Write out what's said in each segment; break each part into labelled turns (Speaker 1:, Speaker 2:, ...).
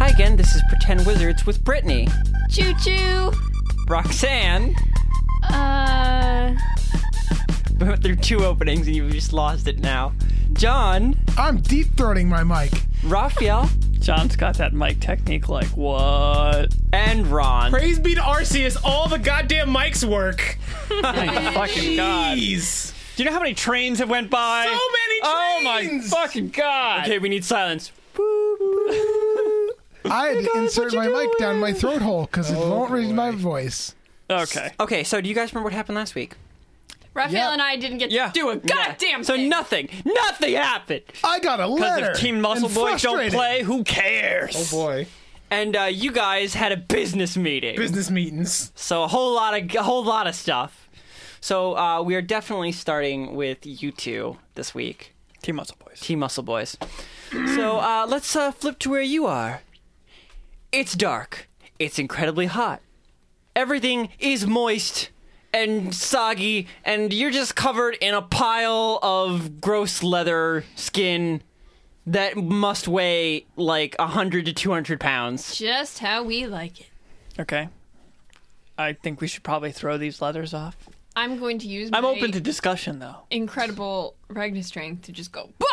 Speaker 1: again. This is Pretend Wizards with Brittany,
Speaker 2: Choo choo.
Speaker 1: Roxanne.
Speaker 2: Uh.
Speaker 1: We went through two openings and you've just lost it now. John,
Speaker 3: I'm deep throating my mic.
Speaker 1: Raphael,
Speaker 4: John's got that mic technique. Like what?
Speaker 1: and Ron.
Speaker 5: Praise be to Arceus, all the goddamn mics work.
Speaker 4: My fucking god! Do
Speaker 5: Jeez.
Speaker 4: you know how many trains have went by?
Speaker 5: So many
Speaker 4: Oh my
Speaker 5: trains!
Speaker 4: fucking god!
Speaker 1: Okay, we need silence.
Speaker 3: I had to insert my mic down my throat hole because it won't raise my voice.
Speaker 4: Okay.
Speaker 1: Okay, so do you guys remember what happened last week?
Speaker 2: Raphael
Speaker 3: Yeah.
Speaker 2: and I didn't get to do a
Speaker 1: Yeah.
Speaker 2: goddamn thing.
Speaker 1: So nothing, nothing happened.
Speaker 3: I got a
Speaker 4: Because
Speaker 3: letter.
Speaker 4: if Team Muscle
Speaker 3: and
Speaker 4: Boys don't
Speaker 3: frustrated.
Speaker 4: play, who cares?
Speaker 5: Oh, boy.
Speaker 1: And uh, you guys had a business meeting.
Speaker 5: Business meetings.
Speaker 1: So a whole lot of a whole lot of stuff. So uh, we are definitely starting with you two this week,
Speaker 4: Team Muscle Boys.
Speaker 1: Team Muscle Boys. so uh, let's uh, flip to where you are. It's dark. It's incredibly hot. Everything is moist and soggy, and you're just covered in a pile of gross leather skin that must weigh like 100 to 200 pounds.
Speaker 2: Just how we like it.
Speaker 4: Okay. I think we should probably throw these leathers off.
Speaker 2: I'm going to use.
Speaker 4: I'm
Speaker 2: my
Speaker 4: open to discussion though.
Speaker 2: incredible Ragnar strength to just go bah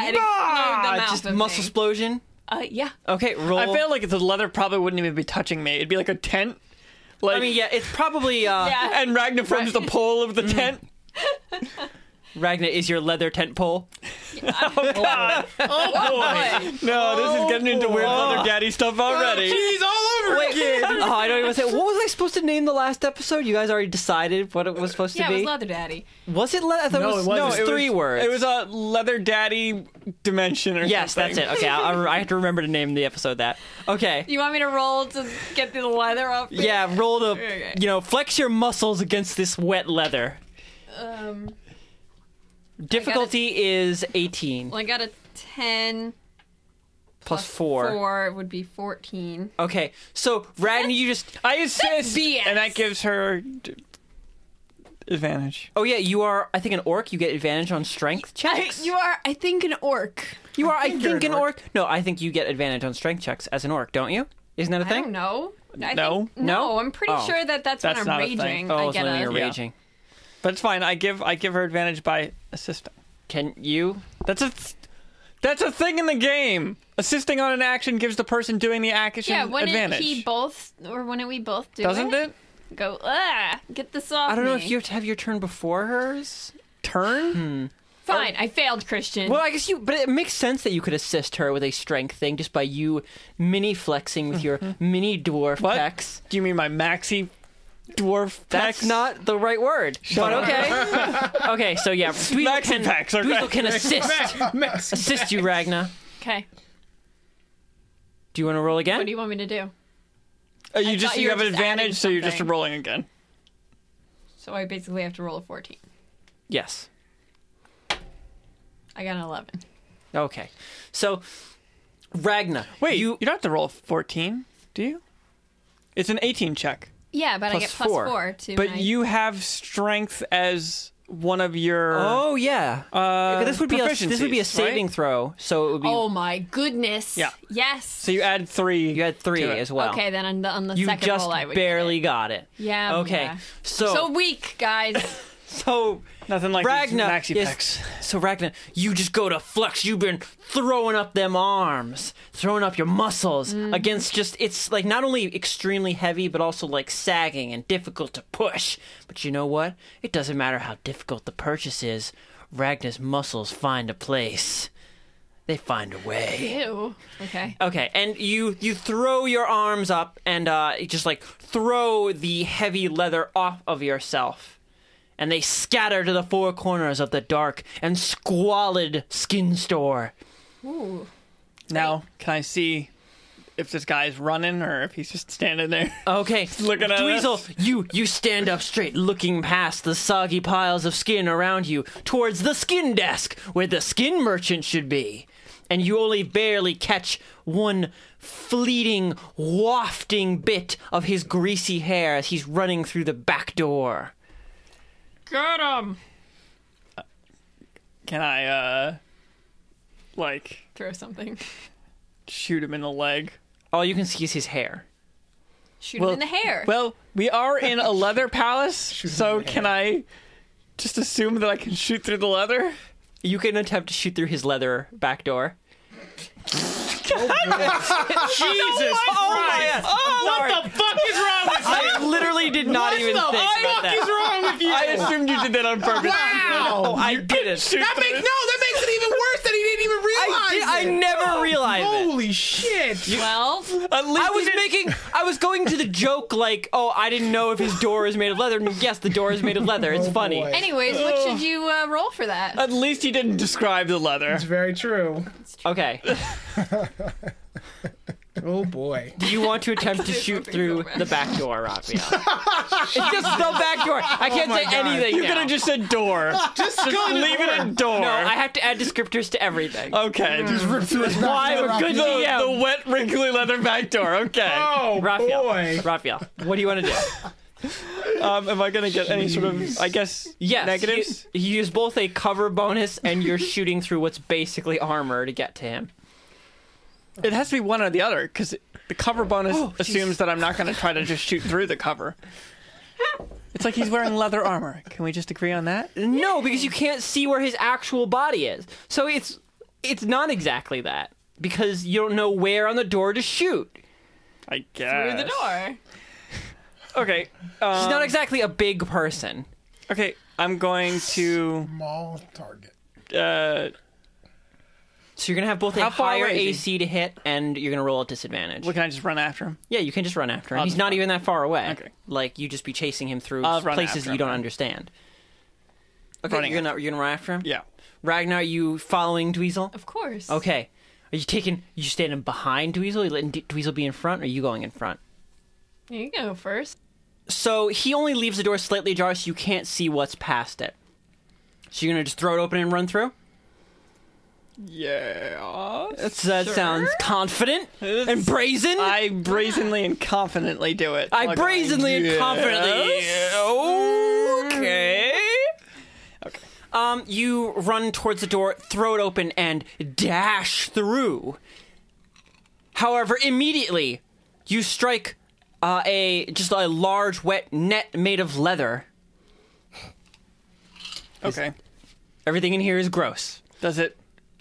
Speaker 2: and explode
Speaker 1: Ah,
Speaker 2: them out
Speaker 1: just
Speaker 2: of
Speaker 1: muscle Oh.
Speaker 2: me.
Speaker 1: explosion.
Speaker 2: Uh, yeah.
Speaker 1: Okay, roll.
Speaker 4: I feel like the leather probably wouldn't even be touching me. It'd be like a tent. Like
Speaker 1: I mean, yeah, Mm. it's probably uh,
Speaker 2: Yeah.
Speaker 4: and Ragnar forms the pole of the tent.
Speaker 1: Ragna is your leather tent pole.
Speaker 2: Oh,
Speaker 4: No, this is getting into
Speaker 1: Oh.
Speaker 4: weird leather daddy stuff already.
Speaker 5: Jeez, all over
Speaker 1: Wait,
Speaker 5: again.
Speaker 1: oh, I don't even say. What was I supposed to name the last episode? You guys already decided what it was supposed
Speaker 2: Uh, Yeah,
Speaker 1: to
Speaker 2: it
Speaker 1: be.
Speaker 2: was Leather Daddy.
Speaker 1: Was it? Le- I thought
Speaker 3: No,
Speaker 1: it was,
Speaker 3: it wasn't.
Speaker 1: no,
Speaker 3: It
Speaker 1: it
Speaker 3: was-
Speaker 1: three words.
Speaker 4: It was a leather daddy dimension or
Speaker 1: yes,
Speaker 4: something.
Speaker 1: that's it. Okay, I, I have to remember to name the episode that. Okay,
Speaker 2: You want me to roll to get the leather off? me?
Speaker 1: yeah, roll the.
Speaker 2: Okay.
Speaker 1: You know, flex your muscles against this wet leather.
Speaker 2: Um,
Speaker 1: Difficulty is eighteen
Speaker 2: well, I got a ten
Speaker 1: plus four.
Speaker 2: Four would be fourteen.
Speaker 1: Okay, so Ragna, you just.
Speaker 4: I assist,
Speaker 2: BS.
Speaker 4: and that gives her d- advantage.
Speaker 1: Oh yeah, you are. I think an orc. You get advantage on strength checks.
Speaker 2: you are, I think, an orc.
Speaker 1: You are, I think, an, orc. No, I think you get advantage on strength checks as an orc, don't you? Isn't that a
Speaker 2: I
Speaker 1: thing?
Speaker 2: don't know. I
Speaker 4: No?
Speaker 2: think, no, I'm pretty
Speaker 1: Oh.
Speaker 2: sure that that's,
Speaker 4: That's
Speaker 2: when
Speaker 4: not
Speaker 2: I'm
Speaker 4: a thing.
Speaker 2: raging.
Speaker 1: Oh,
Speaker 2: I
Speaker 1: it's
Speaker 2: get
Speaker 1: when
Speaker 2: a,
Speaker 1: you're raging.
Speaker 4: But it's fine. I give I give her advantage by assisting.
Speaker 1: Can you?
Speaker 4: That's a th- that's a thing in the game. Assisting on an action gives the person doing the action
Speaker 2: yeah. Wouldn't
Speaker 4: advantage.
Speaker 2: he both, or wouldn't we both do
Speaker 4: Doesn't
Speaker 2: it?
Speaker 4: it?
Speaker 2: Go, ah, get this off.
Speaker 1: I don't know
Speaker 2: me."
Speaker 1: if you have to have your turn before hers.
Speaker 4: Turn?
Speaker 1: Hmm.
Speaker 2: Fine, I failed, Christian.
Speaker 1: Well, I guess you. But it makes sense that you could assist her with a strength thing just by you mini flexing with your mini dwarf
Speaker 4: What?
Speaker 1: pecs.
Speaker 4: Do you mean my maxi dwarf
Speaker 1: That's
Speaker 4: pecs?
Speaker 1: not the right word. but okay. okay, so yeah, Dweezil
Speaker 4: Maxi
Speaker 1: can,
Speaker 4: pecs, okay.
Speaker 1: Dweezil can assist assist you, Ragna.
Speaker 2: Okay.
Speaker 1: Do you want to roll again?
Speaker 2: What do you want me to do?
Speaker 4: Uh, you just
Speaker 2: thought you
Speaker 4: you
Speaker 2: were
Speaker 4: have an
Speaker 2: just adding
Speaker 4: advantage, so you're just
Speaker 2: something.
Speaker 4: rolling again.
Speaker 2: So I basically have to roll a 14.
Speaker 1: yes.
Speaker 2: I got an 11.
Speaker 1: Okay. So, Ragna.
Speaker 4: Wait, you,
Speaker 1: you
Speaker 4: you don't have to roll fourteen, do you? It's an eighteen check.
Speaker 2: Yeah, but
Speaker 1: Plus
Speaker 2: I get plus
Speaker 1: four.
Speaker 2: four, to
Speaker 4: But
Speaker 2: my-
Speaker 4: you have strength as one of your.
Speaker 1: Oh yeah.
Speaker 4: Uh,
Speaker 1: Okay, this would be a this would be a
Speaker 4: proficiencies,
Speaker 1: saving
Speaker 4: right?
Speaker 1: throw, so it would be
Speaker 2: Oh my goodness.
Speaker 4: Yeah.
Speaker 2: Yes.
Speaker 4: So you add three.
Speaker 1: you had three
Speaker 4: to it.
Speaker 1: as well.
Speaker 2: Okay, then on the, on the
Speaker 1: You
Speaker 2: second
Speaker 1: just
Speaker 2: roll, I would get
Speaker 1: barely
Speaker 2: it.
Speaker 1: got it.
Speaker 2: Yeah.
Speaker 1: Okay.
Speaker 2: yeah.
Speaker 1: So
Speaker 2: So
Speaker 1: so
Speaker 2: weak, guys.
Speaker 1: so,
Speaker 4: Nothing like
Speaker 1: Ragna.
Speaker 4: these maxi
Speaker 1: yes,
Speaker 4: packs.
Speaker 1: so Ragna, you just go to flex. You've been throwing up them arms, throwing up your muscles
Speaker 2: Mm.
Speaker 1: against just it's like not only extremely heavy but also like sagging and difficult to push. But you know what? It doesn't matter how difficult the purchase is. Ragna's muscles find a place. They find a way.
Speaker 2: Ew. Okay.
Speaker 1: Okay, and you you throw your arms up and uh, you just like throw the heavy leather off of yourself, and they scatter to the four corners of the dark and squalid skin store.
Speaker 2: Ooh.
Speaker 4: Now, can I see if this guy's running or if he's just standing there?
Speaker 1: Okay,
Speaker 4: looking at
Speaker 1: Dweezil, you you stand up straight, looking past the soggy piles of skin around you towards the skin desk where the skin merchant should be, and you only barely catch one fleeting, wafting bit of his greasy hair as he's running through the back door.
Speaker 2: Got him.
Speaker 4: Can I, uh, like,
Speaker 2: Throw something.
Speaker 4: shoot him in the leg?
Speaker 1: all you can see is his hair.
Speaker 6: Shoot him in the hair.
Speaker 4: Well, we are in a leather palace, so
Speaker 3: in the
Speaker 4: can I just assume that I can shoot through the leather?
Speaker 1: You can attempt to shoot through his leather back door.
Speaker 3: Jesus
Speaker 4: oh,
Speaker 3: Christ! Oh What the fuck is wrong with you?
Speaker 1: Oh, I literally did not
Speaker 3: What
Speaker 1: even
Speaker 3: the
Speaker 1: think about
Speaker 3: fuck
Speaker 1: that.
Speaker 3: is wrong with you?
Speaker 4: I assumed you did that on purpose.
Speaker 3: Wow!
Speaker 1: No, I didn't.
Speaker 3: that makes no. That makes it even worse that he didn't even
Speaker 1: I, did, I
Speaker 3: realize. it.
Speaker 1: never realized it.
Speaker 3: Holy shit!
Speaker 6: Twelve.
Speaker 4: At least
Speaker 1: I was making, I was going to the joke like, oh, I didn't know if his door is made of leather. And yes, the door is made of leather. It's
Speaker 7: Oh,
Speaker 1: funny.
Speaker 7: boy.
Speaker 6: Anyways, what should you uh, roll for that?
Speaker 4: At least he didn't describe the leather.
Speaker 3: It's very true.
Speaker 1: Okay.
Speaker 3: Oh boy.
Speaker 1: Do you want to attempt to shoot
Speaker 6: something
Speaker 1: through
Speaker 6: so bad.
Speaker 1: the back door, Raphael? it's just the back door. I can't say
Speaker 3: my God.
Speaker 1: anything.
Speaker 4: You
Speaker 1: now.
Speaker 4: could have just said door. just leave it at door.
Speaker 1: No, I have to add descriptors to everything.
Speaker 4: Okay. Just
Speaker 7: Rip through his
Speaker 1: Why
Speaker 7: back
Speaker 1: would
Speaker 7: door,
Speaker 1: good
Speaker 7: Raphael.
Speaker 4: the,
Speaker 1: Yeah.
Speaker 4: the wet, wrinkly leather back door. Okay.
Speaker 3: Oh
Speaker 1: Raphael,
Speaker 3: boy.
Speaker 1: Raphael, what do you want to do?
Speaker 4: Um, am I gonna get any sort of? I guess.
Speaker 1: Yes,
Speaker 4: Negatives.
Speaker 1: You, you use both a cover bonus and you're shooting through what's basically armor to get to him.
Speaker 4: It has to be one or the other because the cover bonus
Speaker 1: Oh,
Speaker 4: assumes that I'm not gonna try to just shoot through the cover. It's like he's wearing leather armor. Can we just agree on that?
Speaker 1: No, because you can't see where his actual body is. So it's it's not exactly that because you don't know where on the door to shoot.
Speaker 4: I guess.
Speaker 6: Through the door.
Speaker 4: Okay.
Speaker 1: He's
Speaker 4: Um,
Speaker 1: not exactly a big person.
Speaker 4: okay. I'm going to.
Speaker 7: Small target.
Speaker 4: Uh,
Speaker 1: So you're gonna have both a
Speaker 4: How far
Speaker 1: higher
Speaker 4: away is
Speaker 1: AC to hit, and you're gonna roll at disadvantage.
Speaker 4: well, can I just run after him?
Speaker 1: yeah, you can just run after him.
Speaker 4: I'll
Speaker 1: He's
Speaker 4: just
Speaker 1: not
Speaker 4: run.
Speaker 1: even that far away.
Speaker 4: Okay.
Speaker 1: Like you just be chasing him through
Speaker 4: I'll run
Speaker 1: places
Speaker 4: after
Speaker 1: you
Speaker 4: him
Speaker 1: don't
Speaker 4: then.
Speaker 1: understand. Okay,
Speaker 4: Running
Speaker 1: you're gonna you're gonna run after him.
Speaker 4: Yeah.
Speaker 1: Ragnar, are you following Dweezil?
Speaker 6: Of course.
Speaker 1: Okay. Are you taking? You standing behind Dweezil? You letting D- Dweezil be in front? Or are you going in front?
Speaker 6: You go first.
Speaker 1: So he only leaves the door slightly ajar, so you can't see what's past it. So you're gonna just throw it open and run through.
Speaker 4: Yeah.
Speaker 1: That's, that sounds confident and brazen.
Speaker 4: uh, I brazenly and confidently do it.
Speaker 1: I
Speaker 4: Like,
Speaker 1: brazenly and
Speaker 4: yes.
Speaker 1: confidently. Okay. Um, you run towards the door, throw it open, and dash through. However, immediately you strike uh, a just a large wet net made of leather.
Speaker 4: Okay.
Speaker 1: Everything in here is gross.
Speaker 4: Does it?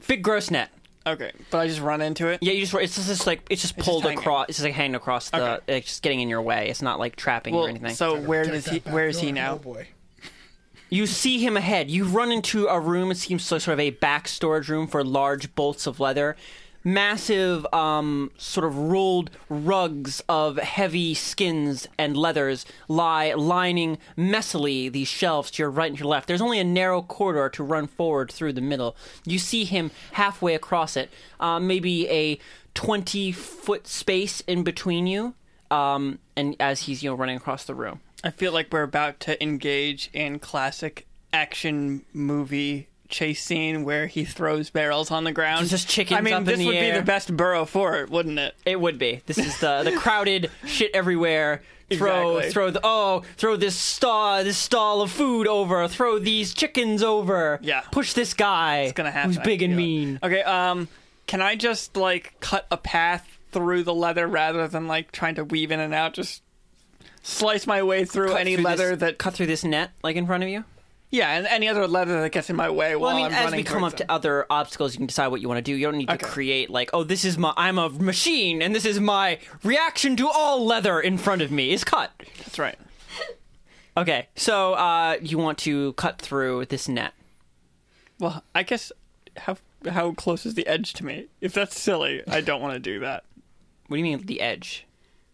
Speaker 1: Big gross net.
Speaker 4: Okay. But I just run into it.
Speaker 1: Yeah, you just it's just, it's like it's just
Speaker 4: just
Speaker 1: pulled
Speaker 4: hanging.
Speaker 1: across. It's just like hanging across the.
Speaker 4: Okay.
Speaker 1: It's just getting in your way. It's not like trapping or
Speaker 4: Well,
Speaker 1: anything.
Speaker 4: so where does
Speaker 7: Take
Speaker 4: he?
Speaker 7: that back
Speaker 4: Where is he
Speaker 7: door.
Speaker 4: now?
Speaker 7: Oh boy.
Speaker 1: You see him ahead. You run into a room. It seems so- sort of a back storage room for large bolts of leather, massive, um, sort of rolled rugs of heavy skins and leathers lie lining messily these shelves to your right and your left. There's only a narrow corridor to run forward through the middle. You see him halfway across it, uh, maybe a twenty foot space in between you. Um, and as he's you know running across the room.
Speaker 4: I feel like we're about to engage in classic action movie chase scene where he throws barrels on the ground.
Speaker 1: Just chickens
Speaker 4: I mean,
Speaker 1: up in
Speaker 4: this
Speaker 1: the
Speaker 4: would be
Speaker 1: air.
Speaker 4: the best burrow for it, wouldn't it?
Speaker 1: It would be. This is the the crowded shit everywhere. Throw
Speaker 4: Exactly.
Speaker 1: throw the oh throw this stall this stall of food over. Throw these chickens over.
Speaker 4: Yeah.
Speaker 1: Push this guy.
Speaker 4: It's gonna happen.
Speaker 1: Who's
Speaker 4: I
Speaker 1: big
Speaker 4: can
Speaker 1: and
Speaker 4: feel it.
Speaker 1: mean.
Speaker 4: Okay. Um, can I just like cut a path through the leather rather than like trying to weave in and out? Just slice my way through
Speaker 1: Cut
Speaker 4: any
Speaker 1: through
Speaker 4: leather
Speaker 1: this-
Speaker 4: that
Speaker 1: cut through this net like in front of you.
Speaker 4: Yeah, and any other leather that gets in my way
Speaker 1: Well, I
Speaker 4: while
Speaker 1: mean,
Speaker 4: am
Speaker 1: as
Speaker 4: running
Speaker 1: we come up
Speaker 4: towards
Speaker 1: to
Speaker 4: them.
Speaker 1: other obstacles, you can decide what you want to do. You don't need
Speaker 4: Okay.
Speaker 1: to create like, oh, this is my I'm a machine, and this is my reaction to all leather in front of me is cut.
Speaker 4: That's right.
Speaker 1: Okay, so uh, you want to cut through this net.
Speaker 4: Well, I guess how how close is the edge to me? If that's silly, I don't want to do that.
Speaker 1: What do you mean the edge?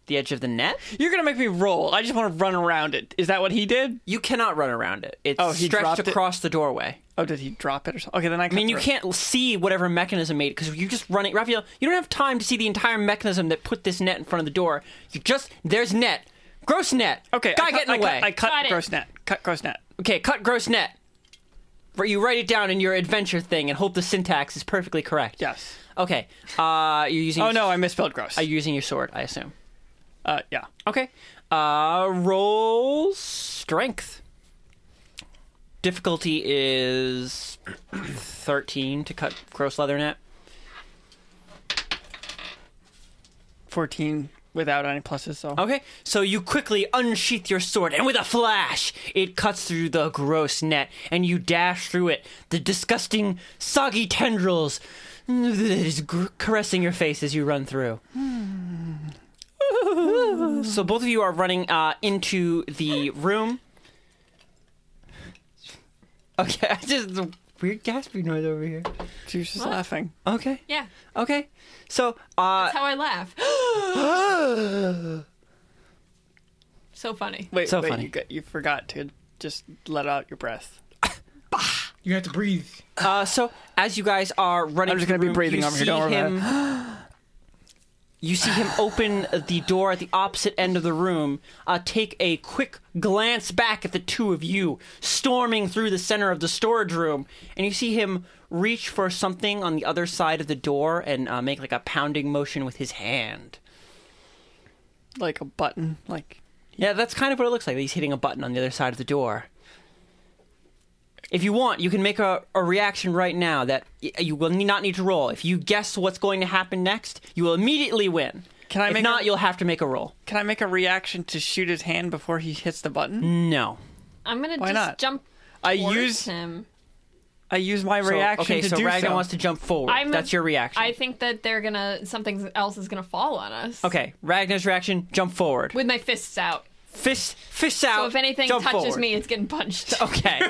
Speaker 1: The edge of the net?
Speaker 4: You're gonna make me roll. I just want to run around it. Is that what he did?
Speaker 1: You cannot run around it. It's
Speaker 4: Oh, he
Speaker 1: stretched
Speaker 4: dropped it?
Speaker 1: across the doorway.
Speaker 4: Oh, did he drop it or something? Okay, then I.
Speaker 1: I mean, you can't see whatever mechanism made it because you just run it. Raphael, you don't have time to see the entire mechanism that put this net in front of the door. You just there's net, gross net.
Speaker 4: Okay,
Speaker 1: gotta
Speaker 4: I cut,
Speaker 1: get in the
Speaker 4: I
Speaker 1: way.
Speaker 4: Cut, I cut
Speaker 6: Got it.
Speaker 4: gross net. Cut gross net.
Speaker 1: okay, cut gross net. Where You write it down in your adventure thing and hope the syntax is perfectly correct.
Speaker 4: Yes.
Speaker 1: Okay. Uh, you're using.
Speaker 4: Oh no, I misspelled gross.
Speaker 1: You're using your sword, I assume.
Speaker 4: Uh, yeah.
Speaker 1: Okay. Uh, roll strength. Difficulty is 13 to cut gross leather net.
Speaker 4: 14 without any pluses, so.
Speaker 1: Okay, so you quickly unsheath your sword, and with a flash, it cuts through the gross net, and you dash through it. The disgusting, soggy tendrils is gr- caressing your face as you run through. so both of you are running uh, into the room. Okay, I just the weird gasping noise over here.
Speaker 4: She was just laughing.
Speaker 1: Okay,
Speaker 6: Yeah,
Speaker 1: okay. So, uh,
Speaker 6: that's how I laugh. so funny.
Speaker 4: Wait,
Speaker 1: So
Speaker 4: wait,
Speaker 1: funny.
Speaker 4: You, got, you forgot to just let out your breath.
Speaker 3: You have to breathe.
Speaker 1: Uh, so as you guys are running,
Speaker 4: I'm just
Speaker 1: through
Speaker 4: gonna be
Speaker 1: the room,
Speaker 4: breathing
Speaker 1: you
Speaker 4: over
Speaker 1: see
Speaker 4: here, don't worry
Speaker 1: Him, you see him open the door at the opposite end of the room. Uh, take a quick glance back at the two of you storming through the center of the storage room, and you see him reach for something on the other side of the door and uh, make like a pounding motion with his hand.
Speaker 4: Like a button. Like,
Speaker 1: Yeah, that's kind of what it looks like. He's hitting a button on the other side of the door. If you want, you can make a, a reaction right now that y- you will ne- not need to roll. If you guess what's going to happen next, you will immediately win.
Speaker 4: Can I
Speaker 1: if
Speaker 4: make
Speaker 1: not,
Speaker 4: a-
Speaker 1: you'll have to make a roll.
Speaker 4: can I make a reaction to shoot his hand before he hits the button?
Speaker 1: No.
Speaker 6: I'm gonna
Speaker 4: Why
Speaker 6: just
Speaker 4: not?
Speaker 6: jump.
Speaker 4: I
Speaker 6: towards
Speaker 4: use
Speaker 6: him.
Speaker 4: I use my
Speaker 1: So-
Speaker 4: reaction
Speaker 1: okay,
Speaker 4: to
Speaker 1: so
Speaker 4: do
Speaker 1: Ragnar
Speaker 4: so.
Speaker 1: wants to jump forward.
Speaker 6: I'm-
Speaker 1: That's your reaction.
Speaker 6: I think that they're gonna something else is gonna fall on us.
Speaker 1: Okay, Ragnar's reaction: jump forward.
Speaker 6: With my fists out.
Speaker 1: Fist, fists out.
Speaker 6: So if anything
Speaker 1: Oh, jump
Speaker 6: touches
Speaker 1: forward. Oh.
Speaker 6: me, it's getting punched.
Speaker 1: okay,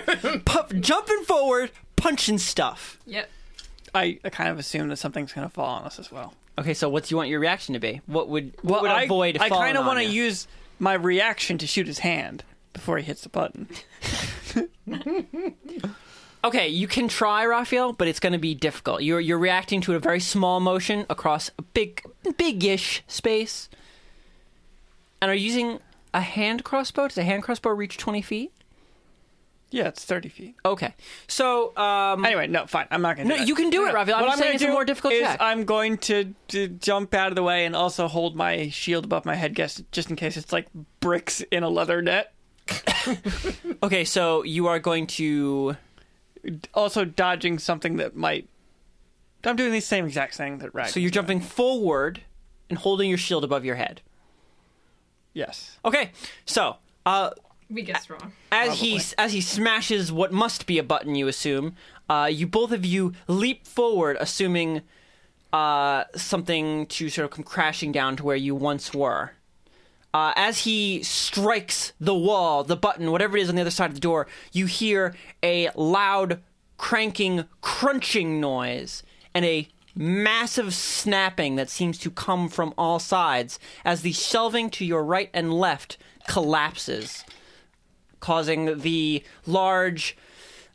Speaker 1: Pu- jumping forward, punching stuff.
Speaker 6: Yep.
Speaker 4: I, I kind of assume that something's going to fall on us as well.
Speaker 1: Okay, so what's you want your reaction to be? What would what would
Speaker 4: I,
Speaker 1: avoid?
Speaker 4: I
Speaker 1: falling
Speaker 4: kind of
Speaker 1: on
Speaker 4: want to
Speaker 1: you?
Speaker 4: use my reaction to shoot his hand before he hits the button.
Speaker 1: Okay, you can try, Raphael, but it's going to be difficult. You're you're reacting to a very small motion across a big, big-ish space, and are you using a hand crossbow. Does a hand crossbow reach twenty feet?
Speaker 4: Yeah, it's 30 feet.
Speaker 1: Okay, so um,
Speaker 4: Anyway, no, fine. I'm not going to
Speaker 1: No, you can do it, Raphael. I'm
Speaker 4: what
Speaker 1: just saying
Speaker 4: gonna
Speaker 1: it's a
Speaker 4: do
Speaker 1: more difficult
Speaker 4: is
Speaker 1: check.
Speaker 4: I'm going to, to jump out of the way and also hold my shield above my head guess, just in case it's like bricks in a leather net.
Speaker 1: okay, so you are going to.
Speaker 4: Also dodging something that might... I'm doing the same exact thing that Ragnar...
Speaker 1: So you're jumping forward and holding your shield above your head.
Speaker 4: Yes.
Speaker 1: Okay, so uh,
Speaker 6: We guessed wrong.
Speaker 1: as he as he smashes what must be a button, you assume. Uh, you both of you leap forward, assuming uh, something to sort of come crashing down to where you once were. Uh, as he strikes the wall, the button, whatever it is on the other side of the door, you hear a loud cranking, crunching noise and a massive snapping that seems to come from all sides as the shelving to your right and left collapses causing the large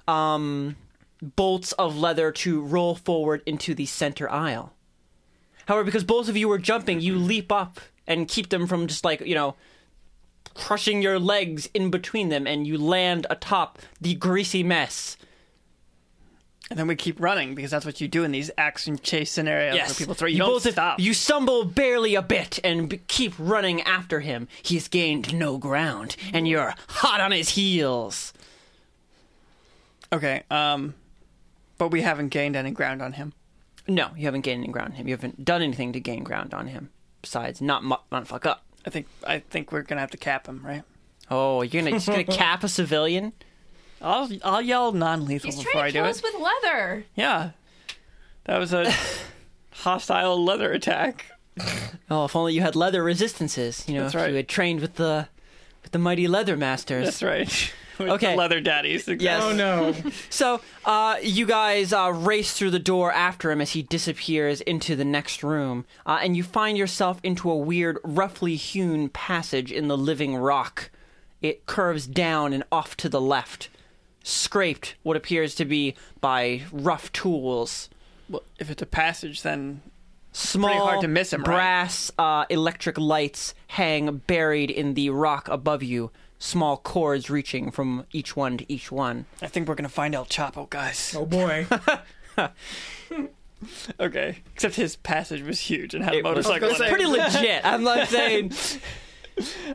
Speaker 1: um, bolts of leather to roll forward into the center aisle. However, because both of you were jumping, you leap up and keep them from just like, you know, crushing your legs in between them, and you land atop the greasy mess.
Speaker 4: And then we keep running because that's what you do in these action chase scenarios where people throw you, don't
Speaker 1: both of-
Speaker 4: stop.
Speaker 1: You stumble barely a bit and b- keep running after him. He's gained no ground, and you're hot on his heels.
Speaker 4: Okay, um but we haven't gained any ground on him.
Speaker 1: No, you haven't gained any ground on him. You haven't done anything to gain ground on him. Besides, not mu- not fuck up.
Speaker 4: I think I think we're going to have to cap him, right?
Speaker 1: Oh, you're gonna just gonna cap a civilian?
Speaker 4: I'll I'll yell non-lethal
Speaker 6: He's
Speaker 4: before
Speaker 6: trying
Speaker 4: I
Speaker 6: to
Speaker 4: do
Speaker 6: kill
Speaker 4: it.
Speaker 6: us with leather.
Speaker 4: Yeah. That was a hostile leather attack.
Speaker 1: Oh, if only you had leather resistances. You know,
Speaker 4: That's
Speaker 1: if
Speaker 4: right.
Speaker 1: you had trained with the with the mighty leather masters.
Speaker 4: That's right. With
Speaker 1: Okay.
Speaker 4: the leather daddies. Exactly.
Speaker 1: Yes.
Speaker 3: Oh no.
Speaker 1: So, uh, you guys uh, race through the door after him as he disappears into the next room, uh, and you find yourself into a weird, roughly hewn passage in the living rock. It curves down and off to the left, scraped what appears to be by rough tools.
Speaker 4: Well, if it's a passage then
Speaker 1: Small,
Speaker 4: hard to miss 'em, right?
Speaker 1: brass uh, electric lights hang buried in the rock above you. Small cords reaching from each one to each one.
Speaker 4: I think we're going to find El Chapo, guys.
Speaker 3: Oh boy.
Speaker 4: Okay. Except his passage was huge and had a
Speaker 1: It was-
Speaker 4: motorcycle.
Speaker 3: I was
Speaker 4: in
Speaker 3: gonna
Speaker 4: it.
Speaker 3: say-
Speaker 1: Pretty legit. I'm not saying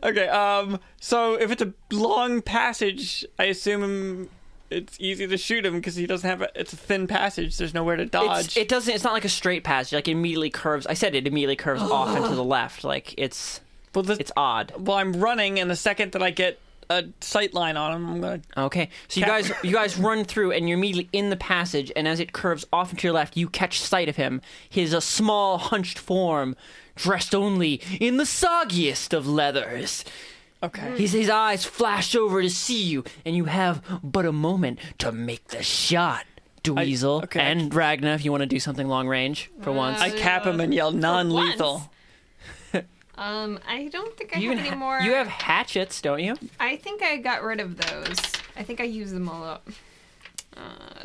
Speaker 4: Okay, um so if it's a long passage, I assume it's easy to shoot him because he doesn't have. A, it's a thin passage. There's nowhere to dodge.
Speaker 1: It's, it doesn't. It's not like a straight passage. Like it immediately curves. I said it immediately curves off and to the left. Like it's
Speaker 4: well, the,
Speaker 1: it's odd.
Speaker 4: well, I'm running, and the second that I get a sight line on him, I'm gonna.
Speaker 1: Okay, so you
Speaker 4: Cat-
Speaker 1: guys you guys run through and you're immediately in the passage, and as it curves off and to your left, you catch sight of him. His a small, hunched form, dressed only in the soggiest of leathers.
Speaker 4: Okay.
Speaker 6: Mm-hmm.
Speaker 1: His, his eyes flash over to see you, and you have but a moment to make the shot. Dweezil
Speaker 4: okay. Uh,
Speaker 1: and Ragna, if you want to do something long range for once.
Speaker 4: I cap him and yell
Speaker 6: once.
Speaker 4: non-lethal.
Speaker 6: Um, I don't think I
Speaker 1: you,
Speaker 6: have
Speaker 1: even
Speaker 6: any
Speaker 1: ha-
Speaker 6: more.
Speaker 1: you have hatchets, don't you?
Speaker 6: I think I got rid of those. I think I used them all up. Uh,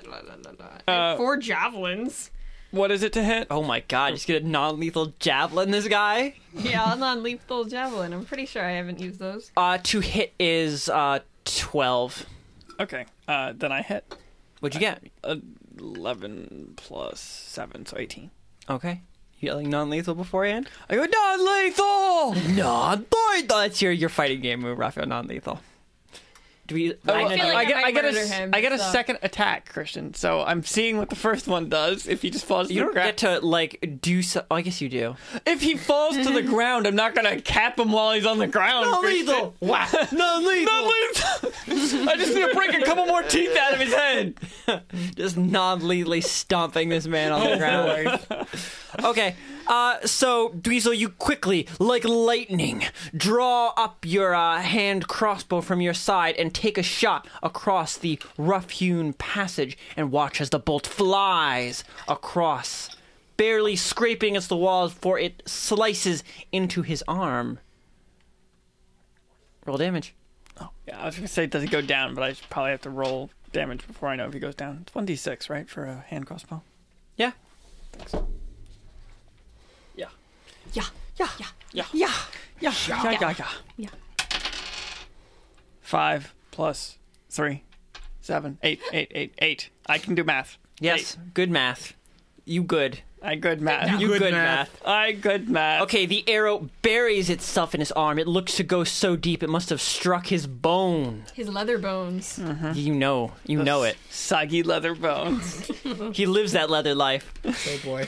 Speaker 6: la, la, la, la. I have
Speaker 4: Uh,
Speaker 6: four javelins.
Speaker 4: What is it to hit?
Speaker 1: Oh my god, just get a non lethal javelin this guy.
Speaker 6: Yeah, a non-lethal javelin. I'm pretty sure I haven't used those.
Speaker 1: Uh, to hit is uh, 12.
Speaker 4: Okay. Uh, then I hit
Speaker 1: What'd you get?
Speaker 4: eleven plus seven, so eighteen.
Speaker 1: Okay. Uh, You got like non lethal beforehand?
Speaker 4: I go non-lethal.
Speaker 1: Non lethal! That's your, your fighting game move, Raphael, non lethal. Do we.
Speaker 4: Oh,
Speaker 6: feel like I
Speaker 4: get,
Speaker 6: might
Speaker 4: I get a,
Speaker 6: murder
Speaker 4: s-
Speaker 6: him,
Speaker 4: I get a
Speaker 6: so.
Speaker 4: second attack, Christian. So I'm seeing what the first one does. If he just falls, to
Speaker 1: you
Speaker 4: the
Speaker 1: don't
Speaker 4: gra-
Speaker 1: get to like do so. Oh, I guess you do.
Speaker 4: If he falls to the ground, I'm not gonna cap him while he's on the ground. Christian.
Speaker 1: Wow! Non lethal!
Speaker 4: Non-lethal. I just need to break a couple more teeth out of his head.
Speaker 1: Just non lethally stomping this man on the ground. okay. Uh, so Dweezil, you quickly, like lightning, draw up your uh, hand crossbow from your side and take a shot across the rough-hewn passage, and watch as the bolt flies across, barely scraping against the walls, for it slices into his arm. Roll damage.
Speaker 4: Yeah, I was gonna say it doesn't go down, but I should probably have to roll damage before I know if he goes down. It's one d six, right, for a hand crossbow.
Speaker 1: Yeah.
Speaker 4: Yeah.
Speaker 6: Yeah, yeah, yeah.
Speaker 1: Yeah.
Speaker 4: Yeah. Yeah. Yeah. Yeah.
Speaker 6: Yeah.
Speaker 4: Five plus three, seven, eight, eight, eight, eight. I can do math.
Speaker 1: Yes. Good math. You good.
Speaker 4: Eight. I good math.
Speaker 1: You good,
Speaker 3: Good
Speaker 1: math.
Speaker 3: math.
Speaker 4: I good math.
Speaker 1: Okay, the arrow buries itself in his arm. It looks to go so deep it must have struck his bone.
Speaker 6: His leather bones.
Speaker 1: You know, you know it.
Speaker 4: Soggy leather bones.
Speaker 1: He lives that leather life.
Speaker 7: Oh boy.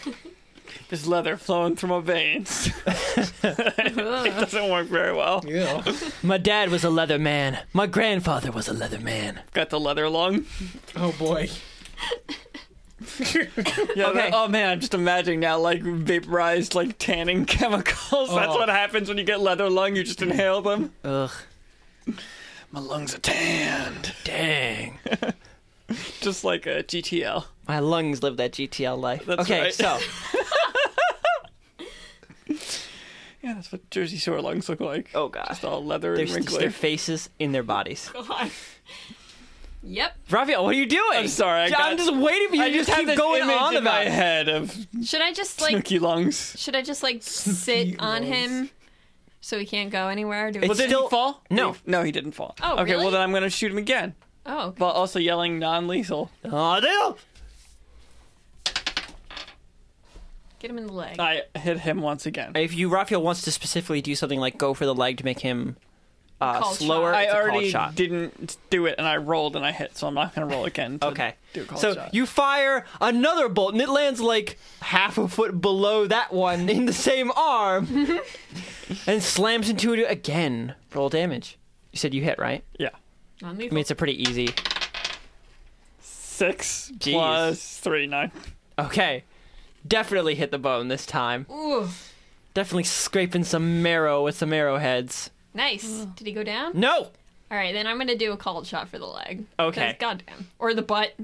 Speaker 4: There's leather flowing through my veins. it doesn't work very well.
Speaker 7: Yeah.
Speaker 1: My dad was a leather man. My grandfather was a leather man.
Speaker 4: Got the leather lung.
Speaker 7: Oh boy.
Speaker 4: Yeah,
Speaker 1: Okay.
Speaker 4: that- oh man, I'm just imagining now like vaporized like tanning chemicals. That's
Speaker 7: Oh.
Speaker 4: what happens when you get leather lung. You just inhale them.
Speaker 1: Ugh,
Speaker 4: My lungs are tanned,
Speaker 1: dang.
Speaker 4: just like a GTL.
Speaker 1: My lungs live that GTL life.
Speaker 4: That's
Speaker 1: okay,
Speaker 4: right.
Speaker 1: so
Speaker 4: Yeah, that's what Jersey Shore lungs look like.
Speaker 1: Oh, God.
Speaker 4: just all leather
Speaker 1: they're
Speaker 4: and
Speaker 1: just their
Speaker 4: wrinkly.
Speaker 1: faces in their bodies.
Speaker 6: Yep.
Speaker 1: Raphael, what are you doing?
Speaker 4: I'm sorry, I
Speaker 1: I'm
Speaker 4: got-
Speaker 1: just waiting for you
Speaker 4: I
Speaker 1: to
Speaker 4: just
Speaker 1: keep
Speaker 4: have this
Speaker 1: going
Speaker 4: image
Speaker 1: on
Speaker 4: in
Speaker 1: about
Speaker 4: my
Speaker 1: it.
Speaker 4: head of
Speaker 6: Should I just like?
Speaker 4: snooky lungs.
Speaker 6: Should I just like sit on him so he can't go anywhere? Do we...
Speaker 1: It's
Speaker 4: Well, did
Speaker 1: still-
Speaker 4: he fall?
Speaker 1: No.
Speaker 4: He- no, he didn't fall.
Speaker 6: Oh,
Speaker 4: okay.
Speaker 6: really?
Speaker 4: Well, then I'm gonna shoot him again,
Speaker 6: Oh,
Speaker 4: while also yelling non-lethal.
Speaker 1: Oh, no.
Speaker 6: get him in the leg.
Speaker 4: I hit him once again.
Speaker 1: If you Raphael wants to specifically do something like go for the leg to make him uh,
Speaker 6: Called
Speaker 1: slower,
Speaker 6: shot.
Speaker 4: I
Speaker 1: it's a called
Speaker 4: already
Speaker 1: shot.
Speaker 4: didn't do it, and I rolled and I hit, so I'm not gonna roll again. to
Speaker 1: Okay.
Speaker 4: do a call
Speaker 1: So
Speaker 4: shot.
Speaker 1: you fire another bolt, and it lands like half a foot below that one in the same arm, and slams into it again. Roll damage. You said you hit, right?
Speaker 4: yeah
Speaker 1: I mean, it's a pretty easy.
Speaker 4: six
Speaker 1: Jeez.
Speaker 4: plus three nine.
Speaker 1: Okay, definitely hit the bone this time.
Speaker 6: Ooh,
Speaker 1: Definitely scraping some marrow with some arrowheads.
Speaker 6: nice. Did he go down?
Speaker 1: No.
Speaker 6: All right, then I'm gonna do a cold shot for the leg.
Speaker 1: Okay.
Speaker 6: 'Cause Goddamn. Or the butt.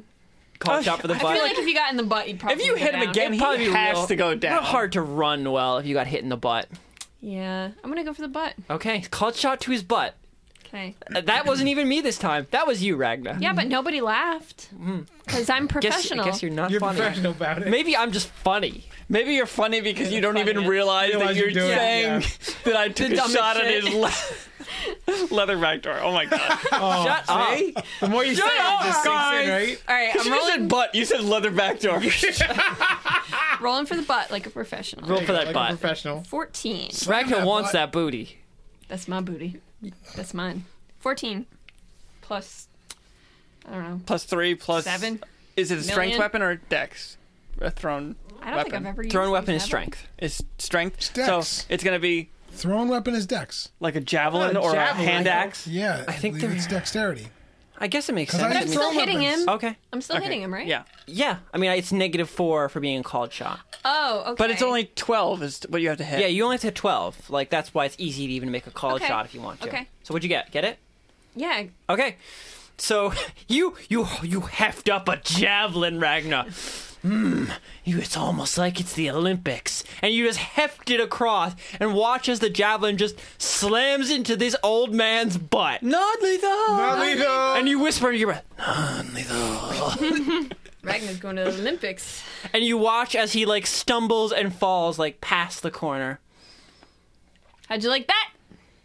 Speaker 1: Call
Speaker 4: Oh,
Speaker 1: shot for the
Speaker 4: I
Speaker 1: butt.
Speaker 6: I feel like if you got in the butt, you'd probably.
Speaker 4: If you
Speaker 6: go
Speaker 4: hit him
Speaker 6: down.
Speaker 4: again,
Speaker 1: It'd
Speaker 4: he
Speaker 1: probably be
Speaker 4: has
Speaker 1: real-
Speaker 4: to go
Speaker 1: It's not
Speaker 4: down.
Speaker 1: hard to run well if you got hit in the butt.
Speaker 6: Yeah, I'm gonna go for the butt.
Speaker 1: Okay, called shot to his butt.
Speaker 6: Okay.
Speaker 1: Uh, That wasn't even me this time. That was you, Ragna.
Speaker 6: Yeah, but nobody laughed because I'm
Speaker 1: Guess,
Speaker 6: professional.
Speaker 1: I guess you're not
Speaker 7: You're
Speaker 1: funny.
Speaker 7: professional about it.
Speaker 1: Maybe I'm just funny.
Speaker 4: Maybe you're funny because you don't even
Speaker 6: funny.
Speaker 4: realize,
Speaker 7: Realize
Speaker 4: that you're,
Speaker 7: you're doing it,
Speaker 4: saying that I took a
Speaker 1: dumb
Speaker 4: shot at
Speaker 1: shit.
Speaker 4: his le- leather backdoor. Oh my god!
Speaker 1: Shut up.
Speaker 7: The more you say,
Speaker 4: up,
Speaker 7: it just sinks
Speaker 4: guys.
Speaker 7: in, right?
Speaker 6: All right, I'm
Speaker 4: you
Speaker 6: rolling,
Speaker 4: said butt. You said leather backdoor.
Speaker 6: rolling for the butt like a professional.
Speaker 1: Roll for
Speaker 7: like
Speaker 1: that
Speaker 7: a
Speaker 1: butt.
Speaker 7: professional.
Speaker 6: 14.
Speaker 1: Ragnar
Speaker 7: that
Speaker 1: wants
Speaker 7: butt.
Speaker 1: that booty.
Speaker 6: That's my booty. That's mine. 14 plus I don't know.
Speaker 4: plus three plus
Speaker 6: Seven?
Speaker 4: Is it a strength
Speaker 6: Million?
Speaker 4: weapon or dex? A thrown
Speaker 6: I don't think I've
Speaker 4: Weapon.
Speaker 6: ever used
Speaker 1: Thrown
Speaker 6: these
Speaker 1: weapon is
Speaker 6: ever.
Speaker 1: strength.
Speaker 4: is strength.
Speaker 7: dex.
Speaker 4: So it's gonna be
Speaker 7: Thrown weapon is dex.
Speaker 4: like a javelin
Speaker 3: Oh,
Speaker 4: or
Speaker 3: javelin.
Speaker 4: a hand axe.
Speaker 7: Yeah, I
Speaker 1: think
Speaker 7: believe
Speaker 1: they're-
Speaker 7: it's dexterity.
Speaker 1: I guess it makes
Speaker 7: 'Cause
Speaker 6: But
Speaker 7: I
Speaker 6: I'm
Speaker 1: sense.
Speaker 7: just-
Speaker 6: still
Speaker 7: Thrown
Speaker 6: hitting
Speaker 7: weapons.
Speaker 6: him.
Speaker 1: okay.
Speaker 6: I'm still hitting him, right?
Speaker 4: Yeah,
Speaker 1: Yeah. I mean, it's negative four for being a called shot.
Speaker 6: Oh, okay.
Speaker 4: but it's only twelve is what you have to hit.
Speaker 1: Yeah, you only have to hit 12. Like, that's why it's easy to even make a called
Speaker 6: Okay.
Speaker 1: shot if you want to.
Speaker 6: Okay.
Speaker 1: So what'd you get? Get it?
Speaker 6: Yeah.
Speaker 1: Okay. So you you you heft up a javelin, Ragnar. Mm, you, it's almost like it's the Olympics, and you just heft it across and watch as the javelin just slams into this old man's butt.
Speaker 4: not lethal.
Speaker 1: And you whisper in your breath, "Non-lethal."
Speaker 6: Ragnar's going to the Olympics.
Speaker 1: and you watch as he like stumbles and falls like past the corner.
Speaker 6: How'd you like that?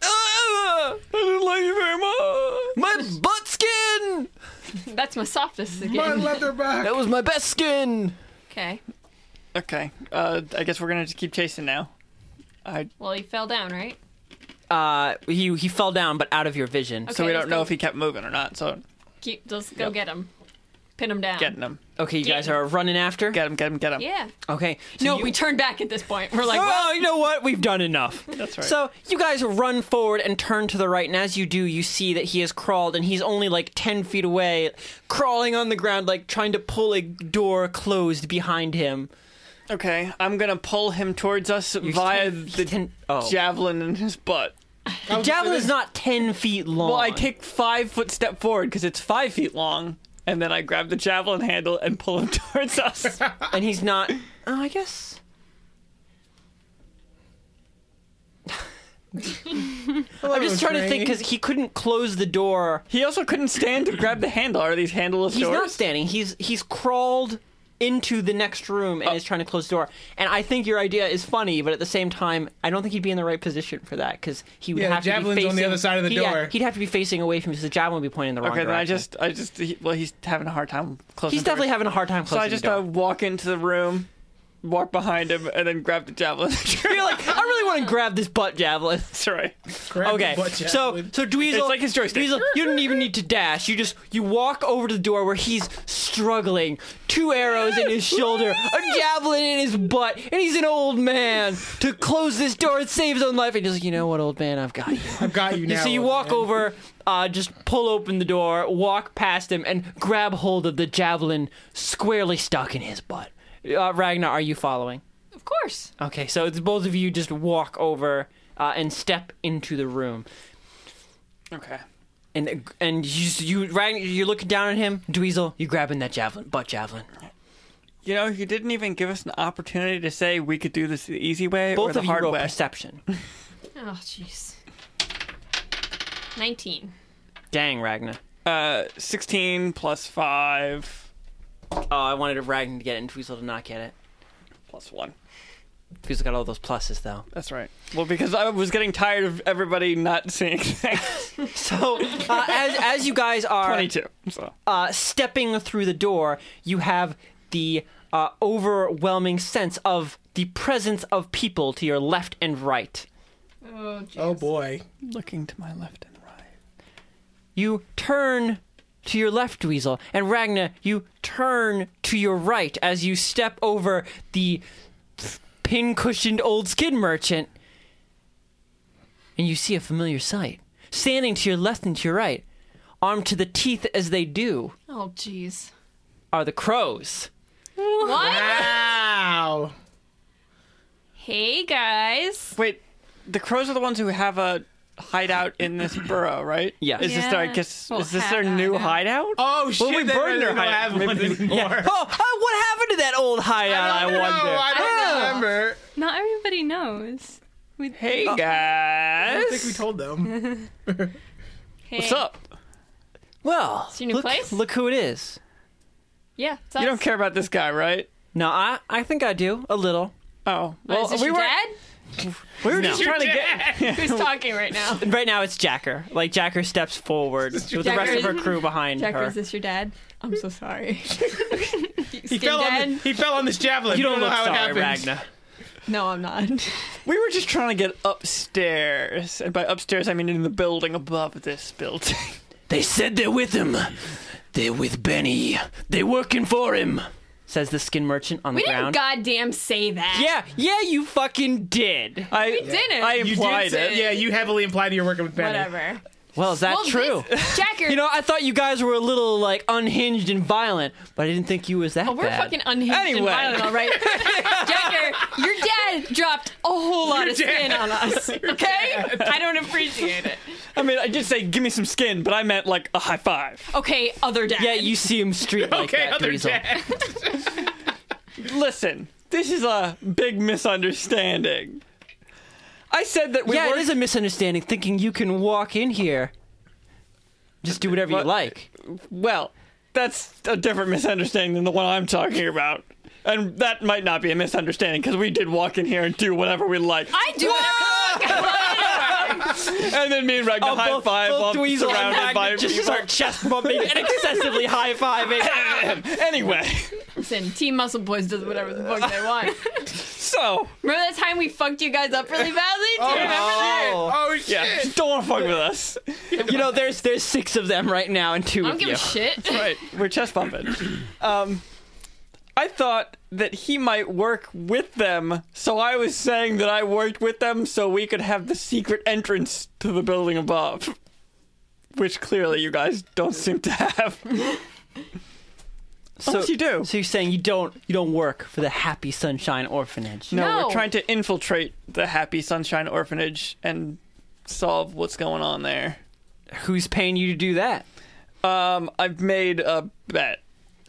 Speaker 1: I don't like you very much. My butt skin.
Speaker 6: That's my softest
Speaker 7: My
Speaker 6: again.
Speaker 7: leather back.
Speaker 1: That was my best skin.
Speaker 6: Okay.
Speaker 4: Okay, uh, I guess we're gonna just keep chasing now. I
Speaker 6: Well, he fell down, right?
Speaker 1: Uh, he he fell down, but out of your vision.
Speaker 4: so we
Speaker 6: Okay,
Speaker 4: don't
Speaker 6: let's
Speaker 4: know
Speaker 6: go.
Speaker 4: if he kept moving or not. So
Speaker 6: Keep. Let's go
Speaker 4: Yep.
Speaker 6: get him. Pin him down.
Speaker 4: getting him,
Speaker 1: Okay, you
Speaker 6: Yeah.
Speaker 1: guys are running after.
Speaker 4: get him, get him, get him.
Speaker 6: Yeah.
Speaker 1: Okay. So
Speaker 6: no,
Speaker 1: you-
Speaker 6: we turn back at this point. We're
Speaker 1: Like,
Speaker 6: like, well,
Speaker 1: well, "Ah, you know what? We've done enough.
Speaker 4: That's right.
Speaker 1: So you guys run forward and turn to the right, and as you do, you see that he has crawled, and he's only like ten feet away, crawling on the ground, like trying to pull a door closed behind him.
Speaker 4: okay, I'm gonna pull him towards us via
Speaker 1: ten-
Speaker 4: the
Speaker 1: ten- oh.
Speaker 4: javelin in his butt.
Speaker 1: The javelin is not ten feet long.
Speaker 4: Well, I take five foot step forward because it's five feet long, and then I grab the javelin handle and pull him towards us.
Speaker 1: and he's not. Oh, I guess. I'm just trying to think because he couldn't close the door.
Speaker 4: he also couldn't stand to grab the handle. Are these handleless
Speaker 1: He's
Speaker 4: doors?
Speaker 1: not standing. He's he's crawled into the next room
Speaker 3: Oh.
Speaker 1: and is trying to close the door. And I think your idea is funny, but at the same time, I don't think he'd be in the right position for that because he would
Speaker 3: Yeah, the
Speaker 1: have to be
Speaker 3: javelin's
Speaker 1: facing
Speaker 3: on the other side of the
Speaker 1: he- yeah,
Speaker 3: door.
Speaker 1: he'd have to be facing away from because the javelin would be pointing in the wrong
Speaker 4: okay, then I
Speaker 1: direction.
Speaker 4: just, I just, he, well, he's having a hard time closing.
Speaker 1: he's definitely
Speaker 4: doors.
Speaker 1: having a hard time
Speaker 4: So
Speaker 1: closing
Speaker 4: I just
Speaker 1: the door.
Speaker 4: uh, walk into the room, walk behind him, and then grab the javelin.
Speaker 1: You're like, I really want to grab this butt javelin.
Speaker 4: That's right.
Speaker 7: Grab the
Speaker 1: Okay,
Speaker 7: butt
Speaker 1: so
Speaker 7: javelin.
Speaker 1: so Dweezil,
Speaker 4: It's like his joystick.
Speaker 1: Dweezil, you don't even need to dash. You just you walk over to the door where he's struggling, two arrows in his shoulder, a javelin in his butt, and he's an old man. To close this door and save his own life, and he's like, you know what, old man, I've got you.
Speaker 3: I've got you now.
Speaker 1: so you
Speaker 3: old
Speaker 1: walk
Speaker 3: man.
Speaker 1: over, uh, just pull open the door, walk past him, and grab hold of the javelin squarely stuck in his butt. Uh, Ragnar, are you following?
Speaker 6: of course.
Speaker 1: Okay, so it's both of you just walk over uh, and step into the room.
Speaker 4: Okay.
Speaker 1: And and you you Ragnar, you're looking down at him, Dweezil. You're grabbing that javelin, butt javelin.
Speaker 4: You know, he didn't even give us an opportunity to say we could do this the easy way or
Speaker 1: Both
Speaker 4: the
Speaker 1: of you
Speaker 4: hard
Speaker 1: roll
Speaker 4: way.
Speaker 1: perception.
Speaker 6: Oh, jeez. 19.
Speaker 1: Dang, Ragnar.
Speaker 4: Uh, sixteen plus five
Speaker 1: Oh, I wanted Ragnar to get it and Dweezil to not get it.
Speaker 4: plus one.
Speaker 1: Dweezil got all those pluses though.
Speaker 4: That's right. Well, because I was getting tired of everybody not seeing things.
Speaker 1: So uh, as as you guys are
Speaker 4: 22. So.
Speaker 1: uh, stepping through the door, you have the uh, overwhelming sense of the presence of people to your left and right.
Speaker 6: Oh, jeez.
Speaker 3: Oh boy.
Speaker 4: Looking to my left and right.
Speaker 1: you turn to your left, Dweezil, and Ragna, you turn to your right as you step over the pin-cushioned old skin merchant, and you see a familiar sight. Standing to your left and to your right, armed to the teeth as they do,
Speaker 6: Oh, jeez.
Speaker 1: are the crows.
Speaker 6: What?
Speaker 3: Wow.
Speaker 6: Hey, guys.
Speaker 4: Wait, the crows are the ones who have a hideout in this burrow, right?
Speaker 1: Yes.
Speaker 4: Is this their, I
Speaker 6: Yeah.
Speaker 4: guess,
Speaker 6: Well,
Speaker 4: is this their
Speaker 6: hideout,
Speaker 4: new
Speaker 6: yeah.
Speaker 4: hideout?
Speaker 3: Oh shit.
Speaker 4: we
Speaker 3: they really
Speaker 4: burned her
Speaker 3: don't
Speaker 4: hideout.
Speaker 3: have one anymore.
Speaker 1: Oh, uh, what happened to that old hideout? I,
Speaker 3: I don't know.
Speaker 1: wonder.
Speaker 3: Oh, I don't remember.
Speaker 2: Not everybody knows. We,
Speaker 4: Hey,
Speaker 1: Oh.
Speaker 3: I
Speaker 4: guys.
Speaker 3: don't think we told them.
Speaker 6: Hey.
Speaker 4: What's up?
Speaker 1: Well,
Speaker 6: your new
Speaker 1: look,
Speaker 6: place?
Speaker 1: look who it is.
Speaker 6: Yeah, it's
Speaker 4: You
Speaker 6: us.
Speaker 4: don't care about this guy, right?
Speaker 1: No, I, I think I do a little.
Speaker 4: Oh.
Speaker 6: What,
Speaker 4: Well,
Speaker 6: is this
Speaker 4: we
Speaker 6: your
Speaker 4: were
Speaker 6: dad?
Speaker 4: we were just
Speaker 1: No.
Speaker 4: trying to get
Speaker 6: Who's talking right now?
Speaker 1: Right now it's Jacker. Like Jacker steps forward with the rest of her crew behind
Speaker 6: Jack,
Speaker 1: her.
Speaker 6: is this your dad? I'm so sorry.
Speaker 3: He
Speaker 6: Skin
Speaker 3: fell, on the,
Speaker 6: dad?
Speaker 3: he fell on this javelin.
Speaker 1: You
Speaker 3: We
Speaker 1: don't
Speaker 3: know
Speaker 1: look
Speaker 3: how it
Speaker 1: sorry,
Speaker 3: happened.
Speaker 1: Ragna.
Speaker 6: No, I'm not.
Speaker 4: we were just trying to get upstairs, and by upstairs I mean in the building above this building.
Speaker 1: They said they're with him. They're with Benny. They're working for him, says the skin merchant on
Speaker 2: We
Speaker 1: the
Speaker 2: didn't
Speaker 1: ground.
Speaker 2: goddamn say that.
Speaker 1: yeah, yeah, you fucking did.
Speaker 4: I,
Speaker 2: We didn't.
Speaker 4: I
Speaker 3: You
Speaker 4: implied
Speaker 3: did say-
Speaker 4: it.
Speaker 3: Yeah, you heavily implied you're working with Benny.
Speaker 2: Whatever.
Speaker 1: Well, is that
Speaker 2: Well,
Speaker 1: true?
Speaker 2: This, Jacker,
Speaker 1: You know, I thought you guys were a little like unhinged and violent, but I didn't think you was that
Speaker 2: Oh, we're
Speaker 1: bad.
Speaker 2: fucking unhinged and
Speaker 1: Anyway.
Speaker 2: violent, all right. Jacker, your dad dropped a whole lot
Speaker 3: Your
Speaker 2: of spin
Speaker 3: dad.
Speaker 2: on us. Okay, I don't appreciate it.
Speaker 4: I mean, I did say, give me some skin, but I meant like a high five.
Speaker 2: Okay, other dad.
Speaker 1: yeah, you see him street like
Speaker 3: Okay,
Speaker 1: that,
Speaker 3: other
Speaker 1: Dweezil.
Speaker 3: dad.
Speaker 4: Listen, this is a big misunderstanding. I said that we
Speaker 1: yeah,
Speaker 4: were.
Speaker 1: it is a misunderstanding. Thinking you can walk in here, just do whatever you
Speaker 4: But-
Speaker 1: like.
Speaker 4: Well, that's a different misunderstanding than the one I'm talking about. And that might not be a misunderstanding because we did walk in here and do whatever we like.
Speaker 2: I do whatever the fuck I want.
Speaker 4: and then me and Ragnar high
Speaker 1: Oh, both,
Speaker 4: five
Speaker 1: both
Speaker 4: while
Speaker 1: Dweezil and
Speaker 4: surrounded
Speaker 1: Ragnar
Speaker 4: by
Speaker 1: just
Speaker 4: people.
Speaker 1: start chest bumping and excessively high fiving.
Speaker 4: Anyway,
Speaker 2: Listen, Team Muscle Boys does whatever the fuck they want.
Speaker 4: so
Speaker 2: Remember that time we fucked you guys up really badly? Do you remember that?
Speaker 3: Oh shit.
Speaker 4: yeah, just don't want to fuck with us.
Speaker 1: you know, there's there's six of them right now and two
Speaker 2: I don't
Speaker 1: of
Speaker 2: give
Speaker 1: you.
Speaker 2: a shit.
Speaker 4: Right, we're chest bumping. Um, I thought that he might work with them, so I was saying that I worked with them so we could have the secret entrance to the building above, which clearly you guys don't seem to have.
Speaker 1: So
Speaker 4: Unless you do.
Speaker 1: So you're saying you don't you don't work for the Happy Sunshine Orphanage?
Speaker 4: No,
Speaker 2: No.
Speaker 4: we're trying to infiltrate the Happy Sunshine Orphanage and solve what's going on there.
Speaker 1: Who's paying you to do that?
Speaker 4: Um, I've made a bet.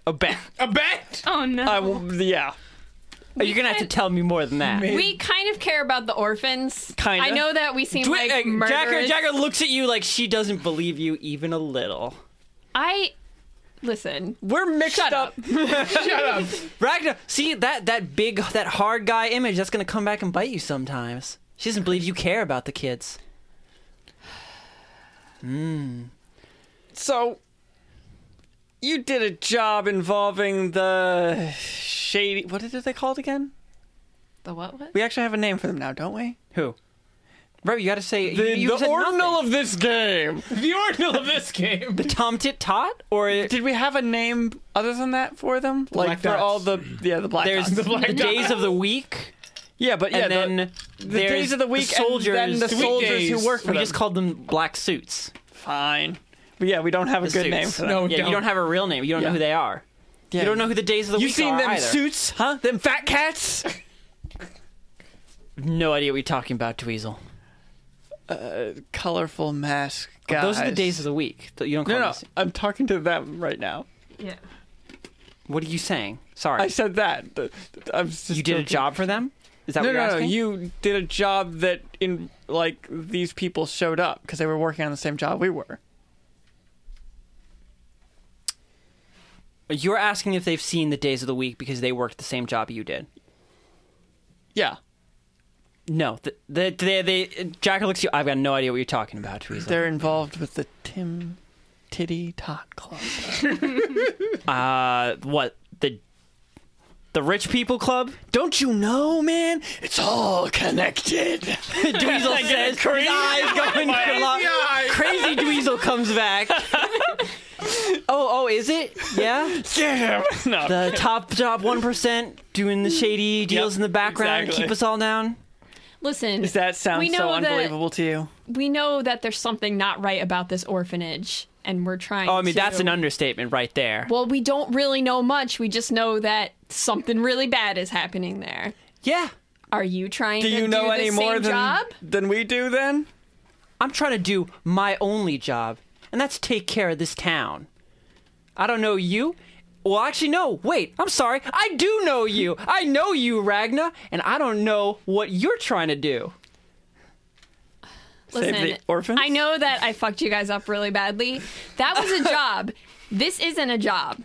Speaker 1: A bet.
Speaker 3: A bet.
Speaker 8: Oh no.
Speaker 4: I w- yeah.
Speaker 1: You're gonna have to
Speaker 2: can't-
Speaker 1: tell me more than that.
Speaker 2: We kind of care about the orphans.
Speaker 4: Kinda.
Speaker 2: I know that we seem
Speaker 1: Dwi-
Speaker 2: like
Speaker 1: uh, Jacker,
Speaker 2: murderers.
Speaker 1: Jacker looks at you like she doesn't believe you even a little.
Speaker 2: I listen.
Speaker 4: We're mixed
Speaker 2: Shut
Speaker 4: up.
Speaker 2: up.
Speaker 3: Shut up.
Speaker 1: Ragnar, see that that big that hard guy image that's gonna come back and bite you sometimes. She doesn't believe you care about the kids.
Speaker 4: So you did a job involving the shady what is it they called again?
Speaker 2: The what? What?
Speaker 4: We actually have a name for them now, don't we?
Speaker 1: Who? Bro, you gotta say
Speaker 4: The,
Speaker 1: you, you
Speaker 4: the
Speaker 1: said
Speaker 4: ordinal
Speaker 1: nothing.
Speaker 4: of this game.
Speaker 3: The ordinal of this game.
Speaker 1: the Tom Tit Tot or
Speaker 4: Did we have a name other than that for them? Like
Speaker 3: Black
Speaker 4: for
Speaker 3: dots.
Speaker 4: all the yeah, the black
Speaker 1: there's
Speaker 4: dots.
Speaker 1: the,
Speaker 3: black
Speaker 1: days
Speaker 3: dot.
Speaker 1: of the week
Speaker 4: yeah, but yeah,
Speaker 1: and
Speaker 4: the-
Speaker 1: then
Speaker 4: the, days of the week
Speaker 1: soldiers
Speaker 4: and then the
Speaker 3: Sweet
Speaker 4: soldiers
Speaker 3: days.
Speaker 4: who work for
Speaker 1: we
Speaker 4: them.
Speaker 1: just called them black suits.
Speaker 4: Fine. But yeah, we don't have a
Speaker 1: The
Speaker 4: good
Speaker 1: suits.
Speaker 4: name for them.
Speaker 3: No,
Speaker 1: yeah, you don't have a real name. You don't know
Speaker 4: Yeah.
Speaker 1: who they are. You don't know who the days of the
Speaker 4: You
Speaker 1: week
Speaker 4: seen
Speaker 1: are
Speaker 4: them
Speaker 1: either.
Speaker 4: suits, huh? Them fat cats?
Speaker 1: No idea what you're talking about, Dweezil.
Speaker 4: Colorful mask guys.
Speaker 1: Those are the days of the week that you don't call
Speaker 4: No,
Speaker 1: them
Speaker 4: no,
Speaker 1: the-
Speaker 4: I'm talking to them right now.
Speaker 2: Yeah.
Speaker 1: What are you saying? Sorry.
Speaker 4: I said that. The- I was just
Speaker 1: you did a
Speaker 4: joking.
Speaker 1: job for them? Is that
Speaker 4: No,
Speaker 1: what
Speaker 4: no,
Speaker 1: you're
Speaker 4: no.
Speaker 1: asking?
Speaker 4: You did a job that in like these people showed up because they were working on the same job we were.
Speaker 1: You're asking if they've seen the days of the week because they worked the same job you did.
Speaker 4: Yeah,
Speaker 1: No, the, the, they, they, Jacker looks at you. I've got no idea what you're talking about. Teresa.
Speaker 4: they're involved with the Tim Titty Tot Club.
Speaker 1: Uh, what the the rich people club?
Speaker 4: Don't you know, man? It's all connected.
Speaker 1: Dweezil says, his eyes going
Speaker 3: Crazy eye.
Speaker 1: glo- Crazy Dweezil comes back. oh, oh, is it? Yeah,
Speaker 4: Damn. No.
Speaker 1: the Uh, top top one percent doing the shady deals
Speaker 4: Yep,
Speaker 1: in the background, to
Speaker 4: exactly.
Speaker 1: keep us all down.
Speaker 2: Listen.
Speaker 4: Does that sound
Speaker 2: We
Speaker 4: so
Speaker 2: know that-
Speaker 4: unbelievable to you?
Speaker 2: we know that there's something not right about this orphanage, and we're trying.
Speaker 1: Oh, I mean
Speaker 2: to...
Speaker 1: that's an understatement right there.
Speaker 2: Well, we don't really know much. We just know that something really bad is happening there.
Speaker 1: yeah,
Speaker 2: Are you trying
Speaker 4: Do
Speaker 2: to
Speaker 4: you know
Speaker 2: do
Speaker 4: any
Speaker 2: the
Speaker 4: more
Speaker 2: same
Speaker 4: than
Speaker 2: job?
Speaker 4: than we do? Then
Speaker 1: I'm trying to do my only job, and that's take care of this town. I don't know you. Well, actually, no. Wait, I'm sorry. I do know you. I know you, Ragna, and I don't know what you're trying to do.
Speaker 4: Save the orphans?
Speaker 2: I know that I fucked you guys up really badly. That was a job. This isn't a job.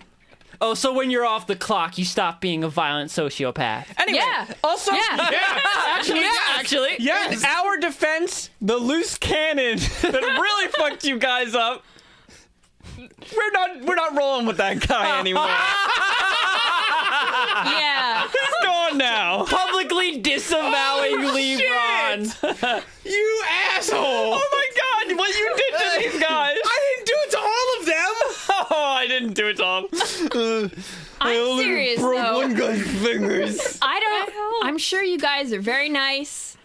Speaker 1: Oh, so when you're off the clock, you stop being a violent sociopath.
Speaker 4: Anyway,
Speaker 2: Yeah.
Speaker 4: also,
Speaker 2: Yeah.
Speaker 4: actually,
Speaker 1: actually.
Speaker 4: yes. In our defense, the loose cannon that really fucked you guys up. We're not, we're not rolling with that guy anymore.
Speaker 2: Yeah.
Speaker 4: He's gone now. Oh,
Speaker 1: Publicly disavowing LeBron.
Speaker 3: You asshole.
Speaker 4: Oh my god, what you did to these guys!
Speaker 3: I didn't do it to all of them.
Speaker 4: Oh, I didn't didn't do it, Tom. Uh, I
Speaker 2: I'm
Speaker 4: only
Speaker 2: serious,
Speaker 4: broke
Speaker 2: though.
Speaker 4: one guy's fingers.
Speaker 2: I don't.
Speaker 9: hell?
Speaker 2: I'm sure you guys are very nice,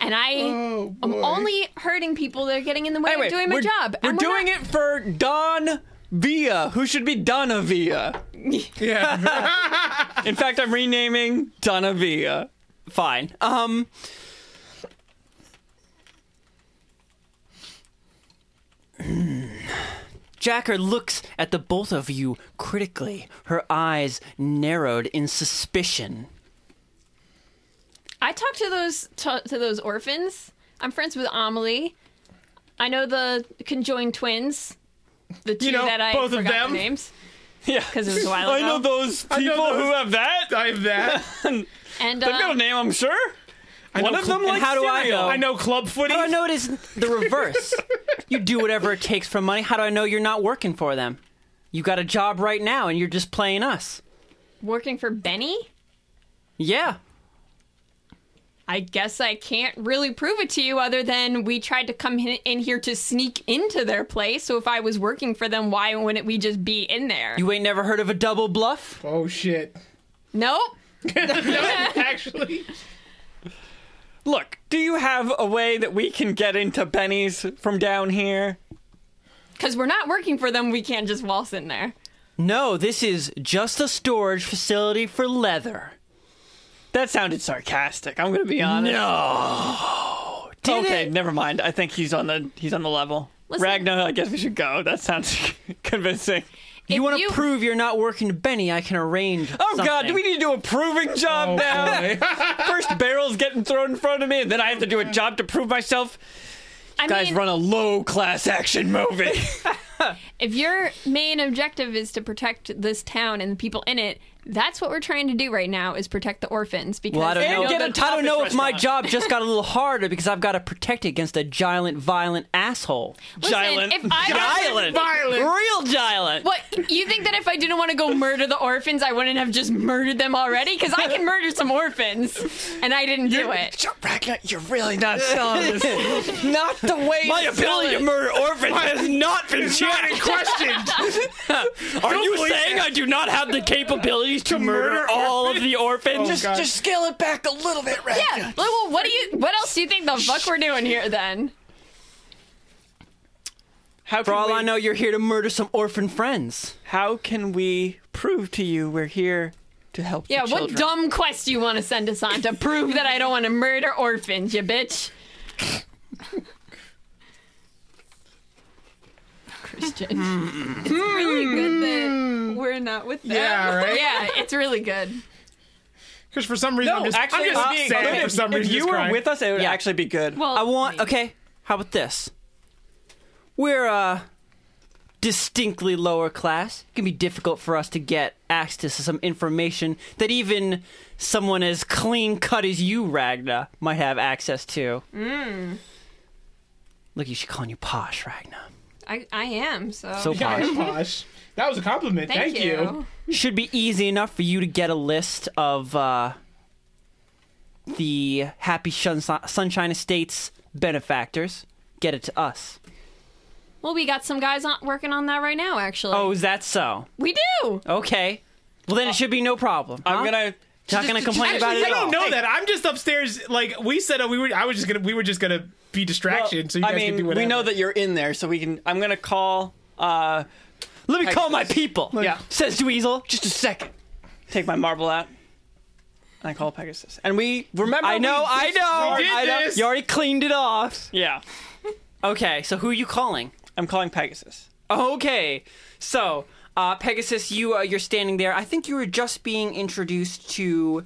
Speaker 2: and I
Speaker 4: Oh,
Speaker 2: am
Speaker 4: boy.
Speaker 2: only hurting people that are getting in the way
Speaker 4: Anyway,
Speaker 2: of doing my
Speaker 4: we're-
Speaker 2: job.
Speaker 4: We're doing it for Don Villa, who should be Donna Villa.
Speaker 3: Yeah.
Speaker 4: In fact, I'm renaming Donna Villa.
Speaker 1: Fine. Um.
Speaker 4: Hmm.
Speaker 1: Jacker looks at the both of you critically, her eyes narrowed in suspicion.
Speaker 2: I talked to those to, to those orphans. I'm friends with Amelie. I know the conjoined twins. The two
Speaker 3: know,
Speaker 2: that I
Speaker 3: both of
Speaker 2: forgot their
Speaker 3: them.
Speaker 2: names
Speaker 4: Yeah.
Speaker 2: because it was a while
Speaker 4: I
Speaker 2: ago.
Speaker 4: know those people
Speaker 3: know
Speaker 4: who
Speaker 3: those-
Speaker 4: have that.
Speaker 3: I have that.
Speaker 2: and
Speaker 4: They've got a
Speaker 2: um,
Speaker 4: name, I'm sure. One
Speaker 3: know
Speaker 4: of them
Speaker 3: cl-
Speaker 4: likes
Speaker 1: how do I
Speaker 4: cereal.
Speaker 1: know?
Speaker 3: I know club footy.
Speaker 1: How do I know it is the reverse? you do whatever it takes for money. How do I know you're not working for them? You got a job right now and you're just playing us.
Speaker 2: working for Benny.
Speaker 1: Yeah.
Speaker 2: I guess I can't really prove it to you other than we tried to come hin- in here to sneak into their place. So if I was working for them, why wouldn't we just be in there?
Speaker 1: You ain't never heard of a double bluff?
Speaker 3: Oh shit.
Speaker 2: nope.
Speaker 3: Actually,
Speaker 4: Look, do you have a way that we can get into Benny's from down here?
Speaker 2: Because we're not working for them, we can't just waltz in there.
Speaker 1: No, this is just a storage facility for leather.
Speaker 4: That sounded sarcastic. I'm gonna be honest. No.
Speaker 1: Did
Speaker 4: okay,
Speaker 1: it?
Speaker 4: never mind. I think he's on the he's on the level.
Speaker 2: Listen-
Speaker 4: Ragnar, I guess we should go. That sounds convincing.
Speaker 1: You
Speaker 2: If
Speaker 1: want
Speaker 2: you-
Speaker 1: to prove you're not working to Benny? I can arrange.
Speaker 4: Oh God, do we need to do a proving job now? First barrels getting thrown in front of me, and then I have to do a job to prove myself.
Speaker 2: I
Speaker 4: Guys,
Speaker 2: mean,
Speaker 4: run a low class action movie.
Speaker 2: if your main objective is to protect this town and the people in it, that's what we're trying to do right now is protect the orphans because
Speaker 1: Well, I don't
Speaker 4: And
Speaker 1: know.
Speaker 4: get a
Speaker 1: I don't know
Speaker 4: tapas
Speaker 1: if my
Speaker 4: restaurant.
Speaker 1: job just got a little harder because I've got to protect it against a giant, violent asshole.
Speaker 2: Listen,
Speaker 4: Jylan.
Speaker 2: if I
Speaker 1: Giant,
Speaker 3: violent.
Speaker 1: real giant.
Speaker 2: What you think that if I didn't want to go murder the orphans, I wouldn't have just murdered them already? Because I can murder some orphans, and I didn't do it.
Speaker 4: Ragnar, you're really not selling this. not the way. My
Speaker 1: to sell
Speaker 4: ability
Speaker 1: it.
Speaker 4: to murder orphans has not been
Speaker 3: not in
Speaker 4: checked.
Speaker 3: question.
Speaker 4: Are you
Speaker 3: believe
Speaker 4: saying I do not have the capabilities to, murder,
Speaker 3: murder
Speaker 4: all of the orphans?
Speaker 3: Just- Oh, God. just
Speaker 4: scale it back a little bit, Ragnar.
Speaker 2: Yeah. Well, what do you? What else do you think the fuck we're doing here then?
Speaker 4: How
Speaker 1: For
Speaker 4: can
Speaker 1: all
Speaker 4: we,
Speaker 1: I know, you're here to murder some orphan friends.
Speaker 4: how can we prove to you we're here to help?
Speaker 2: Yeah.
Speaker 4: the
Speaker 2: What
Speaker 4: children?
Speaker 2: dumb quest do you want to send us on to prove that I don't want to murder orphans, you bitch? Christian. Hmm.
Speaker 10: really good that we're not with them.
Speaker 3: Yeah, right.
Speaker 2: Yeah, it's really good.
Speaker 3: Because for some reason,
Speaker 4: No,
Speaker 3: I'm just,
Speaker 4: actually,
Speaker 3: I'm just
Speaker 4: uh,
Speaker 3: being
Speaker 4: good.
Speaker 3: sad for
Speaker 4: If-
Speaker 3: some
Speaker 4: if
Speaker 3: reason.
Speaker 4: you
Speaker 3: just
Speaker 4: were
Speaker 3: crying.
Speaker 4: with us, it would
Speaker 1: Yeah.
Speaker 4: actually be good.
Speaker 9: Well,
Speaker 2: Oh,
Speaker 1: I want. Okay, how about this? We're uh distinctly lower class. It can be difficult for us to get access to some information that even someone as clean cut as you, Ragna, might have access to. Look, you should call you posh, Ragna.
Speaker 10: I, I am, so.
Speaker 1: So
Speaker 3: Yeah,
Speaker 1: posh.
Speaker 3: posh. That was a compliment.
Speaker 10: Thank
Speaker 3: Thank,
Speaker 10: you.
Speaker 1: Should be easy enough for you to get a list of uh the Happy Shun- Sunshine Estates benefactors. Get it to us.
Speaker 2: Well, we got some guys on, working on that right now, actually.
Speaker 1: Oh, is that so?
Speaker 2: we do.
Speaker 1: Okay. Well, then it should be no problem.
Speaker 4: I'm
Speaker 1: huh?
Speaker 4: gonna.
Speaker 1: not gonna complain about
Speaker 3: Actually,
Speaker 1: it
Speaker 3: I
Speaker 1: at all.
Speaker 3: don't know
Speaker 4: Hey.
Speaker 3: that. I'm just upstairs. Like we said, uh, we were. I was just gonna. We were just gonna be distraction. so you guys
Speaker 4: I mean,
Speaker 3: can do whatever.
Speaker 4: we know that you're in there, so we can. I'm gonna call. uh
Speaker 1: Let me call my people.
Speaker 4: Yeah.
Speaker 1: Says Dweezil.
Speaker 4: Just a second. Take my marble out. And I call Pegasus. And we remember.
Speaker 1: I know,
Speaker 4: we-
Speaker 1: I know,
Speaker 3: did
Speaker 1: I know.
Speaker 3: this.
Speaker 1: You already cleaned it off.
Speaker 4: Yeah,
Speaker 1: Okay, so who are you calling?
Speaker 4: I'm calling Pegasus.
Speaker 1: Okay, so uh, Pegasus, you uh, you're standing there. I think you were just being introduced to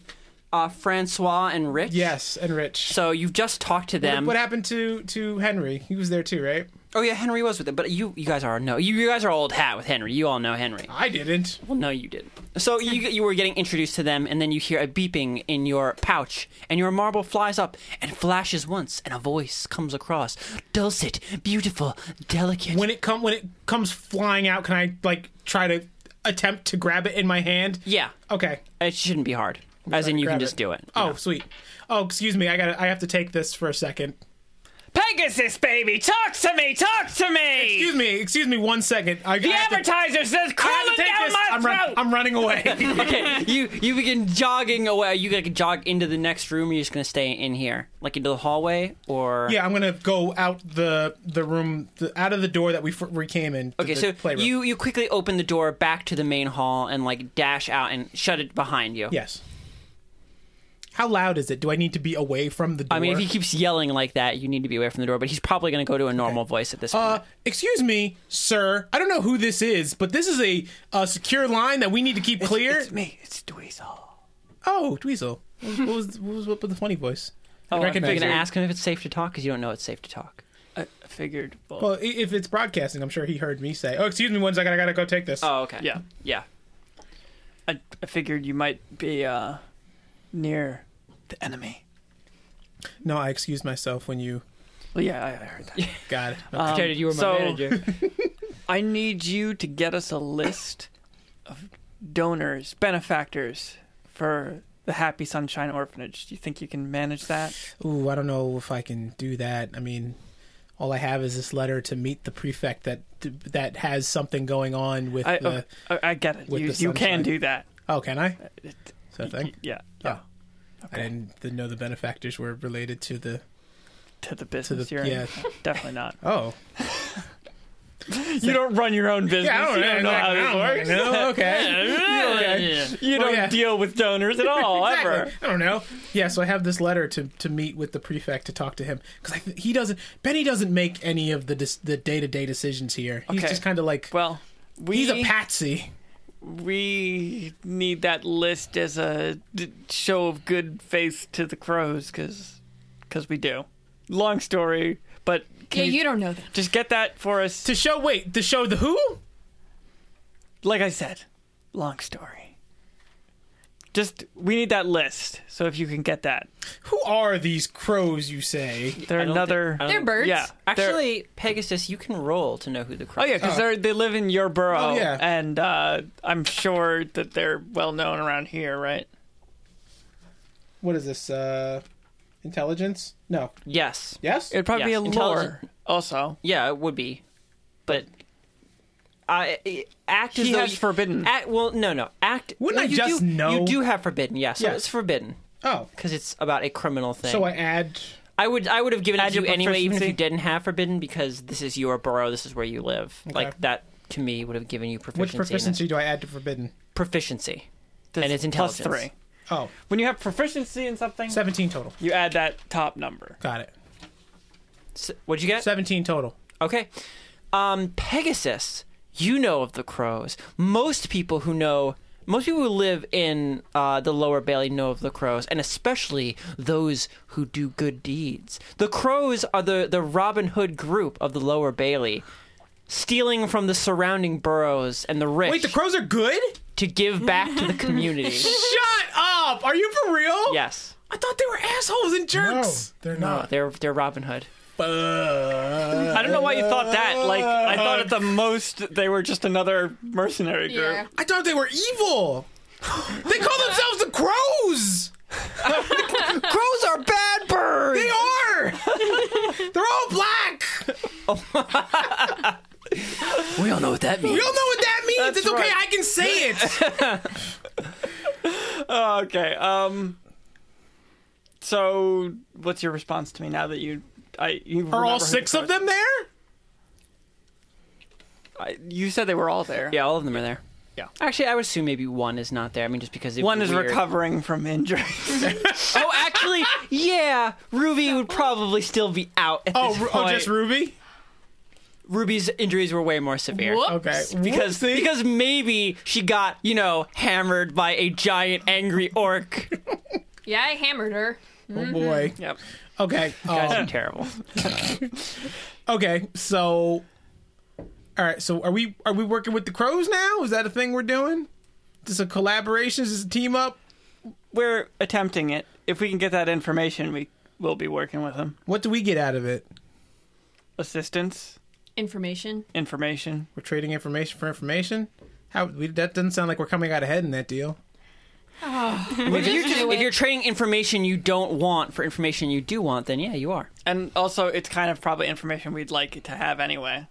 Speaker 1: uh, Francois and Rich.
Speaker 3: Yes, and Rich.
Speaker 1: So you've just talked to
Speaker 4: um,
Speaker 1: them.
Speaker 3: What happened to to Henry? He was there too, right?
Speaker 1: oh yeah, Henry was with them, but you you guys are no you, you guys are old hat with Henry. You all know Henry.
Speaker 3: I didn't.
Speaker 1: Well, no, you didn't. So you you were getting introduced to them, and then you hear a beeping in your pouch, and your marble flies up and flashes once, and a voice comes across, dulcet, beautiful, delicate.
Speaker 3: When it come when it comes flying out, can I like try to attempt to grab it in my hand?
Speaker 1: yeah,
Speaker 3: Okay.
Speaker 1: it shouldn't be hard. As in, you can
Speaker 3: grab
Speaker 1: just
Speaker 3: it.
Speaker 1: do it.
Speaker 3: Oh, sweet. Oh, excuse me. I got. to I have to take this for a second.
Speaker 4: big is this baby? Talk to me. Talk to me.
Speaker 3: Excuse me, excuse me one second. I,
Speaker 4: the
Speaker 3: I have to-
Speaker 4: advertiser says
Speaker 3: I have
Speaker 4: crawling
Speaker 3: to take
Speaker 4: down
Speaker 3: this.
Speaker 4: my
Speaker 3: I'm,
Speaker 4: throat.
Speaker 3: run- I'm running away.
Speaker 1: Okay, you you begin jogging away. You gotta jog into the next room. Or you're just gonna stay in here, like into the hallway, or
Speaker 3: yeah, I'm gonna go out the the room, the, out of the door that we, fir- we came in. to
Speaker 1: Okay,
Speaker 3: the
Speaker 1: so
Speaker 3: playroom.
Speaker 1: you you quickly open the door back to the main hall and like dash out and shut it behind you.
Speaker 3: Yes. How loud is it? Do I need to be away from the door?
Speaker 1: I mean, if he keeps yelling like that, you need to be away from the door. But he's probably gonna go to a normal voice at this point.
Speaker 3: Uh, excuse me, sir. I don't know who this is, but this is a, a secure line that we need to keep clear.
Speaker 4: It's me. It's Dweezil.
Speaker 3: Oh, Dweezil. What was, what was up with the funny voice?
Speaker 1: oh,
Speaker 3: I
Speaker 1: you're
Speaker 3: recognize
Speaker 1: gonna
Speaker 3: you.
Speaker 1: ask him if it's safe to talk because you don't know it's safe to talk.
Speaker 4: I figured. Well,
Speaker 3: Well, i- if it's broadcasting, I'm sure he heard me say, "Oh, excuse me, one second. I gotta go take this."
Speaker 1: Oh, okay.
Speaker 4: Yeah.
Speaker 1: yeah.
Speaker 4: I, I figured you might be uh, near the enemy.
Speaker 3: No, I excused myself when you
Speaker 4: Well, yeah, I, I heard that.
Speaker 3: got it.
Speaker 4: Um,
Speaker 1: Jared, you were my
Speaker 4: so-
Speaker 1: manager.
Speaker 4: I need you to get us a list of donors, benefactors for the Happy Sunshine Orphanage. Do you think you can manage that?
Speaker 3: Ooh, I don't know if I can do that. I mean, all I have is this letter to meet the prefect that that has something going on with
Speaker 4: I,
Speaker 3: the.
Speaker 4: I, I get it.
Speaker 3: with
Speaker 4: You,
Speaker 3: the
Speaker 4: you can
Speaker 3: sunshine.
Speaker 4: do that.
Speaker 3: Oh, can I?
Speaker 4: It-
Speaker 3: Is that a thing?
Speaker 4: Yeah.
Speaker 3: Yeah. I didn't, didn't know the benefactors were related to the.
Speaker 4: To the business
Speaker 3: the-
Speaker 4: you're in.
Speaker 3: yeah.
Speaker 4: Definitely not.
Speaker 3: Oh,
Speaker 4: You don't run your own business.
Speaker 3: yeah, I don't,
Speaker 4: you don't know how this works.
Speaker 3: I don't know. Okay.
Speaker 4: You
Speaker 3: Well,
Speaker 4: don't
Speaker 3: yeah.
Speaker 4: deal with donors at all, ever.
Speaker 3: Exactly. I don't know. Yeah, so I have this letter to, to meet with the prefect to talk to him because he doesn't. Benny doesn't make any of the dis, the day to day decisions here. He's
Speaker 4: Okay.
Speaker 3: just kind of like
Speaker 4: Well, we
Speaker 3: he's a patsy.
Speaker 4: we need that list as a d- show of good faith to the crows because we do long story but
Speaker 11: yeah,
Speaker 4: can
Speaker 11: you
Speaker 4: you
Speaker 11: don't know that.
Speaker 4: just get that for us
Speaker 3: To show wait to show the who?
Speaker 4: like i said long story just we need that list so if you can get that
Speaker 3: Who are these crows? You say.
Speaker 4: they're
Speaker 1: I don't
Speaker 4: another
Speaker 1: think- I don't-
Speaker 11: They're birds.
Speaker 4: yeah they're-
Speaker 1: Actually, Pegasus, you can roll to know who the
Speaker 4: Oh
Speaker 1: crowd.
Speaker 4: yeah, because they're they live in your borough,
Speaker 3: Oh, yeah.
Speaker 4: and uh, I'm sure that they're well known around here, right?
Speaker 3: What is this? Uh, intelligence? No.
Speaker 1: Yes.
Speaker 3: Yes.
Speaker 4: It'd probably
Speaker 1: Yes,
Speaker 4: be a lore,
Speaker 1: intelligent-
Speaker 4: also.
Speaker 1: Yeah, it would be, but I I- act as
Speaker 4: He
Speaker 1: though
Speaker 4: has
Speaker 1: you-
Speaker 4: forbidden.
Speaker 1: Act, well, no, no. Act.
Speaker 3: Wouldn't
Speaker 1: no,
Speaker 3: I
Speaker 1: you
Speaker 3: just
Speaker 1: do,
Speaker 3: know?
Speaker 1: You do have forbidden. Yeah, so
Speaker 3: Yeah.
Speaker 1: it's forbidden
Speaker 3: oh,
Speaker 1: because it's about a criminal thing.
Speaker 3: so I add.
Speaker 1: I would I would have given it
Speaker 4: Add
Speaker 1: to you
Speaker 4: your
Speaker 1: anyway, even if you
Speaker 4: proficiency.
Speaker 1: didn't have forbidden, because this is your borough, this is where you live. Like that to me would have given you proficiency.
Speaker 3: Which
Speaker 1: in this-
Speaker 3: proficiency do I add to forbidden?
Speaker 1: Proficiency.
Speaker 4: This-
Speaker 1: And it's
Speaker 4: plus
Speaker 1: intelligence.
Speaker 4: three.
Speaker 3: Oh,
Speaker 4: When you have proficiency in something,
Speaker 3: 17 total.
Speaker 4: you add that top number.
Speaker 3: Got it.
Speaker 1: S- what'd you get?
Speaker 3: 17 total.
Speaker 1: Okay. Um, Pegasus, you know of the crows. Most people who know, most people who live in uh, the lower Bailey know of the crows, and especially those who do good deeds. The crows are the, the Robin Hood group of the lower Bailey, stealing from the surrounding boroughs and the rich
Speaker 3: Wait, the crows are good?
Speaker 1: to give back to the community.
Speaker 3: Shut up! Are you for real?
Speaker 1: yes.
Speaker 3: I thought they were assholes and jerks.
Speaker 7: No, they're not.
Speaker 1: They're, they're Robin Hood.
Speaker 3: Fuck.
Speaker 4: I don't know why you thought that. Like, I thought
Speaker 3: Uh.
Speaker 4: at the most they were just another mercenary group.
Speaker 6: Yeah.
Speaker 3: I thought they were evil. they call themselves the crows.
Speaker 1: Crows are bad birds!
Speaker 3: They are. they're all black.
Speaker 1: We all know what that means.
Speaker 3: You don't know what that means.
Speaker 4: That's
Speaker 3: it's okay.
Speaker 4: right.
Speaker 3: I can say it.
Speaker 4: Oh, okay. Um. So, what's your response to me now that you, I, you
Speaker 3: Are all six of them there?
Speaker 4: I, you said they were all there.
Speaker 1: Yeah, all of them are there.
Speaker 3: Yeah.
Speaker 1: Actually, I would assume maybe one is not there. I mean, just because it'd
Speaker 4: One
Speaker 1: be
Speaker 4: is
Speaker 1: weird.
Speaker 4: recovering from injuries.
Speaker 1: Oh, actually, yeah, Ruby would probably still be out at
Speaker 3: Oh,
Speaker 1: this
Speaker 3: Ru-
Speaker 1: point.
Speaker 3: oh just Ruby.
Speaker 1: Ruby's injuries were way more severe.
Speaker 11: Whoop.
Speaker 3: Okay.
Speaker 1: Because
Speaker 3: Whoopsie.
Speaker 1: because maybe she got you know hammered by a giant angry orc.
Speaker 11: Yeah, I hammered her.
Speaker 3: oh boy.
Speaker 4: yep.
Speaker 3: Okay.
Speaker 1: Mm-hmm. Guys are
Speaker 3: um,
Speaker 1: terrible.
Speaker 3: okay. So. All right. So are we are we working with the crows now? Is that a thing we're doing? Just a collaboration? Just a team up?
Speaker 4: We're attempting it. If we can get that information, we will be working with them.
Speaker 3: What do we get out of it?
Speaker 4: Assistance,
Speaker 11: Information.
Speaker 4: information.
Speaker 3: We're trading information for information. How we, that doesn't sound like we're coming out ahead in that deal.
Speaker 1: if, you're just- if you're trading information you don't want for information you do want, then yeah, you are.
Speaker 4: And also, it's kind of probably information we'd like to have anyway.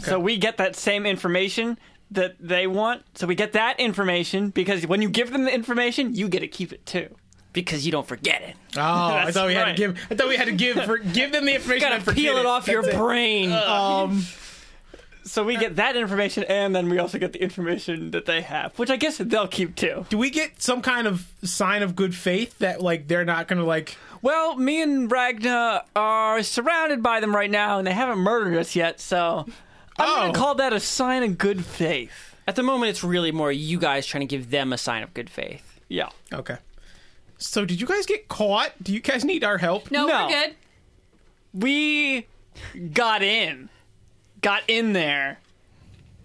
Speaker 4: So we get that same information that they want. So we get that information because when you give them the information, you get to keep it too.
Speaker 1: Because you don't forget it.
Speaker 3: Oh, I
Speaker 4: That's
Speaker 3: thought we had
Speaker 4: right.
Speaker 3: to give. I thought we had to give for, give them the information.
Speaker 1: You gotta
Speaker 3: and forget
Speaker 1: peel it off your
Speaker 3: That's it.
Speaker 1: brain.
Speaker 3: Um,
Speaker 4: So we get that information, and then we also get the information that they have, which I guess they'll keep too.
Speaker 3: do we get some kind of sign of good faith that like they're not going to like?
Speaker 4: Well, me and Ragna are surrounded by them right now, and they haven't murdered us yet. So I'm
Speaker 3: Oh.
Speaker 4: gonna call that a sign of good faith.
Speaker 1: At the moment, it's really more you guys trying to give them a sign of good faith.
Speaker 4: Yeah.
Speaker 3: Okay. So did you guys get caught? Do you guys need our help?
Speaker 11: No,
Speaker 4: No.
Speaker 11: we're good.
Speaker 4: we got in, got in there.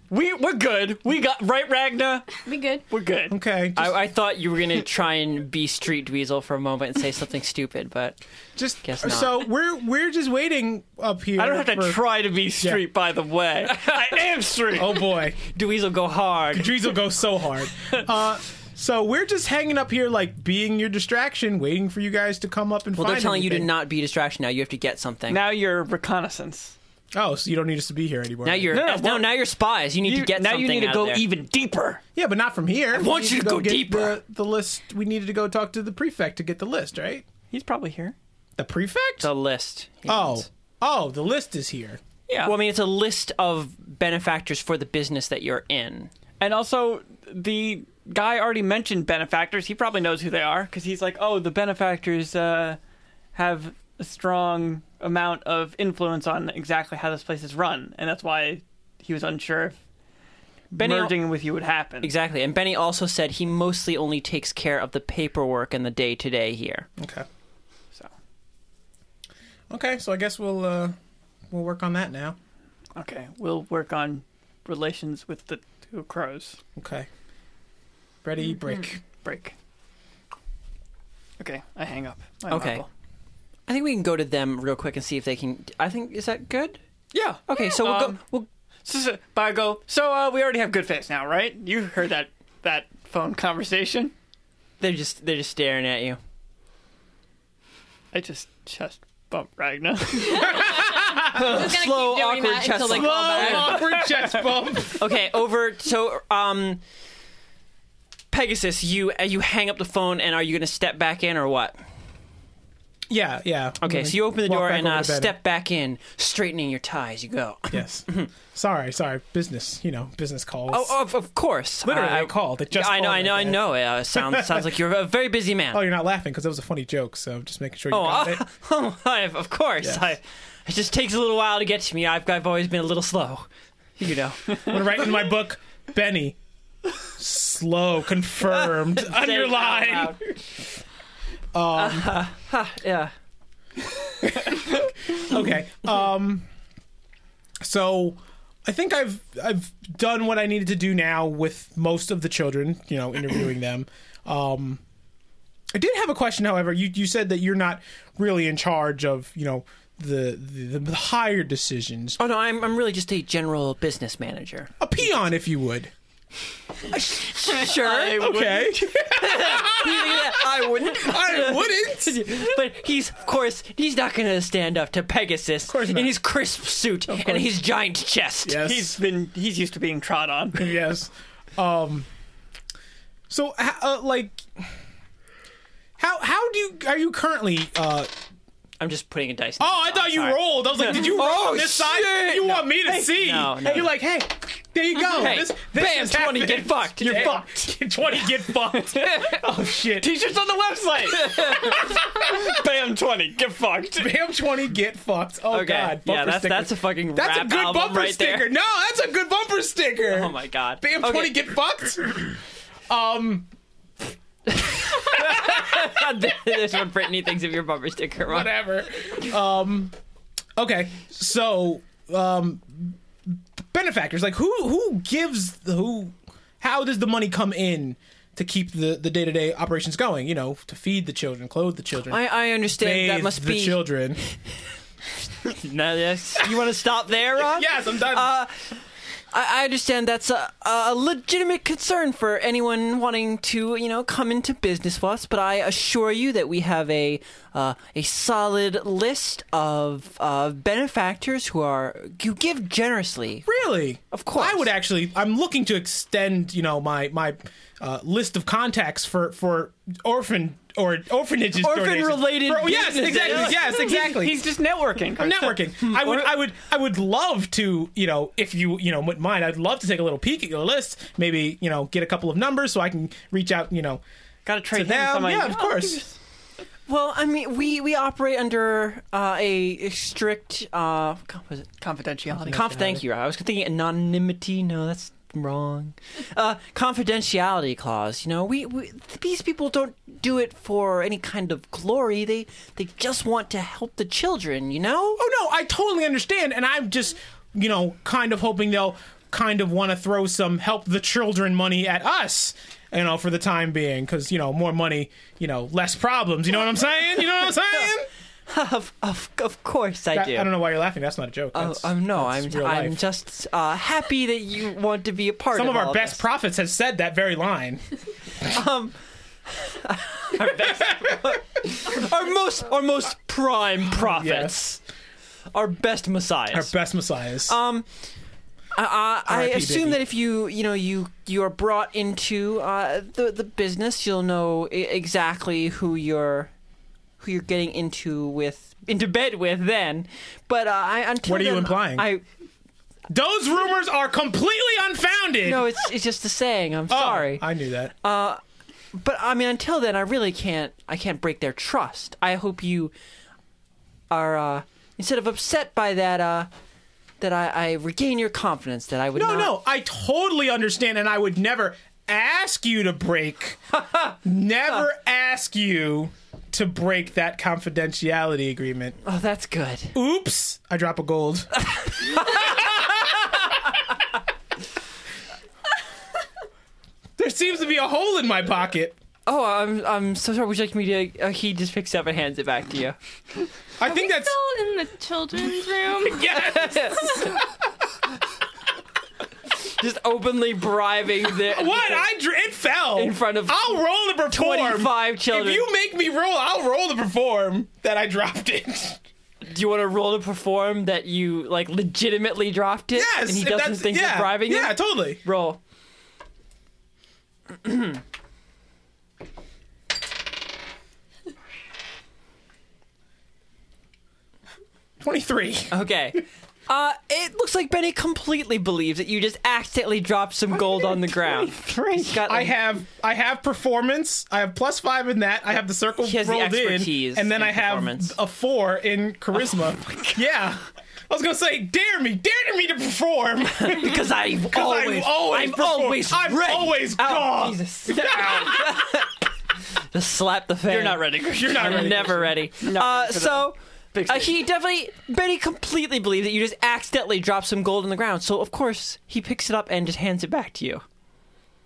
Speaker 4: We we're good. We got right, Ragna.
Speaker 11: We good.
Speaker 4: We're good.
Speaker 3: Okay. Just,
Speaker 1: I, I thought you were gonna try and be street weasel for a moment and say something stupid, but
Speaker 3: just
Speaker 1: guess not.
Speaker 3: so we're we're just waiting up here.
Speaker 4: I don't have to
Speaker 3: for-
Speaker 4: try to be street. By the way, I am street.
Speaker 3: Oh boy.
Speaker 1: Dweezil go hard.
Speaker 3: Drees will go so hard. Uh, so we're just hanging up here, like being your distraction, waiting for you guys to come up and
Speaker 1: Well,
Speaker 3: find.
Speaker 1: they're telling you to
Speaker 3: everything.
Speaker 1: not be a distraction now. You have to get something.
Speaker 4: Now you're reconnaissance.
Speaker 3: Oh, so you don't need us to be here anymore.
Speaker 1: now you're
Speaker 4: No,
Speaker 1: no,
Speaker 4: no, well-
Speaker 1: now you're spies. You need
Speaker 4: You,
Speaker 1: to get
Speaker 4: now
Speaker 1: something
Speaker 4: you need to
Speaker 1: out
Speaker 4: go
Speaker 1: there.
Speaker 4: even deeper.
Speaker 3: Yeah, but not from here. I
Speaker 1: want you to go deeper.
Speaker 3: The, the list. We needed to go talk to the prefect to get the list, right?
Speaker 4: He's probably here.
Speaker 3: The prefect?
Speaker 1: the list. He
Speaker 3: oh,
Speaker 1: wants.
Speaker 3: oh, the list is here.
Speaker 4: Yeah.
Speaker 1: Well, I mean, it's a list of benefactors for the business that you're in.
Speaker 4: and also the guy already mentioned benefactors. He probably knows who they are because he's like, oh, the benefactors uh, have a strong amount of influence on exactly how this place is run, and that's why he was unsure if
Speaker 1: Benny-
Speaker 4: merging with you would happen.
Speaker 1: Exactly. And Benny also said he mostly only takes care of the paperwork and the day to day here.
Speaker 3: Okay.
Speaker 4: So
Speaker 3: Okay, so I guess we'll uh, we'll work on that now.
Speaker 4: okay, we'll work on relations with the two crows.
Speaker 3: Okay.
Speaker 1: Mm-hmm.
Speaker 3: Ready, break.
Speaker 4: Break. Okay, I hang up. I
Speaker 1: Okay.
Speaker 4: marvel.
Speaker 1: I think we can go to them real quick and see if they can. I think is that good?
Speaker 4: Yeah.
Speaker 1: Okay, so we'll
Speaker 4: Um,
Speaker 1: go. We'll,
Speaker 4: So, so, Bago, so uh, we already have good face now, right? You heard that that phone conversation?
Speaker 1: they're just they're just staring at you.
Speaker 4: I just chest bumped Ragna.
Speaker 11: Just gonna
Speaker 1: Slow,
Speaker 11: keep doing
Speaker 1: awkward
Speaker 11: that
Speaker 1: chest
Speaker 11: until they
Speaker 1: bump.
Speaker 11: call back.
Speaker 3: awkward chest bump.
Speaker 1: Okay, over. So, um, Pegasus, you uh, you hang up the phone, and are you going to step back in or what?
Speaker 3: Yeah, yeah.
Speaker 1: Okay,
Speaker 3: Let me
Speaker 1: so you open the
Speaker 3: walk
Speaker 1: door
Speaker 3: back
Speaker 1: and
Speaker 3: over
Speaker 1: uh,
Speaker 3: to Benny.
Speaker 1: step back in, straightening your tie as you go.
Speaker 3: Yes. sorry, sorry. Business, you know, business calls.
Speaker 1: Mm-hmm. Oh, of, of course.
Speaker 3: Literally,
Speaker 1: I,
Speaker 3: I called. It just
Speaker 1: I know,
Speaker 3: called
Speaker 1: I know,
Speaker 3: like
Speaker 1: I
Speaker 3: that.
Speaker 1: know. It uh, sounds sounds like you're a very busy man.
Speaker 3: Oh, you're not laughing because that was a funny joke. So just making sure you
Speaker 1: Oh,
Speaker 3: got it.
Speaker 1: uh, oh, I, of course.
Speaker 3: Yes.
Speaker 1: I, it just takes a little while to get to me. I've, I've always been a little slow, you know.
Speaker 3: I'm gonna write in my book, Benny. Slow, confirmed, underline. Um,
Speaker 1: yeah.
Speaker 3: okay. Um, so I think I've I've done what I needed to do now with most of the children. You know, interviewing them. Um, I did have a question, however. You you said that you're not really in charge of you know the the, the higher decisions.
Speaker 1: Oh no, I'm I'm really just a general business manager.
Speaker 3: A peon, if you would.
Speaker 1: Sure.
Speaker 3: Okay,
Speaker 1: I wouldn't.
Speaker 3: I wouldn't.
Speaker 1: but he's of course he's not going to stand up to Pegasus
Speaker 3: course
Speaker 1: in
Speaker 3: not.
Speaker 1: his crisp suit and his giant chest.
Speaker 3: Yes.
Speaker 4: he's been he's used to being trod on.
Speaker 3: yes. Um. So, h- uh, like, how how do you are you currently? Uh,
Speaker 1: I'm just putting a dice.
Speaker 3: oh, I thought you rolled. I was like, did you roll
Speaker 1: Oh,
Speaker 3: on this side?
Speaker 1: shit.
Speaker 3: You
Speaker 1: No.
Speaker 3: want me to
Speaker 1: Hey.
Speaker 3: see?
Speaker 1: No, no.
Speaker 3: You're like, hey, there you go.
Speaker 1: Hey,
Speaker 3: this, this
Speaker 1: bam,
Speaker 3: is
Speaker 1: 20,
Speaker 3: happening.
Speaker 1: get fucked.
Speaker 3: You're
Speaker 1: Yeah.
Speaker 3: fucked. Twenty, get fucked. oh shit.
Speaker 4: T-shirts on the website. Bam twenty, get fucked.
Speaker 3: Bam, twenty, get fucked. Oh
Speaker 1: Okay.
Speaker 3: god.
Speaker 1: Yeah,
Speaker 3: bumper
Speaker 1: that's-
Speaker 3: sticker.
Speaker 1: that's a fucking
Speaker 3: That's a
Speaker 1: rap
Speaker 3: good
Speaker 1: album
Speaker 3: bumper
Speaker 1: right there.
Speaker 3: sticker. No, that's a good bumper sticker.
Speaker 1: Oh my god.
Speaker 3: Bam,
Speaker 1: Okay.
Speaker 3: twenty, get fucked. Um.
Speaker 1: There's what Brittany thinks of your bumper sticker. Ron.
Speaker 3: whatever. Um, okay, so um, benefactors, like who who gives the, who? How does the money come in to keep the the day to day operations going? You know, to feed the children, clothe the children.
Speaker 1: I, I understand that
Speaker 3: bathe
Speaker 1: must
Speaker 3: the
Speaker 1: be.
Speaker 3: children.
Speaker 1: No, yes. You want to stop there, Ron?
Speaker 3: yes, I'm done.
Speaker 1: Uh, I, I understand that's a, a legitimate concern for anyone wanting to, you know, come into business with us. But I assure you that we have a uh, a solid list of uh, benefactors who are who give generously.
Speaker 3: Really?
Speaker 1: Of course.
Speaker 3: I would actually. I'm looking to extend, you know, my my uh, list of contacts for for orphan or orphanages.
Speaker 1: Orphan
Speaker 3: donations.
Speaker 1: related
Speaker 3: For- Yes,
Speaker 1: businesses.
Speaker 3: exactly. Yes, exactly.
Speaker 4: He's just networking.
Speaker 3: I'm networking. I would, I would, I would love to, you know, if you, you know, wouldn't mind, I'd love to take a little peek at your list. Maybe, you know, get a couple of numbers so I can reach out, you know,
Speaker 4: Gotta trade
Speaker 3: to
Speaker 4: him
Speaker 3: them.
Speaker 4: somebody.
Speaker 3: Yeah, of
Speaker 4: Oh,
Speaker 3: course.
Speaker 1: Well, I mean, we we operate under uh, a a strict uh, com- was it confidentiality. Conf- thank you. I was thinking anonymity. No, that's wrong. Uh, confidentiality clause. You know, we, we these people don't do it for any kind of glory. They they just want to help the children. You know.
Speaker 3: Oh no, I totally understand, and I'm just, you know, kind of hoping they'll kind of want to throw some help the children money at us. You know, for the time being, because you know, more money, you know, less problems. You know what I'm saying? You know what I'm saying?
Speaker 1: of, of of course I
Speaker 3: That-
Speaker 1: do.
Speaker 3: I don't know why you're laughing. That's not a joke.
Speaker 1: Oh,
Speaker 3: That's-
Speaker 1: um, no,
Speaker 3: that's
Speaker 1: I'm
Speaker 3: real
Speaker 1: I'm
Speaker 3: life.
Speaker 1: just uh, happy that you want to be a part
Speaker 3: Some
Speaker 1: of
Speaker 3: of
Speaker 1: all
Speaker 3: our best
Speaker 1: this. Um,
Speaker 3: prophets have said that very line.
Speaker 1: our most our most prime prophets, our best messiahs.
Speaker 3: Our best messiahs.
Speaker 1: Um, I, I I
Speaker 3: R.I.P.,
Speaker 1: assume
Speaker 3: baby.
Speaker 1: that if you you know you you are brought into uh, the the business, you'll know I- exactly who you're who you're getting into with into bed with then. But uh, I until
Speaker 3: What are you
Speaker 1: then,
Speaker 3: implying?
Speaker 1: I
Speaker 3: Those rumors are completely unfounded.
Speaker 1: no, it's it's just a saying. I'm
Speaker 3: Oh,
Speaker 1: sorry. Uh-huh.
Speaker 3: I knew that.
Speaker 1: but I mean, until then, I really can't. I can't break their trust. I hope you are uh, instead of upset by that. Uh, that I, I regain your confidence. That I would
Speaker 3: no,
Speaker 1: not-
Speaker 3: Oh, no, I totally understand, and I would never ask you to break. never ask you to break that confidentiality agreement.
Speaker 1: Oh, that's good.
Speaker 3: Oops, I drop a gold. there seems to be a hole in my pocket.
Speaker 1: Oh, I'm I'm so sorry. Would you like me to? Uh, he just picks up and hands it back to you.
Speaker 3: I think that's
Speaker 2: Still in the children's room.
Speaker 1: just openly bribing the
Speaker 3: What I dr- it fell
Speaker 1: In front of
Speaker 3: I'll roll to perform.
Speaker 1: 25 children.
Speaker 3: If you make me roll, I'll roll to perform that I dropped it.
Speaker 1: Do you want to roll to perform that you like legitimately dropped it?
Speaker 3: Yes,
Speaker 1: and he
Speaker 3: if
Speaker 1: doesn't
Speaker 3: that's-
Speaker 1: think
Speaker 3: yeah,
Speaker 1: you're bribing
Speaker 3: Yeah,
Speaker 1: him.
Speaker 3: totally.
Speaker 1: roll.
Speaker 3: Twenty-three.
Speaker 1: Okay. Uh, it looks like Benny completely believes that you just accidentally dropped some gold on the ground. He's got,
Speaker 3: I have I have performance. I have plus five in that. I have the circle
Speaker 1: He has the
Speaker 3: rolled
Speaker 1: expertise
Speaker 3: in, and then
Speaker 1: in
Speaker 3: I have
Speaker 1: performance. Oh
Speaker 3: a four in charisma. yeah, I was gonna say, dare me, dare me to perform.
Speaker 1: because I've always,
Speaker 3: I'm always
Speaker 1: I'm
Speaker 3: perform-
Speaker 1: always,
Speaker 3: I'm
Speaker 1: ready.
Speaker 3: always
Speaker 1: Ow,
Speaker 3: gone.
Speaker 1: Jesus. just slap the fan.
Speaker 4: You're not ready. Christian.
Speaker 3: You're not
Speaker 1: I'm
Speaker 3: ready.
Speaker 1: never ready. uh, so uh, he definitely, Benny completely believes that you just accidentally dropped some gold on the ground. So of course he picks it up and just hands it back to you.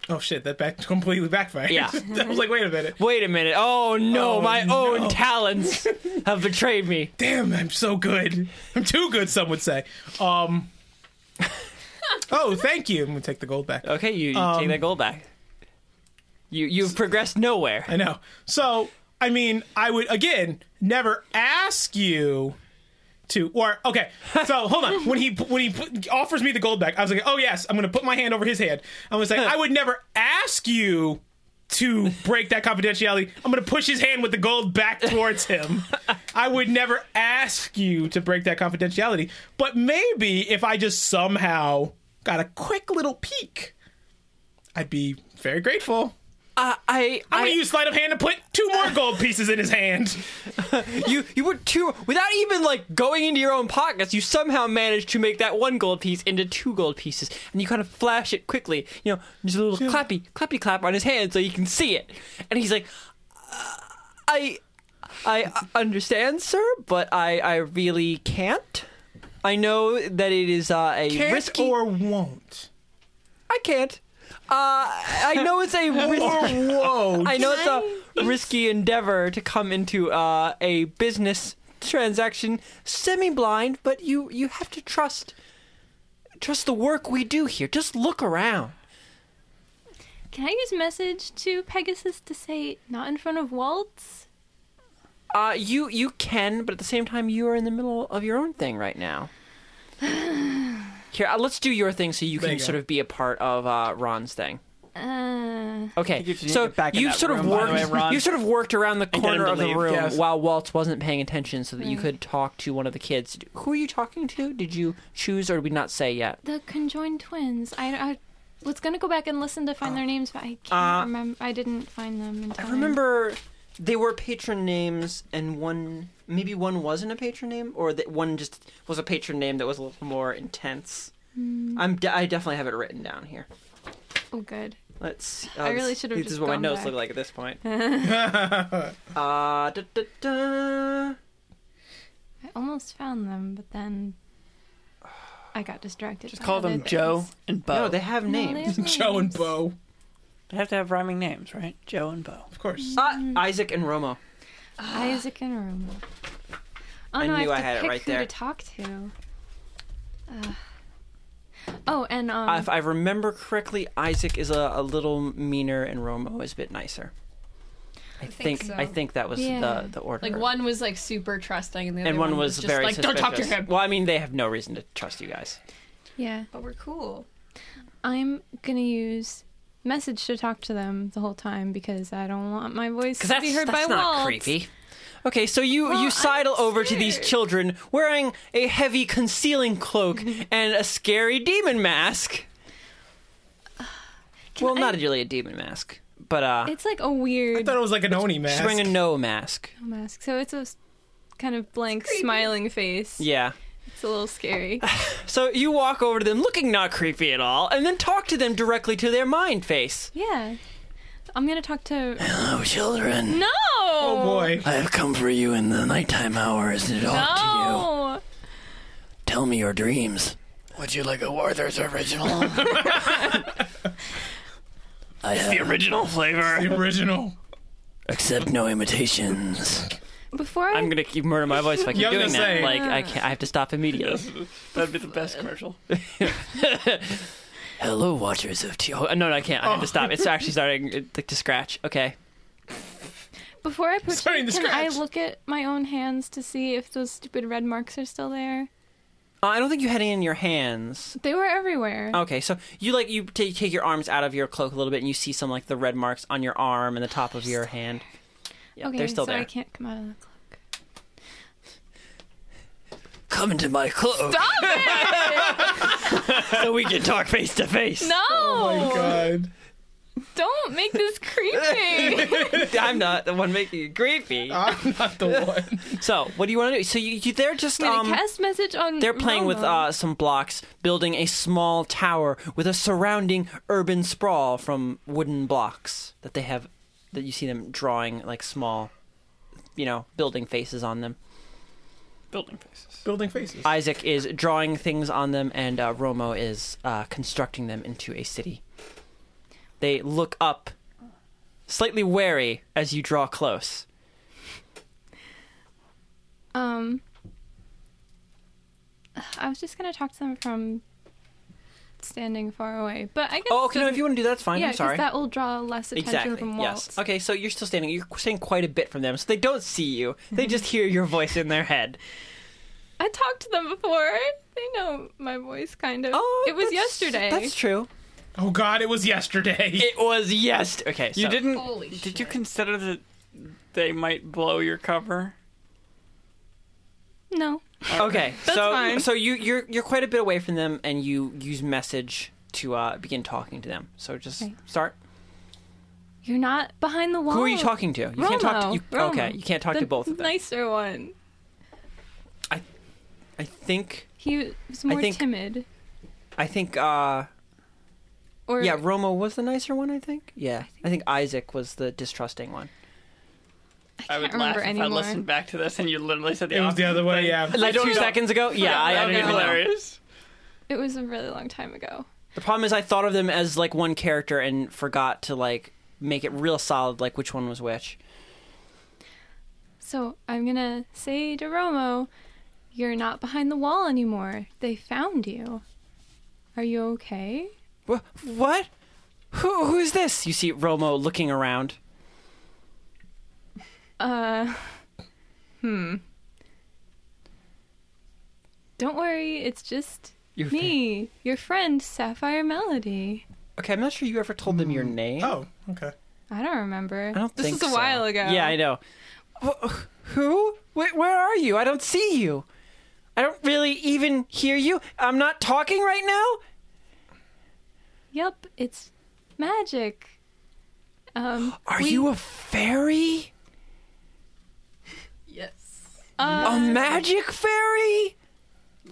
Speaker 3: Oh shit, that back completely backfired.
Speaker 1: Yeah.
Speaker 3: I was like, wait a minute.
Speaker 1: Wait a minute. Oh no,
Speaker 3: Oh,
Speaker 1: my
Speaker 3: no.
Speaker 1: own talents have betrayed me.
Speaker 3: Damn, I'm so good. I'm too good, some would say. Um. oh, thank you. I'm gonna take the gold back.
Speaker 1: Okay, you, you
Speaker 3: Um,
Speaker 1: take that gold back. You you've progressed nowhere.
Speaker 3: I know. So, I mean, I would again never ask you to or okay. So, hold on. When he when he put, offers me the gold back, I was like, "Oh yes, I'm going to put my hand over his hand." I'm going to say, "I would never ask you to break that confidentiality. I'm going to push his hand with the gold back towards him. I would never ask you to break that confidentiality, but maybe if I just somehow got a quick little peek, I'd be very grateful."
Speaker 1: Uh, I
Speaker 3: I'm
Speaker 1: I
Speaker 3: gonna use sleight of hand to put two more gold pieces in his hand.
Speaker 1: you you were two without even like going into your own pockets. You somehow managed to make that one gold piece into two gold pieces, and you kind of flash it quickly. You know, just a little clappy clappy clap on his hand so you can see it. And he's like, "Uh, I I understand, sir, but I I really can't. I know that it is uh, a risky.
Speaker 3: won't.
Speaker 1: I can't. Uh, I know it's a
Speaker 3: Or
Speaker 1: risky.
Speaker 3: won't.
Speaker 1: I know it's a risky endeavor to come into uh, a business transaction semi-blind, but you you have to trust Trust the work we do here. Just look around.
Speaker 2: Can I use message to Pegasus to say not in front of Waltz?
Speaker 1: Uh, you you can, but at the same time, you are in the middle of your own thing right now. Here, uh, let's do your thing so you
Speaker 3: There
Speaker 1: can
Speaker 3: you go.
Speaker 1: sort of be a part of uh, Ron's thing.
Speaker 2: Uh,
Speaker 1: Okay,
Speaker 4: you should
Speaker 1: so
Speaker 4: get back in
Speaker 1: you've
Speaker 4: that
Speaker 1: sort of
Speaker 4: room, by the
Speaker 1: worked.
Speaker 4: way, Ron.
Speaker 1: you sort of worked around the
Speaker 4: And get him
Speaker 1: corner
Speaker 4: to
Speaker 1: of the
Speaker 4: leave.
Speaker 1: room
Speaker 3: Yes.
Speaker 1: while Waltz wasn't paying attention, so that
Speaker 2: Mm.
Speaker 1: you could talk to one of the kids. Who are you talking to? Did you choose, or did we not say yet?
Speaker 2: the conjoined twins. I, I was gonna go back and listen to find their names, but I can't
Speaker 1: Uh,
Speaker 2: remember. I didn't find them. In time.
Speaker 1: I remember they were patron names, and one maybe one wasn't a patron name, or that one just was a patron name that was a little more intense.
Speaker 2: Mm.
Speaker 1: I'm de- I definitely have it written down here.
Speaker 2: Oh, good.
Speaker 1: Let's. see-
Speaker 2: I really
Speaker 1: this-
Speaker 2: should have
Speaker 1: This
Speaker 2: just
Speaker 1: is what my
Speaker 2: gone
Speaker 1: notes
Speaker 2: back.
Speaker 1: look like at this point. uh, da, da, da.
Speaker 2: I almost found them, but then I got distracted.
Speaker 4: Just
Speaker 2: by
Speaker 4: call
Speaker 2: other
Speaker 4: them
Speaker 2: things.
Speaker 4: Joe and Bo.
Speaker 1: No, they have
Speaker 2: No, they
Speaker 1: names.
Speaker 2: have
Speaker 3: Joe and
Speaker 2: names.
Speaker 3: Bo,
Speaker 4: They have to have rhyming names, right? Joe and Bo.
Speaker 3: of course.
Speaker 1: Ah, Isaac and Romo. Uh,
Speaker 2: Isaac and Roma. Oh,
Speaker 1: I
Speaker 2: no,
Speaker 1: knew
Speaker 2: I,
Speaker 1: I
Speaker 2: have to
Speaker 1: had it
Speaker 2: pick
Speaker 1: right
Speaker 2: who
Speaker 1: there.
Speaker 2: to talk to. Uh, oh, and um,
Speaker 1: Uh, if I remember correctly, Isaac is a, a little meaner and Romo is a bit nicer. I,
Speaker 6: think so.
Speaker 1: I think that was
Speaker 2: Yeah.
Speaker 1: the the order.
Speaker 11: Like one was like super trusting, and the other
Speaker 1: and one was
Speaker 11: just
Speaker 1: very
Speaker 11: like,
Speaker 1: suspicious.
Speaker 11: "Don't talk to him."
Speaker 1: Well, I mean, they have no reason to trust you guys.
Speaker 2: yeah,
Speaker 6: But we're cool.
Speaker 2: I'm gonna use message to talk to them the whole time because I don't want my voice to
Speaker 1: Because that's,
Speaker 2: be heard
Speaker 1: that's
Speaker 2: by
Speaker 1: not
Speaker 2: Walt.
Speaker 1: creepy. Okay, so you,
Speaker 2: Well,
Speaker 1: you
Speaker 2: I'm
Speaker 1: sidle over to these
Speaker 2: scared.
Speaker 1: children wearing a heavy concealing cloak and a scary demon mask. well,
Speaker 2: I-
Speaker 1: not really a demon mask, but uh,
Speaker 2: It's like a
Speaker 3: I
Speaker 2: weird
Speaker 3: thought it was like an oni
Speaker 1: she's
Speaker 3: mask.
Speaker 1: wearing a no mask.
Speaker 2: mask, so it's a s- kind of blank smiling face.
Speaker 1: Yeah.
Speaker 2: It's a little scary.
Speaker 1: So you walk over to them, looking not creepy at all, and then talk to them directly to their mind face.
Speaker 2: yeah, I'm gonna talk to
Speaker 1: Hello, children.
Speaker 2: no.
Speaker 3: oh boy.
Speaker 1: I have come for you in the nighttime hours to talk
Speaker 2: No.
Speaker 1: Tell me your dreams.
Speaker 12: Would you like a Werther's original? I have,
Speaker 4: Original flavor.
Speaker 3: The original.
Speaker 12: accept no imitations.
Speaker 2: Before I
Speaker 1: I'm gonna keep murder my voice if I keep
Speaker 3: Yeah, I was
Speaker 1: doing that.
Speaker 3: gonna say.
Speaker 1: Like I can't. I have to stop immediately.
Speaker 4: That'd be the best commercial.
Speaker 12: Hello, watchers of T.
Speaker 1: Oh, no, no, I can't. I have to stop. It's actually starting uh, like to scratch. Okay.
Speaker 2: Before I put
Speaker 3: Starting
Speaker 2: can
Speaker 3: to
Speaker 2: I
Speaker 3: scratch.
Speaker 2: look at my own hands to see if those stupid red marks are still there?
Speaker 1: Uh, I don't think you had any in your hands.
Speaker 2: They were everywhere.
Speaker 1: Okay, so you like you ta- take your arms out of your cloak a little bit, and you see some like the red marks on your arm and the top of your hand. Yeah,
Speaker 2: okay,
Speaker 1: they're still
Speaker 2: so
Speaker 1: there.
Speaker 2: I can't come out of the cloak.
Speaker 12: Come into my cloak.
Speaker 1: so we can talk face to face.
Speaker 2: No!
Speaker 3: Oh my god.
Speaker 2: Don't make this creepy.
Speaker 1: I'm not the one making it creepy.
Speaker 3: I'm not the one.
Speaker 1: So what do you want to do? So you, you they're just
Speaker 2: I'm
Speaker 1: um.
Speaker 2: gonna cast message on.
Speaker 1: They're playing with
Speaker 2: Roma.
Speaker 1: uh, some blocks, building a small tower with a surrounding urban sprawl from wooden blocks that they have, that you see them drawing like small, you know, building faces on them.
Speaker 4: Building faces.
Speaker 3: Building faces.
Speaker 1: Isaac is drawing things on them, and uh, Romo is uh, constructing them into a city. They look up, slightly wary as you draw close. uh,
Speaker 2: Um. I was just gonna talk to them from standing far away, but I guess.
Speaker 1: Oh, okay, no,
Speaker 2: doesn't-
Speaker 1: if you want to do that, that's fine.
Speaker 2: yeah,
Speaker 1: I'm
Speaker 2: 'cause
Speaker 1: sorry.
Speaker 2: that will draw less attention
Speaker 1: Exactly.
Speaker 2: from Walt.
Speaker 1: Yes. Okay, so you're still standing. You're staying quite a bit from them, so they don't see you. They just hear your voice in their head.
Speaker 2: I talked to them before. They know my voice, kind of.
Speaker 1: Oh,
Speaker 2: it was
Speaker 1: that's-
Speaker 2: yesterday.
Speaker 1: That's true.
Speaker 3: Oh god, it was yesterday.
Speaker 1: It was yes. Okay, so
Speaker 4: You didn't.
Speaker 6: Holy
Speaker 4: did
Speaker 6: shit.
Speaker 4: you consider that they might blow your cover?
Speaker 2: No.
Speaker 1: Okay, so
Speaker 2: fine.
Speaker 1: so you you're you're quite a bit away from them, and you use message to uh, begin talking to them. So just
Speaker 2: Okay.
Speaker 1: start.
Speaker 2: You're not behind the wall.
Speaker 1: Who are you talking to? You can't talk to
Speaker 2: Romo.
Speaker 1: you.
Speaker 2: Romo.
Speaker 1: Okay, you can't talk
Speaker 2: the
Speaker 1: to both of them.
Speaker 2: Nicer one.
Speaker 1: I think
Speaker 2: He was more
Speaker 1: think-
Speaker 2: timid.
Speaker 1: I think uh
Speaker 2: Or
Speaker 1: yeah, Romo was the nicer one. I think yeah, I think Isaac was the distrusting one.
Speaker 2: I can't
Speaker 4: I would laugh
Speaker 2: remember
Speaker 4: if I
Speaker 2: anymore.
Speaker 4: listened back to this and you literally said the
Speaker 3: It was the other way, yeah.
Speaker 1: Like
Speaker 4: don't
Speaker 1: two
Speaker 4: know.
Speaker 1: seconds ago. Yeah, I, I don't
Speaker 4: don't
Speaker 1: even know.
Speaker 4: hilarious.
Speaker 2: It was a really long time ago.
Speaker 1: The problem is I thought of them as like one character and forgot to like make it real solid like which one was which.
Speaker 2: So I'm gonna say to Romo, you're not behind the wall anymore. They found you. Are you okay?
Speaker 1: Wha- What? Who, who is this? You see Romo looking around.
Speaker 2: Uh, hmm. Don't worry, it's just
Speaker 1: Your fa-
Speaker 2: me, your friend Sapphire Melody.
Speaker 1: Okay, I'm not sure you ever told them your name.
Speaker 3: Oh, okay.
Speaker 2: I don't remember.
Speaker 1: I don't
Speaker 11: This
Speaker 1: think
Speaker 11: is a
Speaker 1: so.
Speaker 11: while ago.
Speaker 1: Yeah, I know. Wh- Who? Wh- Where are you? I don't see you. I don't really even hear you. I'm not talking right now.
Speaker 2: Yep, it's magic. Um,
Speaker 1: Are
Speaker 2: we-
Speaker 1: you a fairy?
Speaker 11: Yes.
Speaker 2: uh,
Speaker 1: A magic fairy?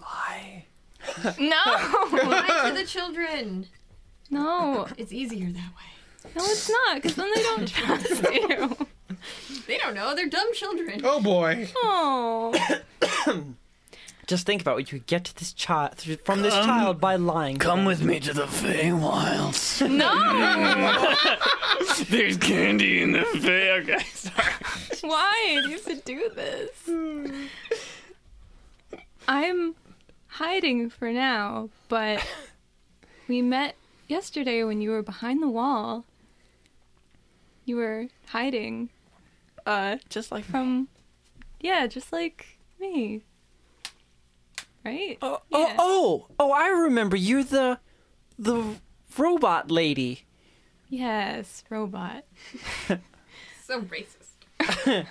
Speaker 1: Oh.
Speaker 2: no,
Speaker 6: Lie to the children.
Speaker 2: no,
Speaker 6: It's easier that way.
Speaker 2: no, it's not. Because then they don't trust you.
Speaker 6: They don't know. They're dumb children.
Speaker 3: Oh boy.
Speaker 2: Oh,
Speaker 1: Just think about what you could get to this child from this child by lying. to
Speaker 12: Come
Speaker 1: them.
Speaker 12: with me to the Feywilds.
Speaker 2: no!
Speaker 4: There's candy in the fair, guys. Sorry.
Speaker 2: Why do you have to do this? Hmm. I'm hiding for now, but we met yesterday when you were behind the wall. You were hiding. Uh, just like from. Yeah, just like me. Right?
Speaker 1: Oh, oh, oh, oh! I remember. You're the the robot lady.
Speaker 2: Yes, robot.
Speaker 6: So racist.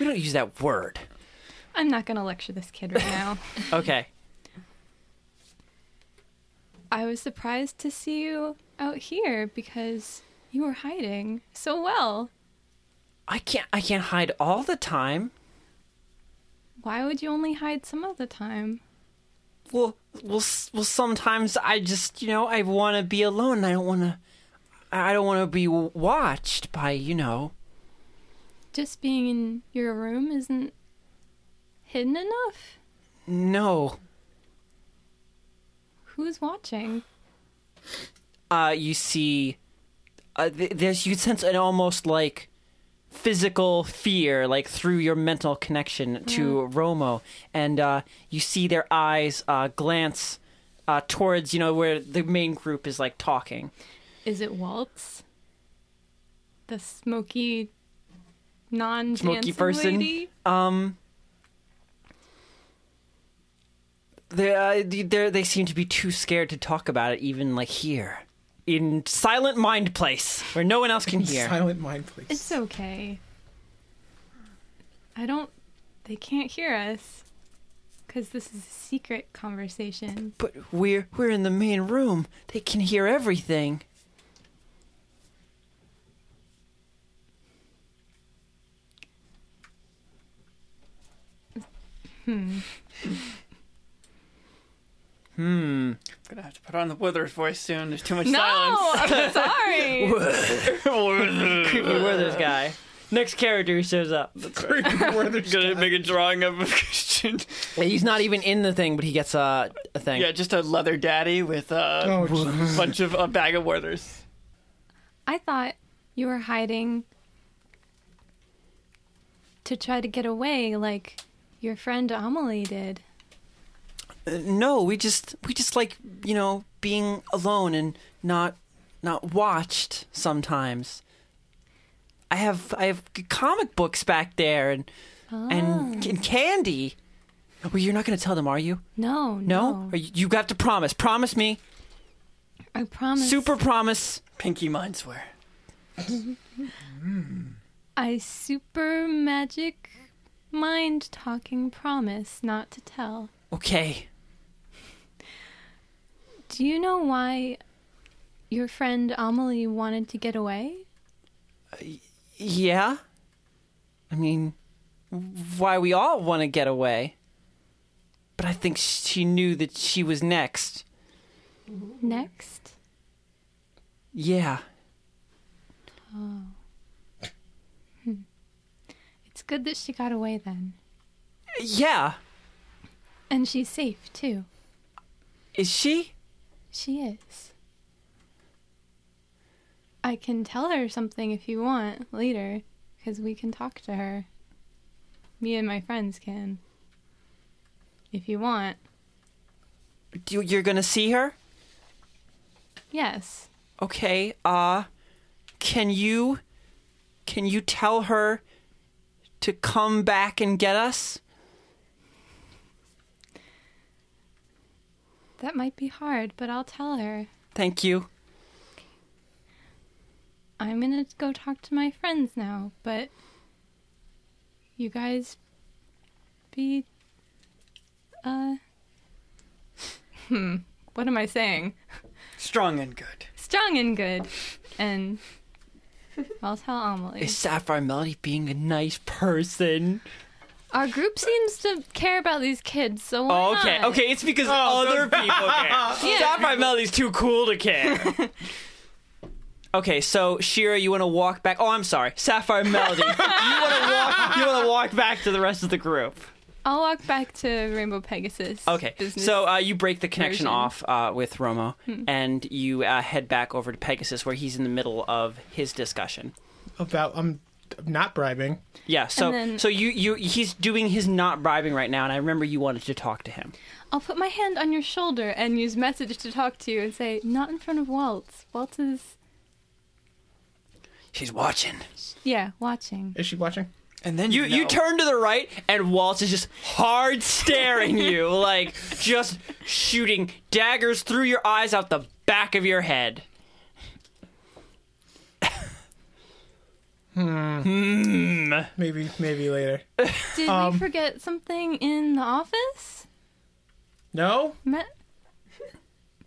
Speaker 1: We don't use that word.
Speaker 2: I'm not gonna lecture this kid right now.
Speaker 1: Okay.
Speaker 2: I was surprised to see you out here because you were hiding so well.
Speaker 1: I can't. I can't hide all the time.
Speaker 2: Why would you only hide some of the time?
Speaker 1: Well, well, s- well. Sometimes I just, you know, I want to be alone. and I don't want to. I don't want to be watched by, you know.
Speaker 2: Just being in your room isn't hidden enough?
Speaker 1: No.
Speaker 2: Who's watching?
Speaker 1: Uh, you see, uh, th- there's you sense an almost like physical fear, like through your mental connection to Romo, and uh, you see their eyes uh, glance uh, towards, you know, where the main group is like talking.
Speaker 2: Is it Waltz? The smoky, non
Speaker 1: Smoky person?
Speaker 2: Lady?
Speaker 1: Um, they uh, they they seem to be too scared to talk about it, even like here in silent mind place where no one else can hear.
Speaker 3: Silent mind, please.
Speaker 2: It's okay. I don't. They can't hear us. Because this is a secret conversation.
Speaker 1: But we're we're in the main room. They can hear everything. Hmm.
Speaker 4: I'm gonna have to put on the Withers voice soon. There's too much
Speaker 2: No!
Speaker 4: silence.
Speaker 2: I'm sorry!
Speaker 1: Creepy Withers guy. Next character who shows up.
Speaker 4: gonna make a drawing of a Christian.
Speaker 1: He's not even in the thing, but he gets a, a thing.
Speaker 4: Yeah, just a leather daddy with a
Speaker 3: Oh, jeez.
Speaker 4: bunch of a bag of Withers.
Speaker 2: I thought you were hiding to try to get away like your friend Amelie did.
Speaker 1: no we just we just like you know being alone and not not watched sometimes i have i have g- comic books back there and
Speaker 2: Ah.
Speaker 1: and, and candy well you're not going to tell them are you no
Speaker 2: No, no.
Speaker 1: Or you, you have to promise promise me
Speaker 2: I promise.
Speaker 1: super promise
Speaker 4: Pinky mind swear.
Speaker 2: I super magic mind talking promise not to tell.
Speaker 1: okay
Speaker 2: Do you know why your friend Amelie wanted to get away?
Speaker 1: yeah i mean why we all want to get away but i think she knew that she was next
Speaker 2: Next?
Speaker 1: yeah
Speaker 2: It's good that she got away then.
Speaker 1: yeah
Speaker 2: And she's safe too.
Speaker 1: is she
Speaker 2: She is. I can tell her something if you want later, because we can talk to her. Me and my friends can. If you want.
Speaker 1: Do, you're gonna see her?
Speaker 2: Yes.
Speaker 1: Okay, uh can you can you tell her to come back and get us?
Speaker 2: That might be hard, but I'll tell her.
Speaker 1: Thank you.
Speaker 2: I'm gonna go talk to my friends now, but you guys be uh Hmm. What am I saying?
Speaker 4: Strong and good.
Speaker 2: Strong and good. And I'll tell Amelie.
Speaker 1: Is Sapphire Melody being a nice person?
Speaker 2: Our group seems to care about these kids, so why
Speaker 1: Oh, okay,
Speaker 2: not?
Speaker 1: okay, it's because other people care. Sapphire Melody's too cool to care. okay, so Shira, you want to walk back? Oh, I'm sorry, Sapphire Melody. you want to walk? You want to walk back to the rest of the group?
Speaker 2: I'll walk back to Rainbow Pegasus.
Speaker 1: Okay,
Speaker 2: business.
Speaker 1: so uh, you break the connection
Speaker 2: version. Hmm.
Speaker 1: off uh, with Romo, and you uh, head back over to Pegasus, where he's in the middle of his discussion.
Speaker 3: About I'm not bribing.
Speaker 1: Yeah, so
Speaker 2: And then-
Speaker 1: so you you he's doing his not bribing right now, and I remember you wanted to talk to him.
Speaker 2: I'll put my hand on your shoulder and use message to talk to you and say, not in front of Waltz. Waltz is,
Speaker 1: She's watching.
Speaker 2: yeah, watching.
Speaker 3: Is she watching?
Speaker 4: And then
Speaker 1: You you
Speaker 4: know.
Speaker 1: turn to the right, and Waltz is just hard staring you, like just shooting daggers through your eyes out the back of your head.
Speaker 3: Maybe maybe later.
Speaker 2: Did
Speaker 1: Um,
Speaker 2: we forget something in the office?
Speaker 3: No,
Speaker 2: Met-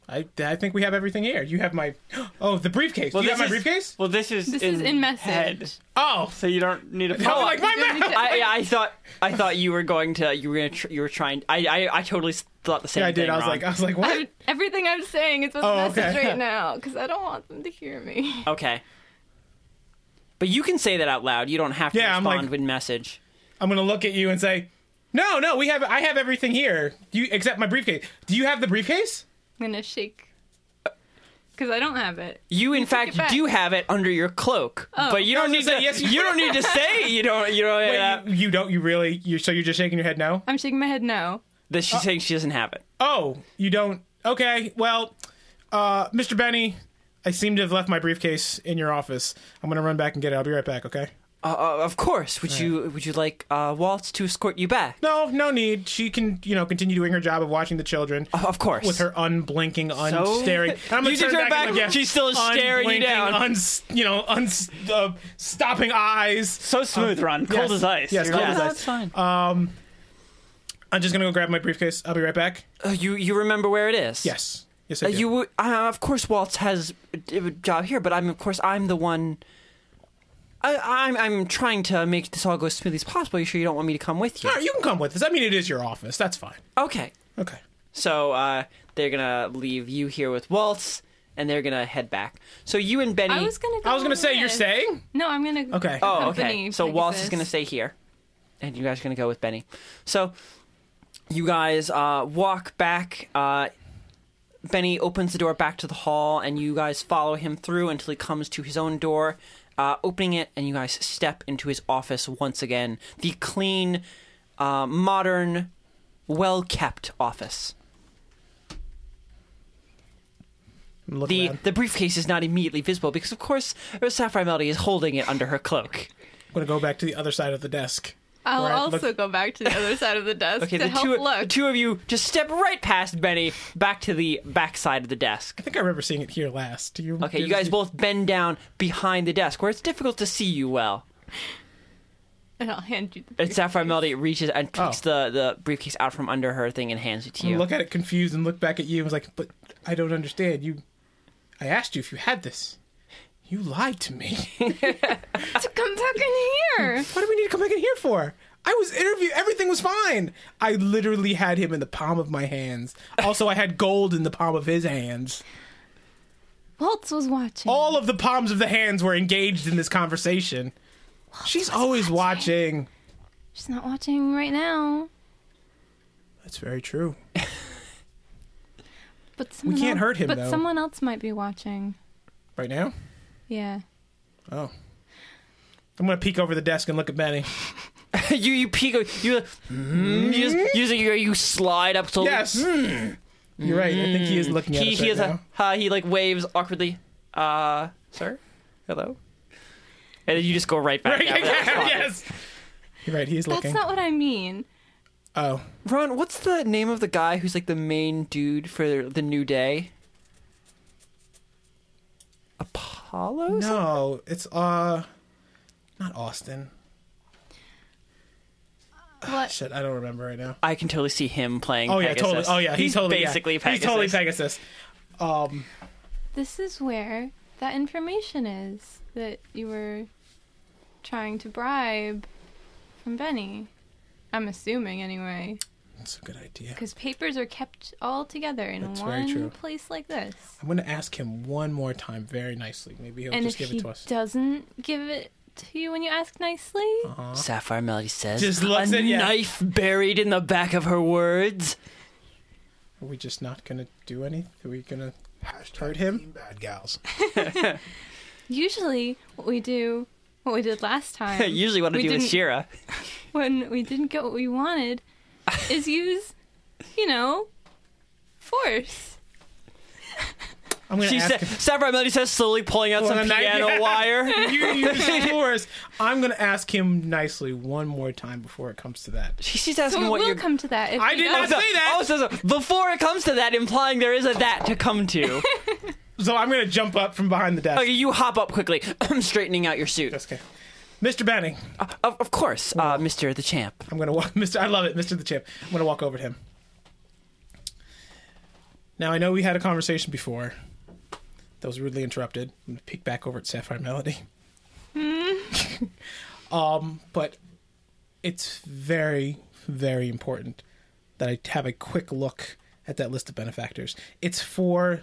Speaker 3: I I think we have everything here. You have my oh the briefcase. Do you have
Speaker 4: this
Speaker 3: my
Speaker 4: is-
Speaker 3: briefcase?
Speaker 4: Well, this is
Speaker 2: this is in message.
Speaker 4: head,
Speaker 3: Oh,
Speaker 4: so you don't need a.
Speaker 3: I'm Oh, like, my
Speaker 2: Did we
Speaker 3: ma-
Speaker 2: get-
Speaker 1: I, I thought I thought you were going to you were gonna tr- you were trying. I I, I totally s- thought the same.
Speaker 3: Yeah, I did.
Speaker 1: thing
Speaker 3: I was
Speaker 1: wrong.
Speaker 3: like, I was like, what?
Speaker 2: Everything I'm saying is with
Speaker 3: Oh,
Speaker 2: message
Speaker 3: okay.
Speaker 2: right now because I don't want them to hear
Speaker 3: uh.
Speaker 2: me.
Speaker 1: Okay. But you can say that out loud. You don't have to
Speaker 3: Yeah, I'm
Speaker 1: respond
Speaker 3: like-
Speaker 1: with message.
Speaker 3: I'm gonna look at you and say, no, no, we have I have everything here. You except my briefcase. Do you have the briefcase?
Speaker 2: I'm gonna shake because I don't have it.
Speaker 1: You, in fact,
Speaker 2: it back. Oh.
Speaker 1: do have it under your cloak, but you don't
Speaker 3: I
Speaker 1: need
Speaker 3: was
Speaker 1: to.
Speaker 3: gonna say, yes,
Speaker 1: you,
Speaker 3: you-
Speaker 1: don't need to say you don't. You don't.
Speaker 3: Wait,
Speaker 1: uh,
Speaker 3: you, you don't. You really? You so you're just shaking your head no?
Speaker 2: I'm shaking my head no.
Speaker 1: that
Speaker 3: uh,
Speaker 1: she's saying she doesn't have it.
Speaker 3: Oh, you don't. Okay, well, uh, Mr. Benny, I seem to have left my briefcase in your office. I'm gonna run back and get it. I'll be right back. Okay.
Speaker 1: Uh, uh, of course. Would you? Would you like uh, Waltz to escort you back?
Speaker 3: No, no need. She can, you know, continue doing her job of watching the children.
Speaker 1: Uh, of course.
Speaker 3: With her unblinking,
Speaker 1: So-
Speaker 3: unstaring. And I'm gonna
Speaker 1: You just turn back,
Speaker 3: and look at-
Speaker 1: she's still staring you
Speaker 3: unblinking,
Speaker 1: down.
Speaker 3: uns- you know, uns- uh, stopping eyes.
Speaker 4: so smooth, Ron. Cold
Speaker 3: yes.
Speaker 4: as ice.
Speaker 3: Yes,
Speaker 4: You're
Speaker 3: cold
Speaker 4: right.
Speaker 3: as Uh, ice.
Speaker 1: fine.
Speaker 3: I'm just gonna go grab my briefcase. I'll be right back.
Speaker 1: Uh, you you remember where it is?
Speaker 3: Yes, yes, I
Speaker 1: Uh,
Speaker 3: do.
Speaker 1: you would- uh, of course Waltz has a a job here, but I'm of course I'm the one. I, I'm I'm trying to make this all go as smoothly as possible. You sure you don't want me to come with you?
Speaker 3: All right, you can come with us. I mean, it is your office. That's fine.
Speaker 1: Okay.
Speaker 3: Okay.
Speaker 1: So uh, they're gonna leave you here with Waltz, and they're gonna head back. So you and Benny.
Speaker 2: I was gonna. Go
Speaker 3: I was gonna say you're
Speaker 2: with-
Speaker 3: staying.
Speaker 2: No, I'm gonna.
Speaker 3: Okay.
Speaker 1: oh,
Speaker 2: accompany
Speaker 1: okay. So Waltz is
Speaker 2: Pegasus.
Speaker 1: gonna stay here, and you guys are gonna go with Benny. So you guys uh, walk back. Uh, Benny opens the door back to the hall, and you guys follow him through until he comes to his own door, uh, opening it, and you guys step into his office once again. The clean, uh, modern, well kept office.
Speaker 3: I'm looking
Speaker 1: the
Speaker 3: around.
Speaker 1: the briefcase is not immediately visible because of course Sapphire Melody is holding it under her cloak.
Speaker 3: I'm gonna go back to the other side of the desk.
Speaker 2: I'll
Speaker 3: Right,
Speaker 2: also
Speaker 3: look-
Speaker 2: go back to the other side of the desk
Speaker 1: Okay,
Speaker 2: to
Speaker 1: the
Speaker 2: help
Speaker 1: two,
Speaker 2: look.
Speaker 1: the two of you just step right past Benny back to the back side of the desk.
Speaker 3: I think I remember seeing it here last. Do you?
Speaker 1: Okay,
Speaker 3: do
Speaker 1: you guys
Speaker 3: see-
Speaker 1: both bend down behind the desk where it's difficult to see you well.
Speaker 2: and I'll hand you the.
Speaker 1: And Sapphire Melody reaches and takes
Speaker 3: Oh.
Speaker 1: the, the briefcase out from under her thing and hands it to
Speaker 3: I'm
Speaker 1: you.
Speaker 3: gonna look at it confused and look back at you and was like, "But I don't understand. You, I asked you if you had this. You lied to me.
Speaker 2: to come back in here.
Speaker 3: What do we need to come back in here for? I was interviewed. Everything was fine. I literally had him in the palm of my hands. Also, I had gold in the palm of his hands.
Speaker 2: Waltz was watching.
Speaker 3: All of the palms of the hands were engaged in this conversation. She's always watching.
Speaker 2: She's not watching right now,
Speaker 3: That's very true.
Speaker 2: but someone
Speaker 3: can't
Speaker 2: else-
Speaker 3: hurt him,
Speaker 2: But
Speaker 3: though.
Speaker 2: someone else might be watching.
Speaker 3: Right now,
Speaker 2: Yeah.
Speaker 3: oh, I'm gonna peek over the desk and look at Benny.
Speaker 1: mm, you you peek you, you, just, you, just- you you slide up to
Speaker 3: Yes. You're right. I think he is looking at
Speaker 1: Oh. Hmm. he
Speaker 3: us
Speaker 1: he
Speaker 3: right
Speaker 1: is
Speaker 3: now.
Speaker 1: a, uh, he like waves awkwardly. Uh, sir, hello. And then you just go right back. out.
Speaker 3: yes. You're right. He is
Speaker 2: That's
Speaker 3: looking.
Speaker 2: not what I mean.
Speaker 3: oh,
Speaker 1: Ron, what's the name of the guy who's like the main dude for the New Day? Apollo?
Speaker 3: no. It's uh, not Austin.
Speaker 2: What?
Speaker 3: Shit, I don't remember right now.
Speaker 1: I can totally see him playing.
Speaker 3: Oh yeah,
Speaker 1: Pegasus.
Speaker 3: totally. Oh yeah, he's,
Speaker 1: he's
Speaker 3: totally yeah.
Speaker 1: basically Pegasus.
Speaker 3: He's totally Pegasus. Um,
Speaker 2: This is where that information is that you were trying to bribe from Benny. I'm assuming, anyway.
Speaker 3: that's a good idea.
Speaker 2: Because papers are kept all together in
Speaker 3: That's very true.
Speaker 2: one place like this.
Speaker 3: I'm gonna ask him one more time, very nicely. Maybe he'll
Speaker 2: and
Speaker 3: just
Speaker 2: if
Speaker 3: give
Speaker 2: he
Speaker 3: it to us.
Speaker 2: doesn't give it to you when you ask nicely,
Speaker 3: Uh-huh.
Speaker 1: Sapphire Melody says,
Speaker 3: Just looks
Speaker 1: a
Speaker 3: at ya.
Speaker 1: knife buried in the back of her words.
Speaker 3: Are we just not gonna do anything? Are we gonna? Hurt him?
Speaker 7: Team Bad gals.
Speaker 2: usually what we do, what we did last time,
Speaker 1: Usually, what I
Speaker 2: we
Speaker 1: do with
Speaker 2: didn't-
Speaker 1: Shira.
Speaker 2: when we didn't get what we wanted, is use, you know, force.
Speaker 3: I'm gonna
Speaker 1: She
Speaker 3: ask
Speaker 1: said,
Speaker 3: him.
Speaker 1: Sapphire Melody says, slowly pulling out
Speaker 3: Well,
Speaker 1: some
Speaker 3: I'm not-
Speaker 1: piano
Speaker 3: yeah.
Speaker 1: wire.
Speaker 3: you use yours. I'm gonna ask him nicely one more time before it comes to that.
Speaker 1: She- She's asking
Speaker 2: So it
Speaker 1: what
Speaker 2: will
Speaker 1: you're.
Speaker 2: come to that. If
Speaker 3: I
Speaker 2: we
Speaker 3: did
Speaker 2: don't-
Speaker 3: not say that.
Speaker 1: Oh, so, so before it comes to that, implying there is a that to come to.
Speaker 3: So I'm gonna jump up from behind the desk.
Speaker 1: okay, Oh, you hop up quickly, straightening out your suit.
Speaker 3: That's okay. Mr. Benning,
Speaker 1: Of, of course, uh, Mister the Champ.
Speaker 3: I'm gonna walk. Mr. I love it, Mr. The Chip. I'm gonna walk over to him. Now I know we had a conversation before that was rudely interrupted. I'm gonna peek back over at Sapphire Melody.
Speaker 1: Hmm.
Speaker 3: um, but it's very, very important that I have a quick look at that list of benefactors. It's for,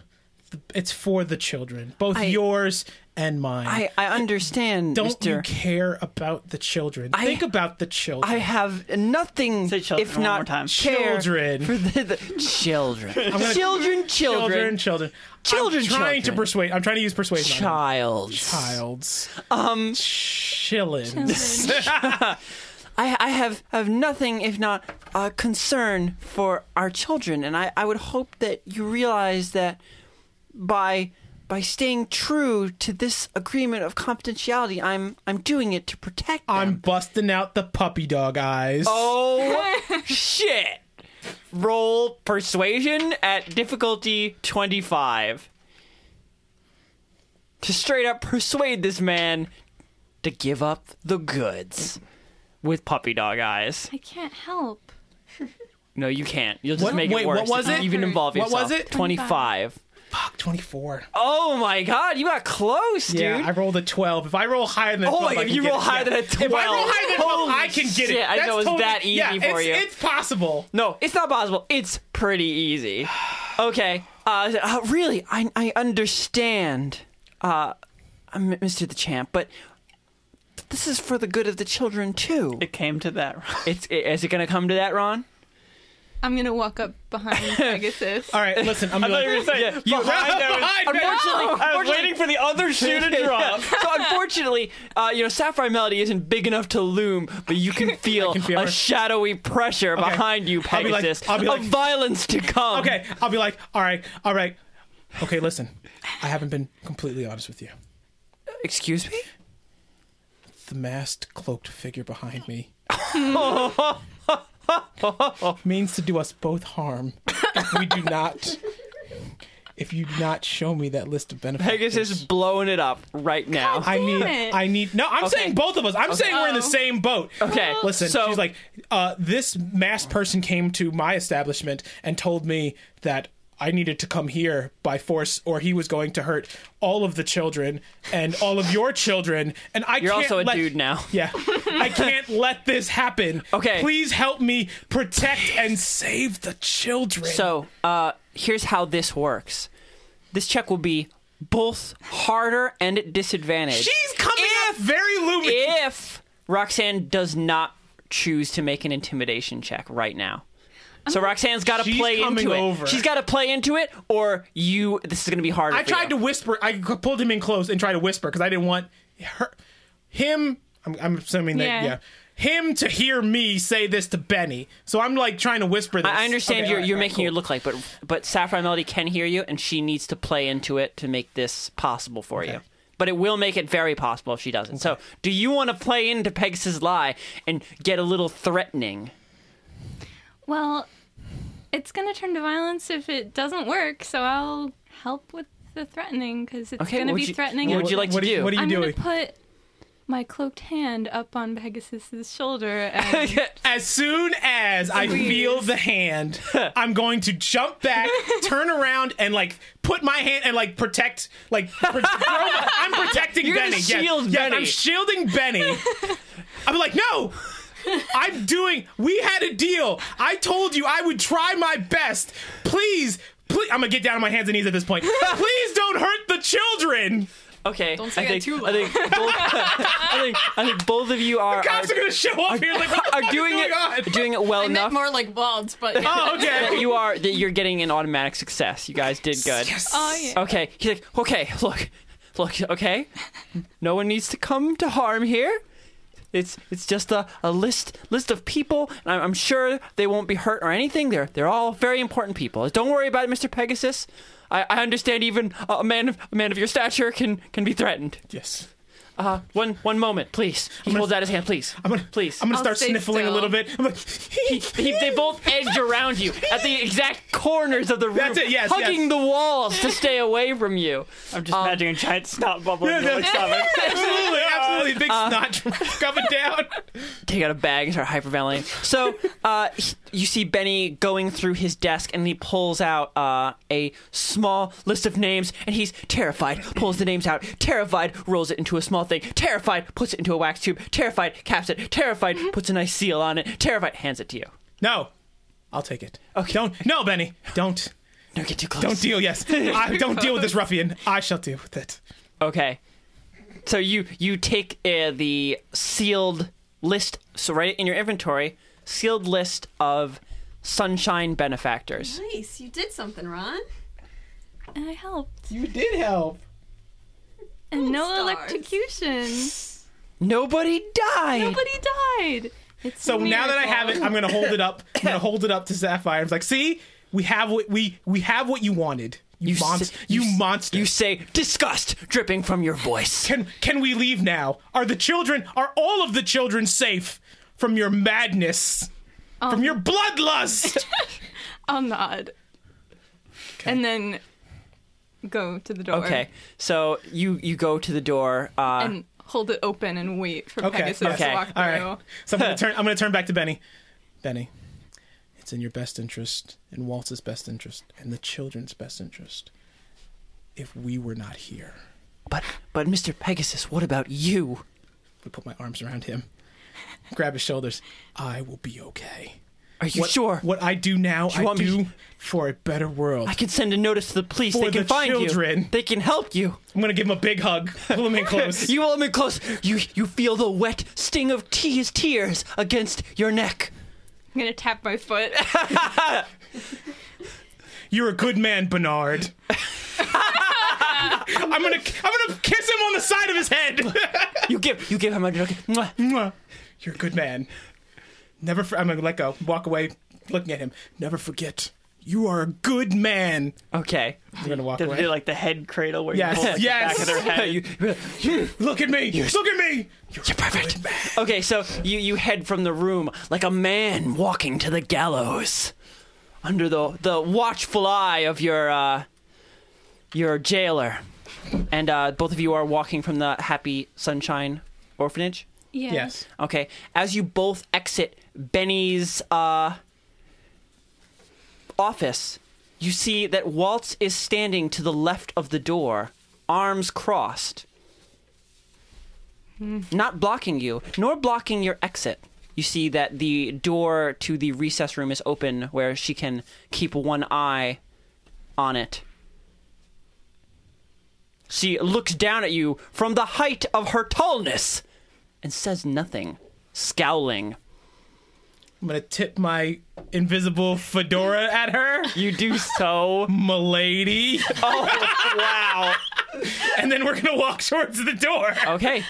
Speaker 3: the, it's for the children, both
Speaker 1: I-
Speaker 3: yours and mine.
Speaker 1: I I understand,
Speaker 3: don't
Speaker 1: Mister.
Speaker 3: you care about the children?
Speaker 1: I-
Speaker 3: Think about the children.
Speaker 1: I have nothing
Speaker 4: Say children
Speaker 1: if
Speaker 4: one
Speaker 1: not
Speaker 4: more time.
Speaker 1: care
Speaker 3: Children.
Speaker 1: for the, the children.
Speaker 3: gonna-
Speaker 1: children, children,
Speaker 3: children, children,
Speaker 1: Children,
Speaker 3: I'm trying
Speaker 1: children.
Speaker 3: to persuade. I'm trying to use persuasion. on
Speaker 1: Childs.
Speaker 3: him. Childs. Um, chillin.
Speaker 1: I, I have, have nothing if not uh, concern for our children, and I, I would hope that you realize that by by staying true to this agreement of confidentiality, I'm I'm doing it to protect them.
Speaker 3: I'm busting out the puppy dog eyes.
Speaker 1: oh shit! Roll persuasion at difficulty twenty five to straight up persuade this man to give up the goods with puppy dog eyes.
Speaker 2: I can't help.
Speaker 1: No, you can't. You'll just
Speaker 3: What-
Speaker 1: make
Speaker 3: wait,
Speaker 1: it
Speaker 3: what
Speaker 1: worse.
Speaker 3: was
Speaker 1: if
Speaker 3: it?
Speaker 1: You even involve
Speaker 3: What
Speaker 1: yourself.
Speaker 3: was it?
Speaker 1: 25.
Speaker 3: Fuck, 24.
Speaker 1: Oh my god, you got close, dude.
Speaker 3: Yeah, I rolled a 12. If I roll higher than a
Speaker 1: Oh,
Speaker 3: 12, I
Speaker 1: if
Speaker 3: can
Speaker 1: you
Speaker 3: get
Speaker 1: roll
Speaker 3: it.
Speaker 1: higher
Speaker 3: Yeah.
Speaker 1: than a
Speaker 3: If I roll
Speaker 1: 12,
Speaker 3: higher than a 12, I
Speaker 1: holy
Speaker 3: can get it.
Speaker 1: shit, I
Speaker 3: That's
Speaker 1: know it's
Speaker 3: totally,
Speaker 1: that easy
Speaker 3: yeah,
Speaker 1: for
Speaker 3: it's,
Speaker 1: you.
Speaker 3: It's possible.
Speaker 1: no, it's not possible. It's pretty easy. Okay. Uh, uh, really, I, I understand, uh, I'm Mr. the Champ, but this is for the good of the children, too.
Speaker 4: It came to that.
Speaker 1: It's, is it going to come to that, Ron?
Speaker 2: I'm gonna walk up behind Pegasus.
Speaker 3: All right, listen. I'm
Speaker 4: I thought you were
Speaker 3: going
Speaker 4: going to say,
Speaker 1: Yeah,
Speaker 4: you
Speaker 3: behind-
Speaker 4: behind, I was-
Speaker 3: behind-
Speaker 1: Unfortunately,
Speaker 4: I was
Speaker 1: unfortunately-
Speaker 4: waiting for the other shoe to drop.
Speaker 1: so unfortunately, uh, you know, Sapphire Melody isn't big enough to loom, but you can feel,
Speaker 3: feel
Speaker 1: a
Speaker 3: her.
Speaker 1: shadowy pressure behind you,
Speaker 3: I'll be like-
Speaker 1: Pegasus,
Speaker 3: I'll be like-
Speaker 1: of violence to come.
Speaker 3: okay, I'll be like, all right, all right. Okay, listen. I haven't been completely honest with you.
Speaker 1: Excuse me?
Speaker 3: the masked cloaked figure behind me means to do us both harm if we do not if you do not show me that list of benefits
Speaker 1: Pegasus blowing it up right now.
Speaker 3: I need.
Speaker 2: it.
Speaker 3: I need. No, I'm
Speaker 1: Okay.
Speaker 3: saying both of us. I'm saying we're in the same boat.
Speaker 1: Okay,
Speaker 3: Listen,
Speaker 1: so-
Speaker 3: she's like, uh, this masked person came to my establishment and told me that I needed to come here by force, or he was going to hurt all of the children and all of your children. And I
Speaker 1: You're
Speaker 3: can't
Speaker 1: also a
Speaker 3: let-
Speaker 1: dude now.
Speaker 3: Yeah, I can't let this happen.
Speaker 1: Okay.
Speaker 3: please help me protect and save the children.
Speaker 1: So, uh, here's how this works this check will be both harder and at disadvantage.
Speaker 3: she's coming
Speaker 1: If-
Speaker 3: up very looming.
Speaker 1: if Roxanne does not choose to make an intimidation check right now. So Roxanne's got to
Speaker 3: She's
Speaker 1: play
Speaker 3: coming
Speaker 1: into it.
Speaker 3: over.
Speaker 1: She's got to play into it, or you. This is going to be harder.
Speaker 3: I
Speaker 1: for
Speaker 3: tried
Speaker 1: you.
Speaker 3: to whisper. I pulled him in close and tried to whisper because I didn't want her, him. I'm, I'm assuming that
Speaker 2: Yeah.
Speaker 3: yeah, him to hear me say this to Benny. So I'm like trying to whisper this.
Speaker 1: I understand
Speaker 3: Okay,
Speaker 1: you're
Speaker 3: all right,
Speaker 1: you're
Speaker 3: all right,
Speaker 1: making it look like, but but Sapphire Melody can hear you, and she needs to play into it to make this possible for you. But it will make it very possible if she doesn't. So, do you want to play into Pegasus' lie and get a little threatening?
Speaker 2: Well, it's gonna turn to violence if it doesn't work, so I'll help with the threatening because it's
Speaker 1: Okay,
Speaker 2: gonna
Speaker 1: would
Speaker 2: be
Speaker 1: you-
Speaker 2: threatening.
Speaker 1: what
Speaker 2: and
Speaker 1: would you like
Speaker 3: what
Speaker 1: to
Speaker 3: do you-
Speaker 1: do?
Speaker 3: what do you-
Speaker 2: I'm
Speaker 3: doing?
Speaker 2: gonna put my cloaked hand up on Pegasus's shoulder and
Speaker 3: As soon as I feel the hand, I'm going to jump back, turn around, and like put my hand and like protect, like pro- I'm protecting
Speaker 1: You're gonna
Speaker 3: Benny. Yes,
Speaker 1: shield
Speaker 3: yes,
Speaker 1: Benny.
Speaker 3: I'm shielding Benny. I'm like, no. I'm doing. We had a deal. I told you I would try my best. Please, please. I'm gonna get down on my hands and knees at this point. Please don't hurt the children.
Speaker 1: Okay,
Speaker 6: Don't say
Speaker 1: I
Speaker 6: that
Speaker 1: think,
Speaker 6: too
Speaker 1: I think both, I think I think both of you are are,
Speaker 3: Cops are gonna show up here. Like, what the
Speaker 1: are
Speaker 3: fuck is
Speaker 1: doing
Speaker 3: going
Speaker 1: it
Speaker 3: on?
Speaker 1: doing it well
Speaker 6: I
Speaker 1: enough
Speaker 6: meant more like Walds, but
Speaker 3: Oh,
Speaker 1: that
Speaker 3: okay.
Speaker 1: you are that you're getting an automatic success. You guys did good.
Speaker 2: oh yeah.
Speaker 1: Okay, he's like, okay, look, look, okay. No one needs to come to harm here. It's it's just a, a list list of people, and I'm, I'm sure they won't be hurt or anything. They're they're all very important people. Don't worry about it, Mister Pegasus. I, I understand even a a man of a man of your stature can can be threatened.
Speaker 3: Yes.
Speaker 1: Uh, one one moment, please. He holds out his hand, please.
Speaker 3: I'm gonna,
Speaker 1: please.
Speaker 3: I'm gonna
Speaker 6: I'll
Speaker 3: start
Speaker 6: stay
Speaker 3: sniffling
Speaker 6: still.
Speaker 3: a little bit. I'm like,
Speaker 1: He- he- they both edged around you at the exact corners of the room,
Speaker 3: That's it, yes,
Speaker 1: hugging
Speaker 3: yes.
Speaker 1: the walls to stay away from you.
Speaker 4: I'm
Speaker 2: Um,
Speaker 4: just imagining a giant snot bubble. in
Speaker 3: Yeah,
Speaker 4: your stomach.
Speaker 3: absolutely, absolutely, big
Speaker 1: Uh,
Speaker 3: snot coming down.
Speaker 1: take out a bag and start hyperventilating. So uh, he- you see Benny going through his desk and he pulls out uh, a small list of names and he's terrified, pulls the names out, terrified, rolls it into a small thing, terrified, puts it into a wax tube, terrified, caps it, terrified, puts a nice seal on it, terrified, hands it to you.
Speaker 3: No, I'll take it.
Speaker 1: Okay.
Speaker 3: Don't, no, Benny, don't,
Speaker 1: Don't get too close.
Speaker 3: don't deal. Yes, I don't deal with this ruffian. I shall deal with it.
Speaker 1: Okay. So you you take uh, the sealed list, so write it in your inventory, sealed list of sunshine benefactors.
Speaker 6: nice. You did something, Ron.
Speaker 2: And I helped.
Speaker 3: You did help.
Speaker 2: And no
Speaker 6: stars.
Speaker 2: electrocution.
Speaker 1: Nobody died.
Speaker 2: Nobody died. It's
Speaker 3: So
Speaker 2: a
Speaker 3: now that I have it,
Speaker 2: miracle.
Speaker 3: I'm gonna hold it up. I'm gonna hold it up to Sapphire. I'm like, see, we have what we we have what you wanted. You, monster.
Speaker 1: say-
Speaker 3: you,
Speaker 1: s-
Speaker 3: monster.
Speaker 1: You say disgust dripping from your voice.
Speaker 3: can can we leave now? Are the children? Are all of the children safe from your madness?
Speaker 6: Um,
Speaker 3: from your bloodlust?
Speaker 2: I'll nod. And then go to the door.
Speaker 1: Okay, so you you go to the door. Uh,
Speaker 2: And hold it open and wait for
Speaker 3: Okay,
Speaker 2: Pegasus
Speaker 1: okay,
Speaker 2: to walk
Speaker 3: All
Speaker 2: through.
Speaker 3: right. So I'm gonna turn. I'm gonna turn back to Benny. Benny, it's in your best interest, in Walt's best interest, and the children's best interest. If we were not here,
Speaker 1: but but Mr. Pegasus, what about you?
Speaker 3: I put my arms around him, grab his shoulders. I will be okay.
Speaker 1: Are you
Speaker 3: what,
Speaker 1: sure?
Speaker 3: What I do now, I
Speaker 1: want me-
Speaker 3: do for a better world.
Speaker 1: I can send a notice to the police.
Speaker 3: For
Speaker 1: they can
Speaker 3: the
Speaker 1: find you.
Speaker 3: children.
Speaker 1: They can help you.
Speaker 3: I'm gonna give him a big hug, pull him in close.
Speaker 1: You hold me close. You you feel the wet sting of te- his tears against your neck.
Speaker 2: I'm gonna tap my foot.
Speaker 3: You're a good man, Bernard. I'm gonna, I'm gonna kiss him on the side of his head.
Speaker 1: You give you give him a Mwah.
Speaker 3: Mwah. You're a good man. Never. For- I'm gonna let go. Walk away, looking at him. Never forget. You are a good man.
Speaker 1: Okay.
Speaker 3: I'm gonna walk
Speaker 4: Did they do
Speaker 3: away.
Speaker 4: like the head cradle where
Speaker 3: Yes.
Speaker 4: you hold
Speaker 3: Yes.
Speaker 4: the back of their head?
Speaker 1: You- you-
Speaker 3: Look at me. Look at me. You're,
Speaker 1: perfect.
Speaker 3: good man.
Speaker 1: Okay, so you, you head from the room like a man walking to the gallows under the the watchful eye of your uh, your jailer. And uh, both of you are walking from the Happy Sunshine Orphanage.
Speaker 2: yeah.
Speaker 3: Yes.
Speaker 1: Okay. As you both exit Benny's uh, office, you see that Waltz is standing to the left of the door, arms crossed, not blocking you, nor blocking your exit. You see that the door to the recess room is open where she can keep one eye on it. She looks down at you from the height of her tallness and says nothing, scowling.
Speaker 3: I'm gonna tip my invisible fedora at her,
Speaker 1: You do so.
Speaker 3: milady.
Speaker 1: Oh, wow. Oh,
Speaker 3: and then we're gonna walk towards the door.
Speaker 1: Okay.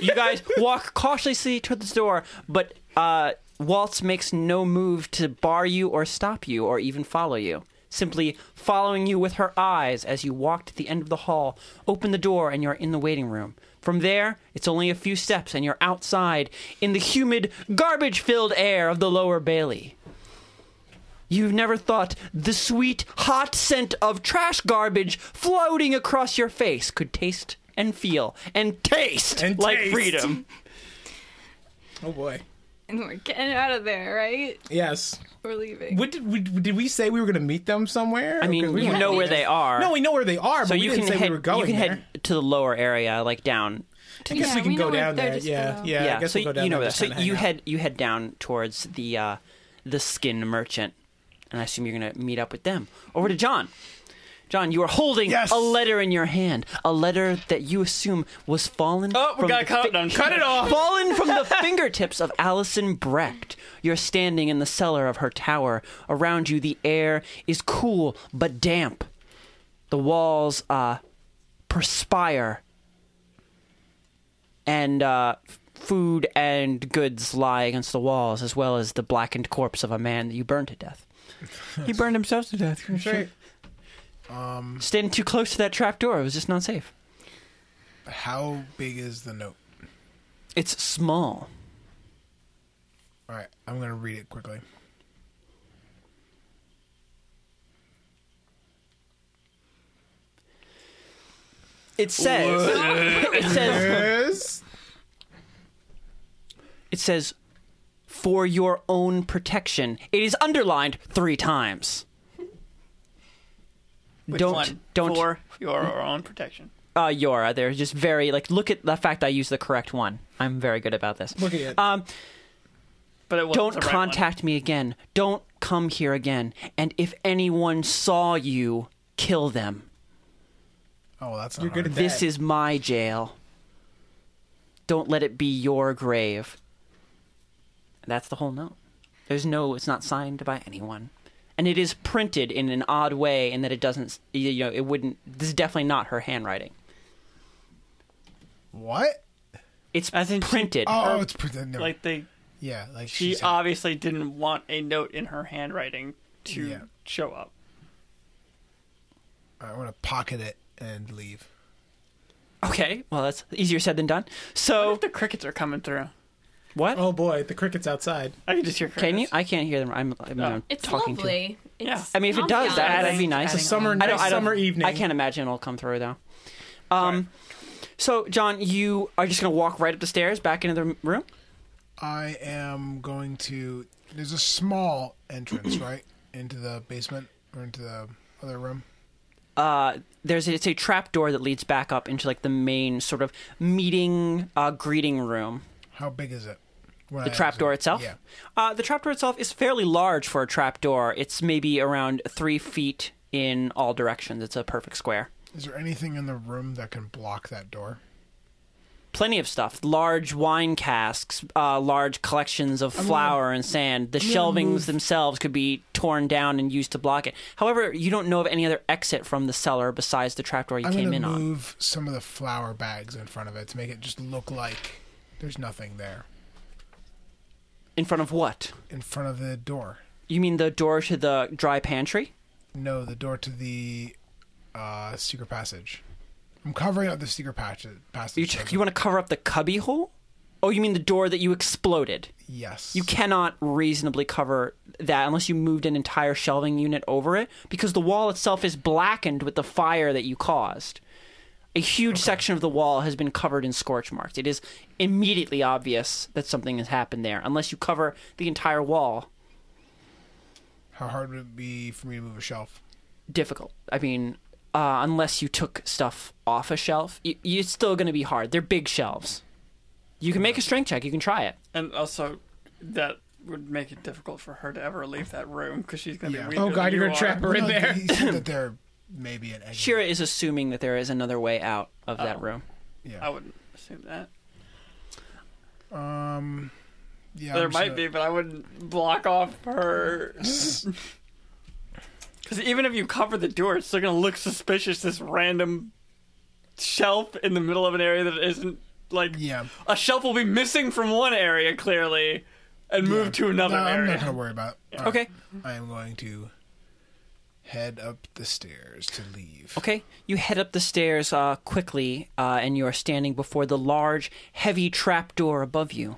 Speaker 1: You guys walk cautiously towards the door, but uh, Waltz makes no move to bar you or stop you or even follow you. Simply following you with her eyes as you walk to the end of the hall, open the door, and you're in the waiting room. From there, it's only a few steps, and you're outside in the humid, garbage filled air of the lower Bailey. You've never thought the sweet, hot scent of trash garbage floating across your face could taste and feel and taste
Speaker 3: And
Speaker 1: like
Speaker 3: taste.
Speaker 1: freedom.
Speaker 3: Oh boy.
Speaker 2: And we're getting out of there, right?
Speaker 3: Yes.
Speaker 2: We're leaving.
Speaker 3: What did we did we say we were gonna meet them somewhere?
Speaker 1: I mean,
Speaker 3: we
Speaker 1: you know where they are.
Speaker 3: No, we know where they are,
Speaker 1: so
Speaker 3: but
Speaker 1: you
Speaker 3: we
Speaker 1: can
Speaker 3: didn't say
Speaker 1: head,
Speaker 3: we were going
Speaker 1: you can
Speaker 3: there.
Speaker 1: head to the lower area, like down.
Speaker 3: I guess
Speaker 2: Yeah,
Speaker 3: we can
Speaker 2: we
Speaker 3: go
Speaker 2: know where
Speaker 3: down
Speaker 2: they're
Speaker 3: there.
Speaker 2: just
Speaker 3: Yeah,
Speaker 2: below.
Speaker 3: yeah, I guess
Speaker 1: so
Speaker 3: we'll go down
Speaker 1: you know
Speaker 3: there
Speaker 1: that.
Speaker 3: just
Speaker 1: So
Speaker 3: kinda hang
Speaker 1: you
Speaker 3: out.
Speaker 1: head you head down towards the uh, the skin merchant, and I assume you're gonna meet up with them. Over to John. John, you are holding
Speaker 7: Yes.
Speaker 1: a letter in your hand, a letter that you assume was fallen.
Speaker 4: Oh, we
Speaker 1: from
Speaker 4: gotta
Speaker 1: the
Speaker 4: cut it down. Cut it off.
Speaker 1: fallen from the fingertips of Alison Brecht. You're standing in the cellar of her tower. Around you, the air is cool but damp. The walls uh, perspire, and uh, f- food and goods lie against the walls, as well as the blackened corpse of a man that you burned to death.
Speaker 4: He burned himself to death.
Speaker 3: Sure.
Speaker 1: Standing too close to that trap door, it was just not safe.
Speaker 7: How big is the note?
Speaker 1: It's small.
Speaker 7: All right, I'm gonna read it quickly.
Speaker 1: It says. it says.
Speaker 3: Yes.
Speaker 1: It says, for your own protection. It is underlined three times. don't don't
Speaker 4: for your own protection.
Speaker 1: uh Yora, they're just very like look at the fact I used the correct one. I'm very good about this.
Speaker 3: Look at it.
Speaker 1: Um
Speaker 4: But it wasn't
Speaker 1: don't
Speaker 4: the right one.
Speaker 1: contact me again. Don't come here again. And if anyone saw you, kill them.
Speaker 7: Oh, that's not
Speaker 3: You're good
Speaker 7: hard.
Speaker 3: at that.
Speaker 1: This is my jail. Don't let it be your grave. That's the whole note. There's no, it's not signed by anyone. And it is printed in an odd way in that it doesn't, you know, it wouldn't, this is definitely not her handwriting.
Speaker 7: what?
Speaker 1: It's
Speaker 4: As in she-
Speaker 1: printed.
Speaker 7: Oh, it's pretend. No.
Speaker 4: Like they,
Speaker 7: yeah, like
Speaker 4: she
Speaker 7: she's-
Speaker 4: obviously didn't want a note in her handwriting to
Speaker 7: Yeah.
Speaker 4: show up.
Speaker 7: I want to pocket it and leave.
Speaker 1: okay, well, that's easier said than done.
Speaker 4: What
Speaker 1: So,
Speaker 4: if the crickets are coming through?
Speaker 1: what?
Speaker 3: Oh boy, the crickets outside.
Speaker 4: I can just hear crickets.
Speaker 1: Can you? I can't hear them. I'm, I'm,
Speaker 4: Oh.
Speaker 1: I'm
Speaker 11: It's
Speaker 1: talking to
Speaker 11: lovely.
Speaker 4: Yeah.
Speaker 11: It's
Speaker 1: I mean, if it does, that,
Speaker 11: ambiance.
Speaker 1: that'd be nice.
Speaker 3: It's a summer,
Speaker 1: I don't,
Speaker 3: nice
Speaker 1: I don't,
Speaker 3: summer evening.
Speaker 1: I can't imagine it'll come through though. Um, so John, you are just gonna walk right up the stairs back into the room.
Speaker 7: I am going to. There's a small entrance, right, into the basement or into the other room.
Speaker 1: Uh, there's it's a trap door that leads back up into like the main sort of meeting uh, greeting room.
Speaker 7: How big is it? When
Speaker 1: The
Speaker 7: I
Speaker 1: trap door
Speaker 7: exit?
Speaker 1: itself.
Speaker 7: Yeah.
Speaker 1: Uh, the trap door itself is fairly large for a trap door. It's maybe around three feet in all directions. It's a perfect square.
Speaker 7: Is there anything in the room that can block that door?
Speaker 1: Plenty of stuff. Large wine casks, uh, large collections of flour and sand. The shelvings themselves could be torn down and used to block it. However, you don't know of any other exit from the cellar besides the trapdoor you
Speaker 7: I'm
Speaker 1: came
Speaker 7: gonna
Speaker 1: in on.
Speaker 7: move some of the flour bags in front of it to make it just look like there's nothing there
Speaker 1: In front of what?
Speaker 7: in front of the door.
Speaker 1: You mean the door to the dry pantry?
Speaker 7: No, the door to the uh, secret passage. I'm covering up the secret passage.
Speaker 1: You,
Speaker 7: Passage. so
Speaker 1: you want to cover up the cubby hole? Oh, you mean the door that you exploded?
Speaker 7: that- yes.
Speaker 1: You cannot reasonably cover that unless you moved an entire shelving unit over it because the wall itself is blackened with the fire that you caused. A huge section of the wall has been covered in scorch marks. It is immediately obvious that something has happened there unless you cover the entire wall.
Speaker 7: How hard would it be for me to move a shelf?
Speaker 1: Difficult. I mean, uh, unless you took stuff off a shelf, y- y- it's still going to be hard. They're big shelves. You can make a strength check. You can try it.
Speaker 4: And also, that would make it difficult for her to ever leave that room because she's going to
Speaker 7: Yeah.
Speaker 4: be weaker
Speaker 3: Oh god,
Speaker 4: than
Speaker 3: you're
Speaker 4: you
Speaker 3: gonna trap her in
Speaker 7: No,
Speaker 3: there.
Speaker 7: He said that there may be an exit.
Speaker 1: Shira is assuming that there is another way out of that room.
Speaker 4: are. I
Speaker 7: Yeah.
Speaker 4: wouldn't assume that.
Speaker 7: Um. Yeah.
Speaker 4: there
Speaker 7: I'm just
Speaker 4: might
Speaker 7: gonna-
Speaker 4: be, but I wouldn't block off her. Because even if you cover the door, it's still going to look suspicious. This random shelf in the middle of an area that isn't like
Speaker 7: Yeah.
Speaker 4: a shelf will be missing from one area clearly and move to another
Speaker 7: No, I'm not
Speaker 4: area.
Speaker 7: going to worry about it. All right.
Speaker 1: Okay.
Speaker 7: I am going to head up the stairs to leave.
Speaker 1: Okay, you head up the stairs uh, quickly, uh, and you are standing before the large, heavy trapdoor above you.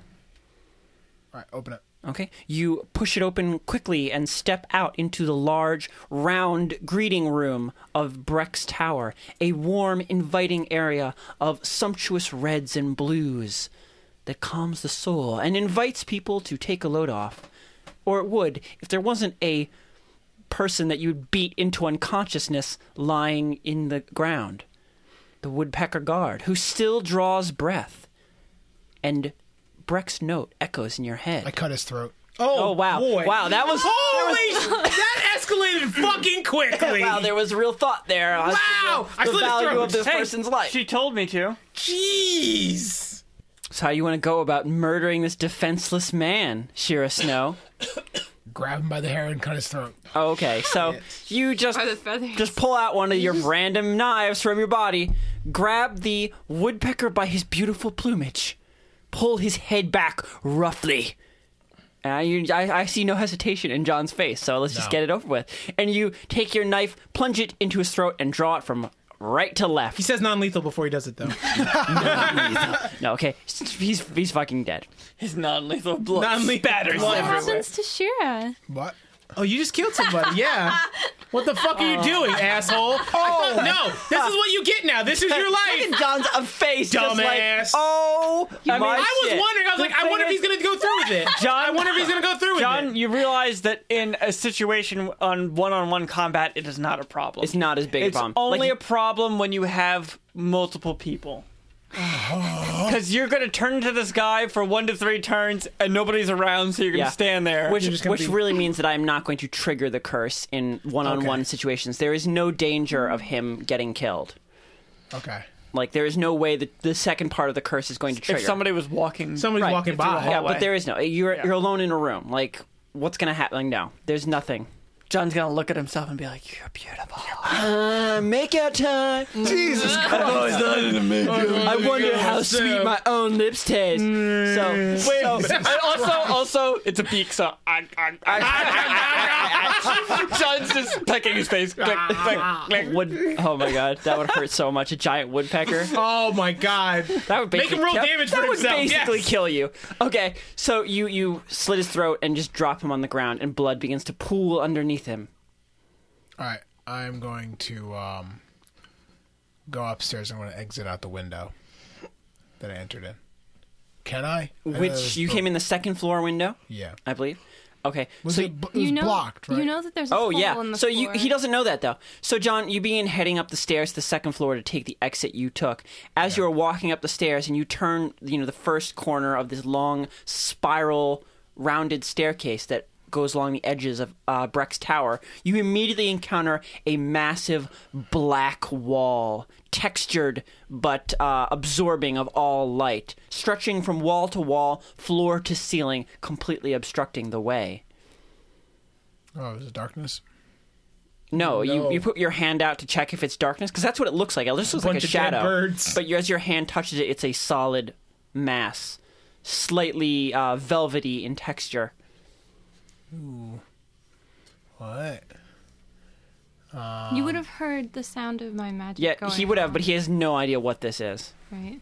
Speaker 7: All right, open it.
Speaker 1: Okay, you push it open quickly and step out into the large, round greeting room of Breck's Tower, a warm, inviting area of sumptuous reds and blues that calms the soul and invites people to take a load off. Or it would if there wasn't a person that you'd beat into unconsciousness lying in the ground. The woodpecker guard, who still draws breath. And Breck's note echoes in your head.
Speaker 7: I cut his throat.
Speaker 3: Oh,
Speaker 1: Oh wow!
Speaker 3: boy.
Speaker 1: Wow, that was
Speaker 3: Holy!
Speaker 1: There was,
Speaker 3: sh- that escalated fucking quickly.
Speaker 1: wow, there was real thought there. Wow,
Speaker 3: Wow! I
Speaker 1: the,
Speaker 3: slit his
Speaker 1: value
Speaker 3: throat.
Speaker 1: of this
Speaker 4: Hey,
Speaker 1: person's life.
Speaker 4: She told me to.
Speaker 3: Jeez.
Speaker 1: So how you want to go about murdering this defenseless man, Shira Snow?
Speaker 7: Grab him by the hair and cut his throat.
Speaker 1: Oh, okay, so you just
Speaker 2: Are the feathers?
Speaker 1: just pull out one of your random knives from your body, grab the woodpecker by his beautiful plumage, pull his head back roughly. And I, you- I, I see no hesitation in John's face, so let's just
Speaker 7: No.
Speaker 1: get it over with. And you take your knife, plunge it into his throat, and draw it from right to left.
Speaker 3: He says non-lethal before he does it, though.
Speaker 1: No, okay. He's he's fucking dead.
Speaker 4: His non-lethal blood
Speaker 3: Non-lethal
Speaker 4: spatters
Speaker 3: blood.
Speaker 2: What
Speaker 4: everywhere.
Speaker 2: happens to Shira?
Speaker 7: What?
Speaker 3: Oh, you just killed somebody. Yeah. What the fuck are you doing, asshole? Oh no! This is what you get now. This is your life.
Speaker 1: Look at John's a face, just like,
Speaker 3: Dumbass.
Speaker 1: oh,
Speaker 3: I, mean,
Speaker 1: my
Speaker 3: I was
Speaker 1: shit.
Speaker 3: wondering. I was
Speaker 4: The
Speaker 3: like, I wonder if
Speaker 4: thing
Speaker 3: he's gonna go through with it.
Speaker 4: John-
Speaker 3: I wonder if he's gonna go through with
Speaker 4: John,
Speaker 3: it.
Speaker 4: you realize that in a situation on one-on-one combat, it is not a problem.
Speaker 1: It's not as big
Speaker 4: It's
Speaker 1: a problem.
Speaker 4: only
Speaker 1: Like,
Speaker 4: a problem when you have multiple people. Because you're going to turn to this guy for one to three turns and nobody's around, so you're going to
Speaker 1: Yeah.
Speaker 4: stand there.
Speaker 1: which
Speaker 3: You're just gonna
Speaker 1: which
Speaker 3: be-
Speaker 1: really means that I'm not going to trigger the curse in one-on-one situations. There is no danger of him getting killed.
Speaker 7: Okay.
Speaker 1: Like there is no way that the second part of the curse is going to trigger.
Speaker 4: if somebody was walking.
Speaker 3: Somebody's
Speaker 1: Right.
Speaker 3: walking
Speaker 4: It's a
Speaker 3: by.
Speaker 1: yeah,
Speaker 4: hallway.
Speaker 1: but there is no. You're you're alone in a room. Like what's gonna happen? Like, no, there's nothing.
Speaker 4: John's going to look at himself and be like, You're beautiful.
Speaker 1: Uh, make out time.
Speaker 3: Mm.
Speaker 7: Jesus Christ.
Speaker 1: I wonder how sweet my own lips taste.
Speaker 3: Mm.
Speaker 1: So
Speaker 4: Wait, and also, also, it's a beak, so. I, I, I- John's just pecking his face. Click, click, click.
Speaker 1: wood. Oh my god, that would hurt so much. A giant woodpecker.
Speaker 3: Oh my god.
Speaker 1: That would
Speaker 3: Make
Speaker 1: basically
Speaker 3: him roll
Speaker 1: kill-
Speaker 3: damage
Speaker 1: That
Speaker 3: for
Speaker 1: would
Speaker 3: himself,
Speaker 1: basically
Speaker 3: yes.
Speaker 1: kill you. Okay, so you you slit his throat and just drop him on the ground, and blood begins to pool underneath him.
Speaker 7: All right. I'm going to um, go upstairs. I'm going to exit out the window that I entered in. Can I? I know
Speaker 1: Which
Speaker 7: there's
Speaker 1: you
Speaker 7: bo-
Speaker 1: came in the second floor window,
Speaker 7: Yeah.
Speaker 1: I believe. Okay,
Speaker 7: Was
Speaker 1: so
Speaker 7: it, bl- it was
Speaker 2: you know,
Speaker 7: blocked, right?
Speaker 2: You know that there's a
Speaker 1: oh
Speaker 2: hole
Speaker 1: yeah,
Speaker 2: in the
Speaker 1: so
Speaker 2: floor.
Speaker 1: you he doesn't know that though. So John, you begin heading up the stairs to the second floor to take the exit you took. As you are walking up the stairs, and you turn, you know, the first corner of this long spiral rounded staircase that goes along the edges of uh, Breck's tower, you immediately encounter a massive black wall, textured but uh, absorbing of all light, stretching from wall to wall, floor to ceiling, completely obstructing the way.
Speaker 7: oh, it was darkness.
Speaker 1: No,
Speaker 3: No.
Speaker 1: You, you put your hand out to check if it's darkness because that's what it looks like. It just looks like a
Speaker 3: bunch of dead
Speaker 1: shadow.
Speaker 3: birds.
Speaker 1: But you- as your hand touches it, it's a solid mass, slightly uh, velvety in texture.
Speaker 7: What?
Speaker 2: You would have heard the sound of my magic.
Speaker 1: Yeah,
Speaker 2: going
Speaker 1: he would have,
Speaker 2: on,
Speaker 1: but he has no idea what this is.
Speaker 2: Right.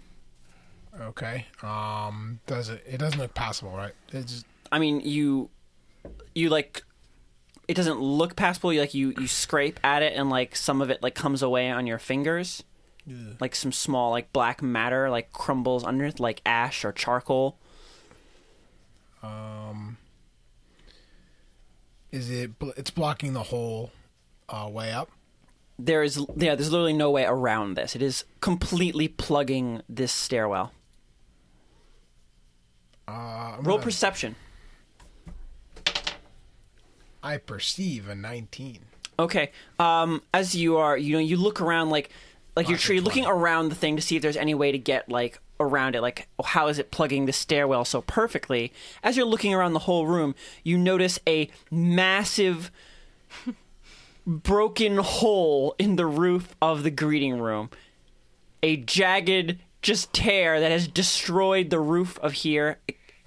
Speaker 7: Okay. Um, does it? It doesn't look passable, right? It's just,
Speaker 1: I mean, you, you like, it doesn't look passable. You like you you scrape at it, and like some of it like comes away on your fingers, like some small like black matter like crumbles under it, like ash or charcoal.
Speaker 7: is it? Bl- it's blocking the whole uh, way up.
Speaker 1: there is yeah there's literally no way around this it is completely plugging this stairwell
Speaker 7: Uh, I'm
Speaker 1: roll
Speaker 7: gonna-
Speaker 1: perception
Speaker 7: I perceive a 19.
Speaker 1: okay um as you are you know you look around like like you're,
Speaker 7: Lots of
Speaker 1: you're looking
Speaker 7: twenty.
Speaker 1: around the thing to see if there's any way to get like around it like oh, how is it plugging the stairwell so perfectly as you're looking around the whole room you notice a massive broken hole in the roof of the greeting room a jagged just tear that has destroyed the roof of here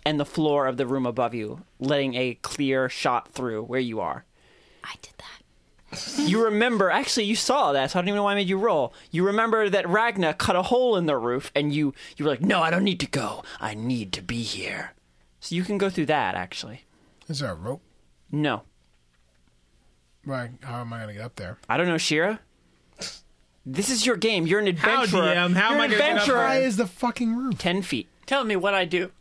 Speaker 1: and the floor of the room above you, letting a clear shot through where you are.
Speaker 11: I did that.
Speaker 1: You remember, actually, you saw that, so I don't even know why I made you roll. You remember that Ragna cut a hole in the roof, and you you were like, "No, I don't need to go. I need to be here." So you can go through that, actually.
Speaker 7: Is there a rope?
Speaker 1: No,
Speaker 7: Like, how am I gonna get up there?
Speaker 1: I don't know, Shira. This is your game. You're an adventurer.
Speaker 3: DM? How
Speaker 1: You're
Speaker 3: am I
Speaker 1: an
Speaker 3: gonna get up
Speaker 1: adventurer.
Speaker 7: Why is the fucking roof?
Speaker 1: Ten feet.
Speaker 12: Tell me what I do.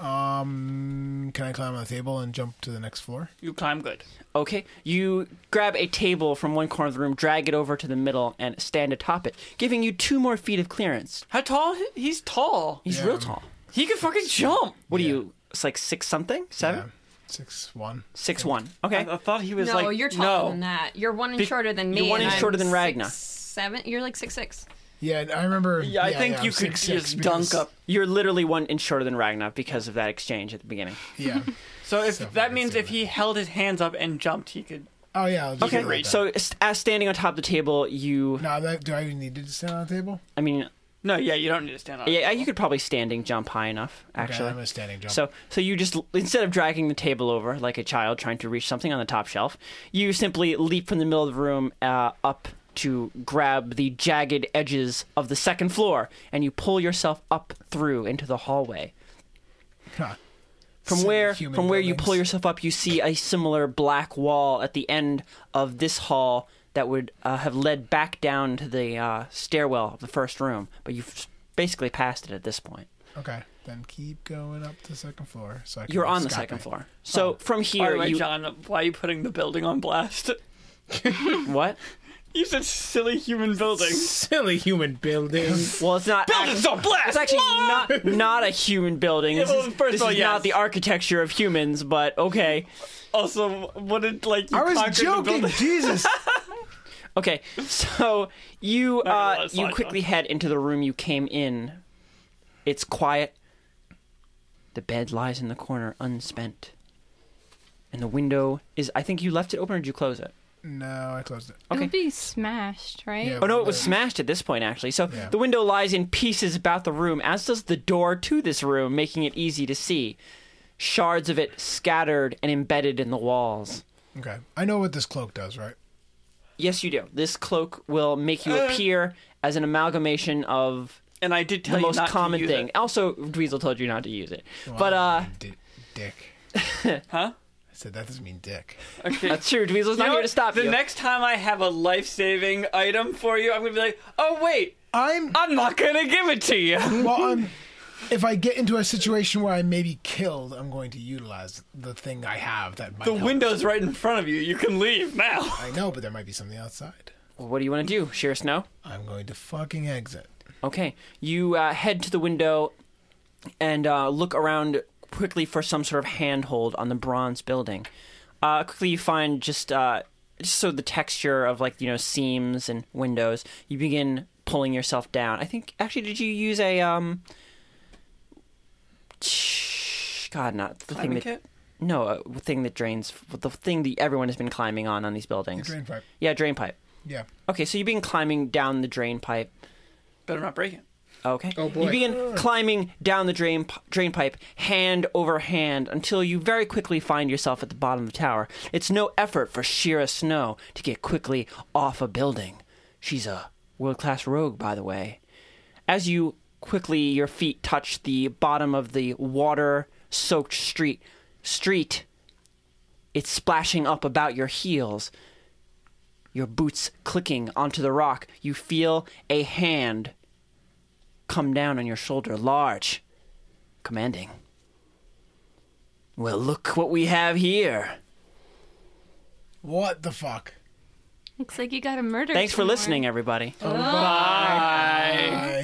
Speaker 7: Um, can I climb on the table and jump to the next floor?
Speaker 12: You climb good.
Speaker 1: Okay. You grab a table from one corner of the room, drag it over to the middle, and stand atop it, giving you two more feet of clearance.
Speaker 12: How tall? he- He's tall.
Speaker 1: He's real tall.
Speaker 12: He can fucking jump.
Speaker 1: What are you? It's like six something, seven,
Speaker 7: Yeah. Six one.
Speaker 1: six one. Okay.
Speaker 4: I, I thought he was
Speaker 6: no,
Speaker 4: like,
Speaker 6: you're taller
Speaker 4: no.
Speaker 6: than that. You're one inch shorter than me.
Speaker 1: you're one
Speaker 6: and
Speaker 1: inch
Speaker 6: I'm
Speaker 1: shorter than Ragna.
Speaker 6: six, seven. You're like six six.
Speaker 7: Yeah, I remember.
Speaker 4: Yeah, I think
Speaker 7: yeah,
Speaker 4: you
Speaker 7: I'm
Speaker 4: could
Speaker 7: 6'6"
Speaker 4: just
Speaker 7: because-
Speaker 4: dunk up.
Speaker 1: You're literally one inch shorter than Ragna because of that exchange at the beginning.
Speaker 7: Yeah.
Speaker 12: So if
Speaker 7: So if I
Speaker 12: that
Speaker 7: can
Speaker 12: means
Speaker 7: see
Speaker 12: if
Speaker 7: that.
Speaker 12: he held his hands up and jumped, he could.
Speaker 7: Oh yeah. I'll just do it like that.
Speaker 1: So s- as standing on top of the table, you.
Speaker 7: Now that do I even need to stand on the table?
Speaker 1: I mean,
Speaker 12: No, yeah, you don't need to stand on. it.
Speaker 1: yeah, you could probably standing jump high enough.
Speaker 7: Okay,
Speaker 1: Actually.
Speaker 7: I'm a standing jump.
Speaker 1: So, so you just instead of dragging the table over like a child trying to reach something on the top shelf, you simply leap from the middle of the room uh, up to grab the jagged edges of the second floor, and you pull yourself up through into the hallway.
Speaker 7: Huh.
Speaker 1: From
Speaker 7: Silly
Speaker 1: where from
Speaker 7: human
Speaker 1: where you pull
Speaker 7: buildings.
Speaker 1: yourself up, you see a similar black wall at the end of this hall that would uh, have led back down to the uh, stairwell of the first room, but you've basically passed it at this point.
Speaker 7: Okay, then keep going up to the second floor. So I can
Speaker 1: You're
Speaker 7: go
Speaker 1: on the
Speaker 7: scalping.
Speaker 1: second floor.
Speaker 12: Oh.
Speaker 1: So from
Speaker 12: By
Speaker 1: here,
Speaker 12: the way,
Speaker 1: you
Speaker 12: John, why are you putting the building on blast?
Speaker 1: what?
Speaker 12: You said silly human building.
Speaker 3: Silly human building.
Speaker 1: Well, it's not.
Speaker 12: Buildings on blast! Ah!
Speaker 1: It's actually not not a human building. This
Speaker 12: well,
Speaker 1: is,
Speaker 12: first of
Speaker 1: this
Speaker 12: all,
Speaker 1: is
Speaker 12: yes.
Speaker 1: not the architecture of humans, but okay,
Speaker 12: Also, what did like you
Speaker 7: I
Speaker 12: conquered
Speaker 7: was
Speaker 12: the
Speaker 7: joking.
Speaker 12: building?
Speaker 7: Jesus.
Speaker 1: okay. So you
Speaker 12: gonna
Speaker 1: uh,
Speaker 12: let it
Speaker 1: you
Speaker 12: slide,
Speaker 1: quickly head into the room you came in. It's quiet. The bed lies in the corner, unspent, and the window is. I think you left it open, or did you close it?
Speaker 7: No, I closed it.
Speaker 1: Okay.
Speaker 2: It would be smashed, right?
Speaker 7: Yeah,
Speaker 1: Oh no, it was
Speaker 7: the-
Speaker 1: smashed at this point actually. So
Speaker 7: Yeah.
Speaker 1: the window lies in pieces about the room, as does the door to this room, making it easy to see. Shards of it scattered and embedded in the walls.
Speaker 7: Okay, I know what this cloak does, right?
Speaker 1: Yes, you do. This cloak will make
Speaker 12: Uh.
Speaker 1: you appear as an amalgamation of
Speaker 12: And I did tell
Speaker 1: the
Speaker 12: you
Speaker 1: most
Speaker 12: not to
Speaker 1: common
Speaker 12: use
Speaker 1: thing.
Speaker 12: it.
Speaker 1: Also, Dweezil told you not to use it. But uh
Speaker 7: Di- dick.
Speaker 12: Huh?
Speaker 7: I said that doesn't mean dick.
Speaker 12: Okay.
Speaker 1: that's true. uh, Dweezil's
Speaker 12: You
Speaker 1: not
Speaker 12: know
Speaker 1: here
Speaker 12: what?
Speaker 1: to stop
Speaker 12: the
Speaker 1: you.
Speaker 12: next time I have a life saving item for you, I'm gonna be like, oh wait,
Speaker 7: I'm
Speaker 12: I'm not gonna give it to you.
Speaker 7: well. I'm. If I get into a situation where I may be killed, I'm going to utilize the thing I have that might.
Speaker 12: The
Speaker 7: help.
Speaker 12: window's right in front of you. You can leave now.
Speaker 7: I know, but there might be something outside.
Speaker 1: what do you want to do? Sheer snow?
Speaker 7: I'm going to fucking exit.
Speaker 1: Okay, you uh, head to the window and uh, look around quickly for some sort of handhold on the bronze building. Uh, quickly, you find just uh, just so the texture of like you know seams and windows. You begin pulling yourself down. I think actually, did you use a um? God, not the thing that.
Speaker 12: kit?
Speaker 1: No, a thing that drains. The thing that everyone has been climbing on on these buildings.
Speaker 7: Drain pipe.
Speaker 1: Yeah, drain pipe.
Speaker 7: Yeah.
Speaker 1: Okay, so you've been climbing down the drain pipe.
Speaker 12: Better not break it.
Speaker 1: Okay. Oh
Speaker 7: boy.
Speaker 1: You begin climbing down the drain p- drain pipe, hand over hand, until you very quickly find yourself at the bottom of the tower. It's no effort for Shira Snow to get quickly off a building. She's a world class rogue, by the way. As you quickly, your feet touch the bottom of the water soaked street. Street. It's splashing up about your heels. Your boots clicking onto the rock. You feel a hand come down on your shoulder, large, commanding. Well, look what we have here.
Speaker 7: What the fuck?
Speaker 2: Looks like you got a murder.
Speaker 1: Thanks for
Speaker 2: somewhere.
Speaker 1: listening, everybody.
Speaker 7: Bye.